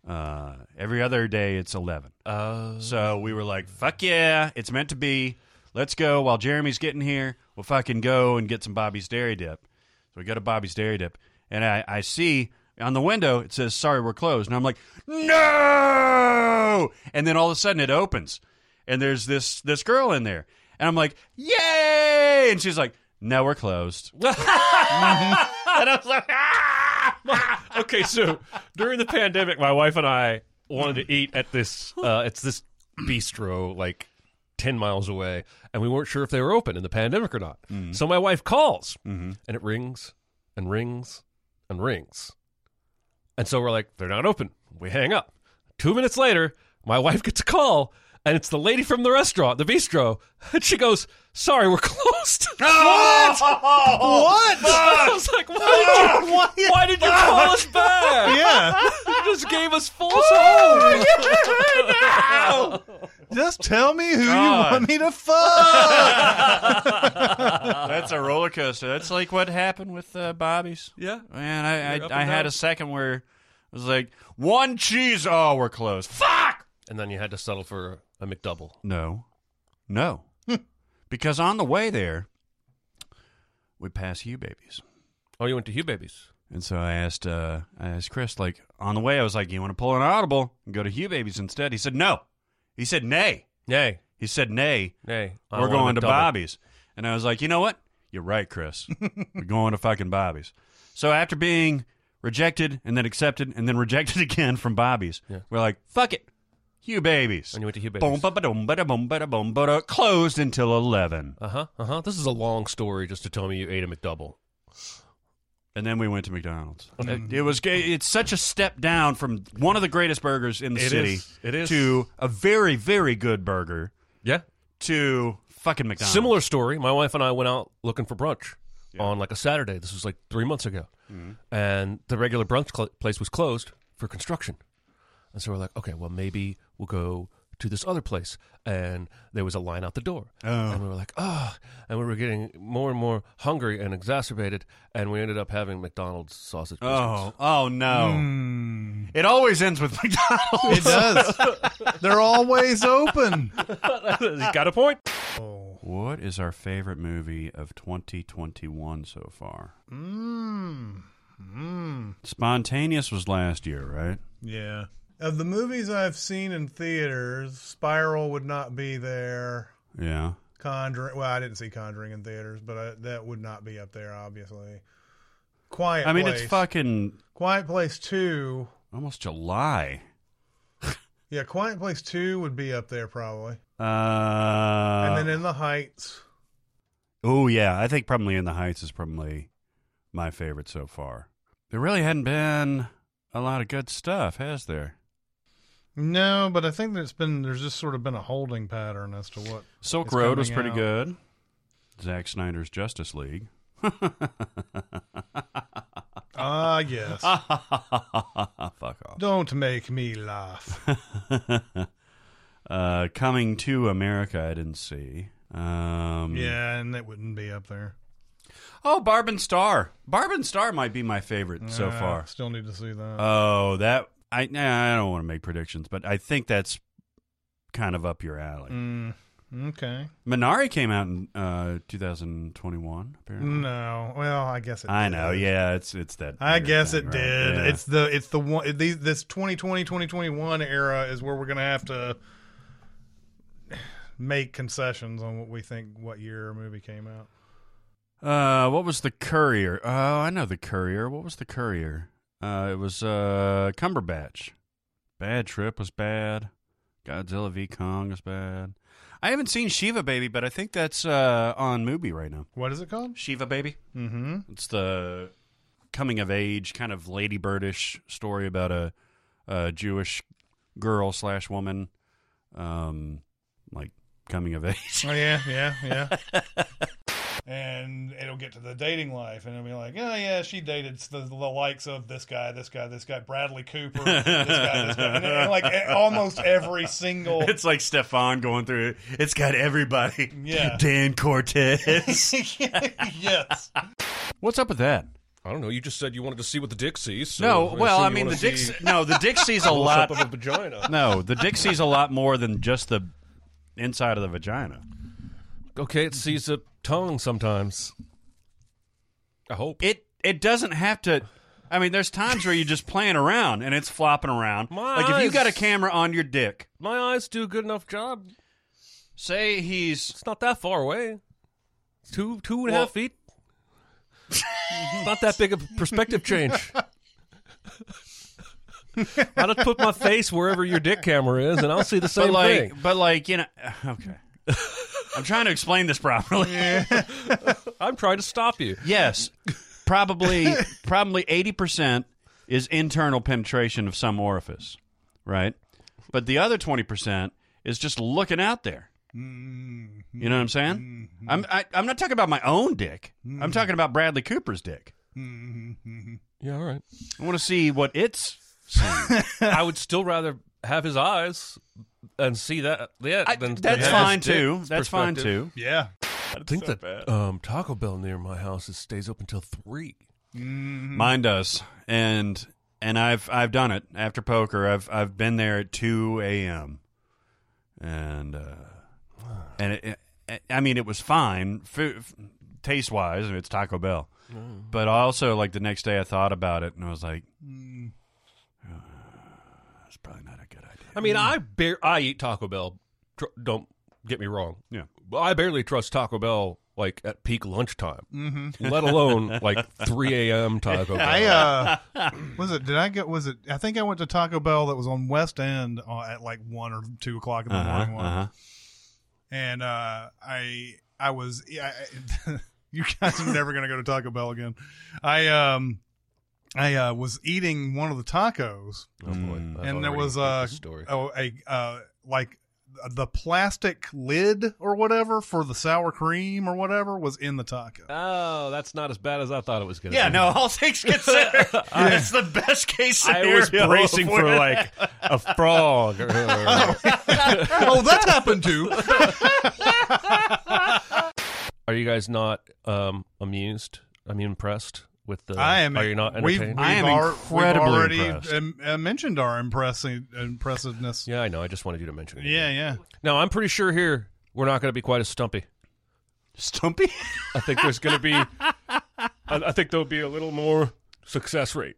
Speaker 2: Uh, every other day, it's 11.
Speaker 8: Uh,
Speaker 2: So we were like, fuck yeah, it's meant to be. Let's go while Jeremy's getting here. We'll fucking go and get some Bobby's Dairy Dip. So we go to Bobby's Dairy Dip, and I, I see on the window it says, sorry, we're closed. And I'm like, no! And then all of a sudden it opens, and there's this, this girl in there. And I'm like, yay! And she's like, no, we're closed. <laughs> "Ah!"
Speaker 4: <laughs> okay, so during the pandemic, my wife and I wanted to eat at this uh, it's this bistro like ten miles away, and we weren't sure if they were open in the pandemic or not. So my wife calls, and it rings and rings and rings, and so we're like, they're not open. We hang up. Two minutes later, my wife gets a call. And it's the lady from the restaurant, the bistro, and she goes, "Sorry, we're <laughs> closed."
Speaker 1: What?
Speaker 4: <laughs> I was like, "Why did you, why
Speaker 2: <laughs>
Speaker 4: did you call us back?"
Speaker 1: yeah.
Speaker 4: <laughs> You just gave us false
Speaker 2: <laughs>
Speaker 4: hope.
Speaker 1: <laughs> Just tell me who
Speaker 2: God.
Speaker 1: you want me to fuck.
Speaker 2: That's a roller coaster. That's like what happened with uh, Bobby's.
Speaker 4: Yeah.
Speaker 2: Man, I
Speaker 4: You're up
Speaker 2: I, I
Speaker 4: and
Speaker 2: had
Speaker 4: down.
Speaker 2: a second where it was like one cheese. Oh, we're closed. Fuck.
Speaker 4: And then you had to settle for a McDouble.
Speaker 2: No,
Speaker 4: <laughs>
Speaker 2: no, because on the way there, we pass Hugh Babies,
Speaker 4: Oh, you went to Hugh Babies.
Speaker 2: and so I asked uh, I asked Chris like on the way I was like, you want to pull an audible and go to Hugh Babies instead? He said no. He said nay.
Speaker 4: Nay,
Speaker 2: He said nay.
Speaker 4: nay. I
Speaker 2: We're
Speaker 4: want a
Speaker 2: going to
Speaker 4: McDouble.
Speaker 2: Bobby's. And I was like, you know what? You're right, Chris. We're going to fucking Bobby's. So after being rejected and then accepted and then rejected <laughs> again from Bobby's,
Speaker 4: Yeah.
Speaker 2: we're like, fuck it. Hugh Babies.
Speaker 4: And you went to Hugh
Speaker 2: Boom,
Speaker 4: Babies.
Speaker 2: ba boom, ba boom, ba boom, ba Closed until 11.
Speaker 4: Uh huh. Uh huh. This is a long story just to tell me you ate a McDouble.
Speaker 2: And then we went to McDonald's.
Speaker 4: Mm-hmm.
Speaker 2: It, it was ga- it's such a step down from one of the greatest burgers in the
Speaker 4: It
Speaker 2: city
Speaker 4: is. It is.
Speaker 2: to a very very good burger
Speaker 4: Yeah.
Speaker 2: to fucking McDonald's.
Speaker 4: Similar story. My wife and I went out looking for brunch on like a Saturday. This was like three months ago, and the regular brunch cl- place was closed for construction. And so we're like, okay, well maybe we'll go to this other place. And there was a line out the door, and we were like, oh, and we were getting more and more hungry and exacerbated, and we ended up having McDonald's sausage.
Speaker 2: Oh, oh no.
Speaker 4: Mm.
Speaker 1: Hmm.
Speaker 2: It always ends with <laughs> McDonald's.
Speaker 1: it does.
Speaker 2: <laughs>
Speaker 1: They're always open.
Speaker 4: biscuits. he's got a point.
Speaker 1: Oh.
Speaker 2: What is our favorite movie of 2021 so far?
Speaker 1: Mm. Mm.
Speaker 2: Spontaneous was last year, right?
Speaker 1: Yeah. Of the movies I've seen in theaters, Spiral would not be there.
Speaker 2: Yeah.
Speaker 1: Conjuring. Well, I didn't see Conjuring in theaters, but I, that would not be up there, obviously. Quiet.
Speaker 2: I mean,
Speaker 1: Place.
Speaker 2: it's fucking
Speaker 1: Quiet Place Two.
Speaker 2: almost July.
Speaker 1: Yeah, Quiet Place Two would be up there probably,
Speaker 2: Uh,
Speaker 1: and then In the Heights.
Speaker 2: oh, yeah. I think probably In the Heights is probably my favorite so far. There really hadn't been a lot of good stuff, has there?
Speaker 1: No, but I think there's been there's just sort of been a holding pattern as to what
Speaker 2: Silk
Speaker 1: It's
Speaker 2: Road was pretty
Speaker 1: coming
Speaker 2: good. Zack Snyder's
Speaker 1: <laughs>
Speaker 2: Justice League. <laughs>
Speaker 1: ah
Speaker 2: <laughs>
Speaker 1: yes.
Speaker 2: Fuck off. <laughs>
Speaker 1: Don't make me laugh.
Speaker 2: uh, coming to America, I didn't see. Um,
Speaker 1: yeah, and it wouldn't be up there.
Speaker 2: Oh, Barb and Star. Barb and Star might be my favorite so
Speaker 1: Uh,
Speaker 2: far.
Speaker 1: Still need to see that.
Speaker 2: Oh, that I nah, I don't want to make predictions, but I think that's kind of up your alley.
Speaker 1: Mm, okay.
Speaker 2: Minari came out in uh, 2021. Apparently,
Speaker 1: Mm, No. Well, I guess it.
Speaker 2: I
Speaker 1: did.
Speaker 2: know. Yeah, it's it's that.
Speaker 1: I
Speaker 2: weird
Speaker 1: guess
Speaker 2: thing,
Speaker 1: it
Speaker 2: right?
Speaker 1: did.
Speaker 2: Yeah.
Speaker 1: It's the it's the one these this 2020 2021 era is where we're gonna have to make concessions on what we think what year a movie came out.
Speaker 2: uh, what was the courier? Oh, I know the courier. What was the courier? Uh, it was uh Cumberbatch. Bad Trip was bad. Godzilla v Kong was bad. I haven't seen Shiva Baby, but I think that's uh on movie right now.
Speaker 1: What is it called?
Speaker 2: Shiva Baby.
Speaker 1: Mm-hmm.
Speaker 2: It's the coming of age kind of ladybirdish story about a, a Jewish girl slash woman, um, like coming of <laughs> age.
Speaker 1: Oh yeah, yeah, yeah. <laughs> and it'll get to the dating life, and it'll be like, oh yeah, she dated the, the likes of this guy, this guy, this guy, Bradley Cooper, this guy, this guy, <laughs> and, and like a- almost every <laughs> single.
Speaker 2: <laughs> It's like Stefan going through it. It's got everybody.
Speaker 1: Yeah.
Speaker 2: Dan Cortez.
Speaker 1: <laughs> yes.
Speaker 2: <laughs> What's up with that?
Speaker 4: I don't know. You just said you wanted to see what the dick sees. so
Speaker 2: No, well,
Speaker 4: assume
Speaker 2: I
Speaker 4: you
Speaker 2: mean the
Speaker 4: wanna
Speaker 2: Dixie.
Speaker 4: see
Speaker 2: No, the Dixie's a
Speaker 4: <laughs> close-up
Speaker 2: lot.
Speaker 4: of a vagina.
Speaker 2: No, the Dixie's a lot more than just the inside of the vagina.
Speaker 4: <laughs> okay, it sees a tongue sometimes. I hope.
Speaker 2: it it doesn't have to I mean, there's times where you're
Speaker 4: <laughs>
Speaker 2: just playing around and it's flopping around.
Speaker 4: My
Speaker 2: like if you
Speaker 4: eyes-
Speaker 2: got a camera on your dick,
Speaker 4: My eyes do a good enough job.
Speaker 2: say he's
Speaker 4: It's not that far away. It's two two and a
Speaker 2: Well-
Speaker 4: half <laughs> feet. It's not that big of a perspective change. I'll just put my face wherever your dick camera is, and I'll see the
Speaker 2: but
Speaker 4: same
Speaker 2: like
Speaker 4: thing.
Speaker 2: but like you know <sighs>
Speaker 4: <laughs>
Speaker 2: okay. I'm trying to explain this properly.
Speaker 4: I'm trying to stop you.
Speaker 2: Yes, probably probably eighty percent is internal penetration of some orifice, right? But the other twenty percent is just looking out there. You know what I'm saying? I'm I, I'm not talking about my own dick. I'm talking about Bradley Cooper's dick.
Speaker 4: Yeah,
Speaker 2: <laughs>
Speaker 4: all right.
Speaker 2: I want to see what it's.
Speaker 4: I would still rather have his eyes and see that. Yeah,
Speaker 2: I-
Speaker 4: than, than
Speaker 2: that's
Speaker 4: have
Speaker 2: fine
Speaker 4: his dick
Speaker 2: too. That's fine
Speaker 4: perspective.
Speaker 2: too.
Speaker 1: Yeah.
Speaker 4: I think that um, Taco Bell near my house is, stays open until three.
Speaker 2: Mine does, and and I've I've done it after poker. I've I've been there at two a.m. and uh, and it, it, I mean it was fine food taste wise. and It's Taco Bell,
Speaker 4: Mm.
Speaker 2: but also like the next day I thought about it and I was like,
Speaker 1: Mm.
Speaker 2: "That's probably not a good idea.
Speaker 4: I mean, I bar- I eat Taco Bell. Tr- don't get me wrong.
Speaker 2: Yeah.
Speaker 4: But I barely trust Taco Bell like at
Speaker 2: <laughs>
Speaker 4: peak lunchtime, mm-hmm. let alone like 3 a.m. Taco Bell.
Speaker 1: I uh, was it? Did I get? Was it? I think I went to Taco Bell that was on West End uh, at like one or two o'clock in the morning.
Speaker 2: Uh-huh,
Speaker 1: One, <laughs>
Speaker 2: uh-huh.
Speaker 1: and uh, I I was I, I- <laughs> you guys are never gonna go to Taco Bell again. I um I uh, was eating one of the tacos,
Speaker 4: Oh, boy.
Speaker 2: Mm.
Speaker 4: I've
Speaker 1: and there
Speaker 4: already
Speaker 1: was
Speaker 4: heard
Speaker 1: a
Speaker 4: this story.
Speaker 1: oh a uh like the plastic lid or whatever for the sour cream or whatever was in the taco.
Speaker 4: Oh, that's not as bad as I thought it was going to
Speaker 2: Yeah,
Speaker 4: be.
Speaker 2: no, all things
Speaker 4: <laughs>
Speaker 2: considered, it's the best case
Speaker 4: I
Speaker 2: scenario.
Speaker 4: was bracing for
Speaker 2: where-
Speaker 4: like
Speaker 2: <laughs>
Speaker 4: a frog. or-
Speaker 1: oh, that's happened too.
Speaker 4: Are you guys not um, amused? I mean, impressed with the.
Speaker 1: I am.
Speaker 4: Are you not
Speaker 1: we've,
Speaker 4: entertained?
Speaker 1: we've
Speaker 2: I am
Speaker 1: al-
Speaker 2: incredibly
Speaker 1: we've already
Speaker 2: impressed.
Speaker 1: um, uh, mentioned our impressive impressiveness.
Speaker 4: yeah, I know. I just wanted you to mention it.
Speaker 1: Yeah, yeah.
Speaker 4: Now, I'm pretty sure here we're not going to be quite as stumpy.
Speaker 2: Stumpy.
Speaker 4: I think there's going to be. I, I think there'll be a little more success rate.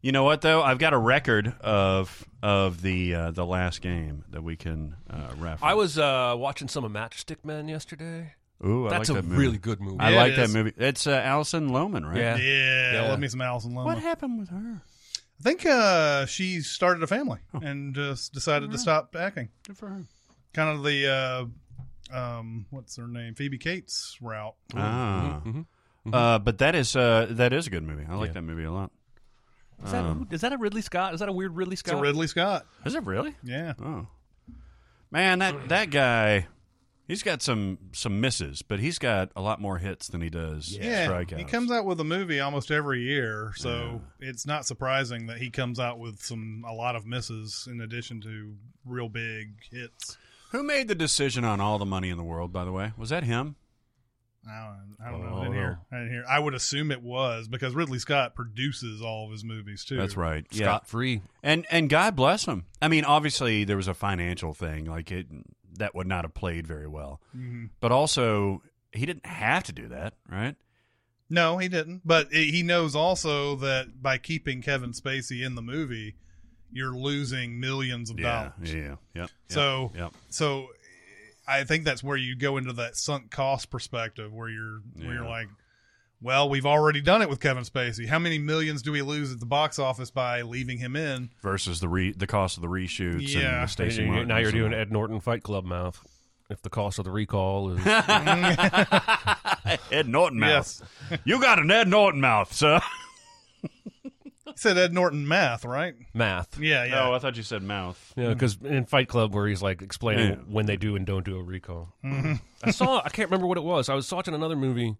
Speaker 2: You know what though? I've got a record of of the uh, the last game that we can uh, reference.
Speaker 4: I was uh, watching some of Matchstick Men yesterday.
Speaker 2: Ooh, I
Speaker 4: That's
Speaker 2: like
Speaker 4: a
Speaker 2: that movie.
Speaker 4: really good movie.
Speaker 2: I
Speaker 1: Yeah,
Speaker 2: like
Speaker 1: it
Speaker 2: that
Speaker 1: is.
Speaker 2: movie. It's uh, Allison Lohman, right?
Speaker 4: Yeah.
Speaker 1: Yeah,
Speaker 4: Yeah.
Speaker 1: Let me some Allison Loma.
Speaker 2: What happened with her?
Speaker 1: I think uh, she started a family and just decided to stop acting.
Speaker 2: Good for her.
Speaker 1: Kind of the uh, um, what's her name, Phoebe Cates route.
Speaker 2: Ah. Uh, but that is uh, that is a good movie. I like that movie a lot.
Speaker 4: Is that, is that a Ridley Scott? Is that Um, a weird Ridley
Speaker 1: It's a
Speaker 4: Scott?
Speaker 1: Ridley Scott.
Speaker 2: Is it really?
Speaker 1: Yeah,
Speaker 2: Oh, man that that guy, he's got some some misses, but he's got a lot more hits than he does
Speaker 1: yeah.
Speaker 2: strikeouts.
Speaker 1: He comes out with a movie almost every year, so it's not surprising that he comes out with some a lot of misses in addition to real big hits.
Speaker 2: Who made the decision on all the money in the world? By the way, was that him?
Speaker 1: I don't, I don't know.
Speaker 3: Oh,
Speaker 1: I didn't
Speaker 3: no.
Speaker 1: hear. I didn't hear. I would assume it was because Ridley Scott produces all of his movies too.
Speaker 2: That's right. Yeah.
Speaker 3: Scot free.
Speaker 2: And and God bless him. I mean, obviously there was a financial thing like it that would not have played very well.
Speaker 1: Mm-hmm.
Speaker 2: But also he didn't have to do that, right?
Speaker 1: No, he didn't. But i he knows also that by keeping Kevin Spacey in the movie, you're losing millions of
Speaker 2: Yeah.
Speaker 1: dollars.
Speaker 2: Yeah. Yep. yep,
Speaker 1: So-
Speaker 2: yep.
Speaker 1: So I think that's where you go into that sunk cost perspective where you're where you're
Speaker 2: Yeah.
Speaker 1: like, well, we've already done it with Kevin Spacey. How many millions do we lose at the box office by leaving him in?
Speaker 2: versus the re- the cost of the reshoots
Speaker 1: Yeah.
Speaker 2: and the station
Speaker 4: You- you-
Speaker 2: markings
Speaker 4: now you're
Speaker 2: and
Speaker 4: doing
Speaker 2: all.
Speaker 4: Ed Norton Fight Club mouth. If the cost of the recall is <laughs>
Speaker 2: Ed Norton mouth. <laughs> You got an Ed Norton mouth, <laughs> sir.
Speaker 1: He said Ed Norton math, right?
Speaker 4: math,
Speaker 1: Yeah, yeah.
Speaker 2: I thought you said mouth.
Speaker 4: yeah,
Speaker 1: Mm.
Speaker 4: because in Fight Club where he's like explaining
Speaker 2: Yeah.
Speaker 4: when they do and don't do a recall.
Speaker 1: Mm-hmm.
Speaker 4: I saw I can't remember what it was. I was watching another movie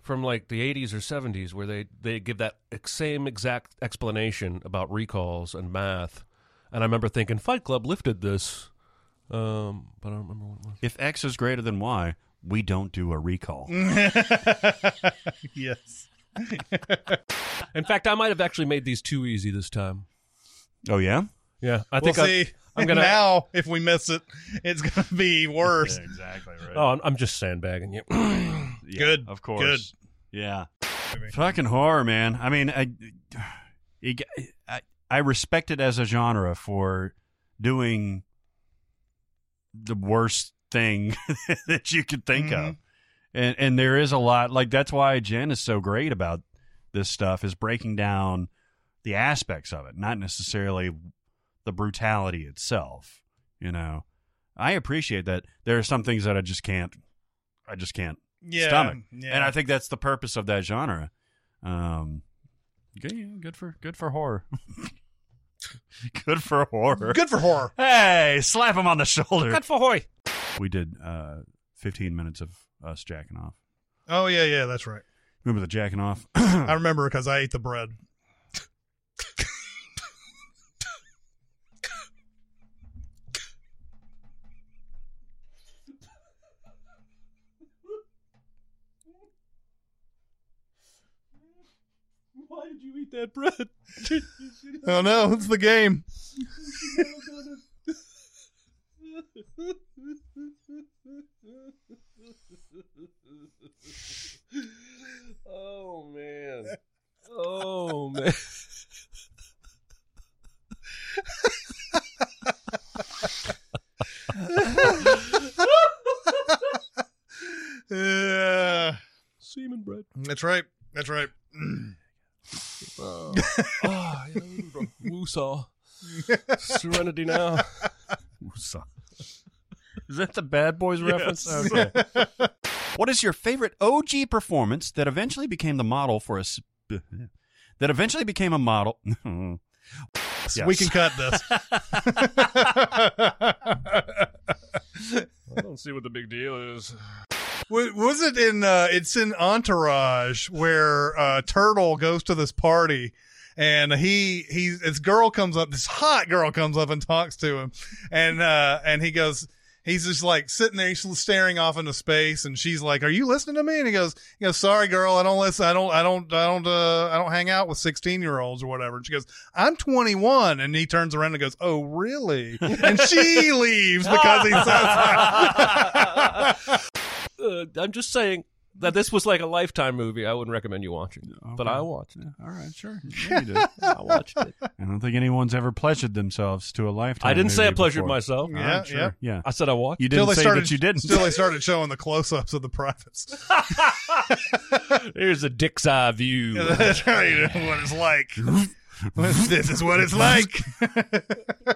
Speaker 4: from like the 80s or 70s where they they give that ex- same exact explanation about recalls and math, and I remember thinking Fight Club lifted this, um, but I don't remember what it was.
Speaker 2: If X is greater than Y, we don't do a recall.
Speaker 1: Mm.
Speaker 2: uh,
Speaker 1: <laughs> yes.
Speaker 4: In fact, I might have actually made these too easy this time.
Speaker 2: Oh yeah,
Speaker 4: Yeah, I
Speaker 1: We'll
Speaker 4: think I-
Speaker 1: see.
Speaker 4: I'm
Speaker 1: <laughs>
Speaker 4: gonna-
Speaker 1: now if we miss it, it's gonna be worse.
Speaker 2: exactly right.
Speaker 4: Oh, I'm- I'm just sandbagging
Speaker 1: <clears throat>
Speaker 4: you.
Speaker 1: good,
Speaker 2: of course. Yeah,
Speaker 1: Maybe.
Speaker 2: fucking horror, man. I mean, I, it, I, I respect it as a genre for doing the worst thing <laughs> that you could think
Speaker 1: Mm-hmm.
Speaker 2: of, and and there is a lot like that's why Jen is so great about this stuff is breaking down the aspects of it, not necessarily the brutality itself. You know, I appreciate that. There are some things that I just can't, I just can't
Speaker 1: Yeah,
Speaker 2: stomach.
Speaker 1: yeah.
Speaker 2: And I think that's the purpose of that genre. Um, good, yeah, good for good for horror. <laughs> good for horror.
Speaker 1: good for horror.
Speaker 2: Hey, slap him on the shoulder.
Speaker 4: for hoy.
Speaker 2: We did uh, 15 minutes of us jacking off.
Speaker 1: Oh yeah, yeah, that's right.
Speaker 2: Remember the jacking off? <coughs>
Speaker 1: I remember because I ate the bread.
Speaker 4: Why did you eat
Speaker 1: <laughs>
Speaker 4: that bread?
Speaker 1: Oh no, it's the game.
Speaker 4: oh man. Oh man.
Speaker 1: Yeah,
Speaker 4: <laughs> Semen bread.
Speaker 1: that's right. That's right.
Speaker 4: Ah, yeah, bro. Woosaw. Serenity now. Woosaw.
Speaker 2: is that the Bad Boys reference? Okay. <laughs> what is your favorite OG performance that eventually became the model for a sp- <laughs> that eventually became a model? <laughs> Yes.
Speaker 1: We can cut
Speaker 4: <laughs>
Speaker 1: this.
Speaker 4: I don't see what the big deal is.
Speaker 1: Wa- was it in? Uh, it's in Entourage where uh, Turtle goes to this party. And he he this girl comes up, this hot girl comes up and talks to him, and uh, and he goes, he's just like sitting there, he's staring off into space, and she's like, "Are you listening to me?" And he goes, he goes, "Sorry, girl, I don't listen, I don't, I don't, I don't, uh, I don't hang out with sixteen year olds or whatever." And she goes, "I'm 21," and he turns around and goes, "Oh, really?" And she <laughs> leaves because he
Speaker 2: <laughs>
Speaker 1: says,
Speaker 4: Uh, I'm just saying that this was like a lifetime movie. I wouldn't recommend you watching, but
Speaker 2: Okay.
Speaker 4: I watched it.
Speaker 2: All right, <laughs> sure. Yeah, you did.
Speaker 4: I watched it.
Speaker 2: I don't think anyone's ever pledged themselves to a lifetime.
Speaker 4: I didn't say I
Speaker 2: movie
Speaker 4: pleasured
Speaker 2: before.
Speaker 4: myself.
Speaker 2: I'm
Speaker 1: Yeah,
Speaker 2: sure.
Speaker 1: yeah.
Speaker 2: yeah.
Speaker 4: I said I watched.
Speaker 2: You
Speaker 1: Till
Speaker 2: didn't say that you didn't.
Speaker 1: Still, they started showing the close-ups of the privates. <laughs>
Speaker 4: Here's a dick's eye view.
Speaker 1: That's right. What it's like. this is what it's like.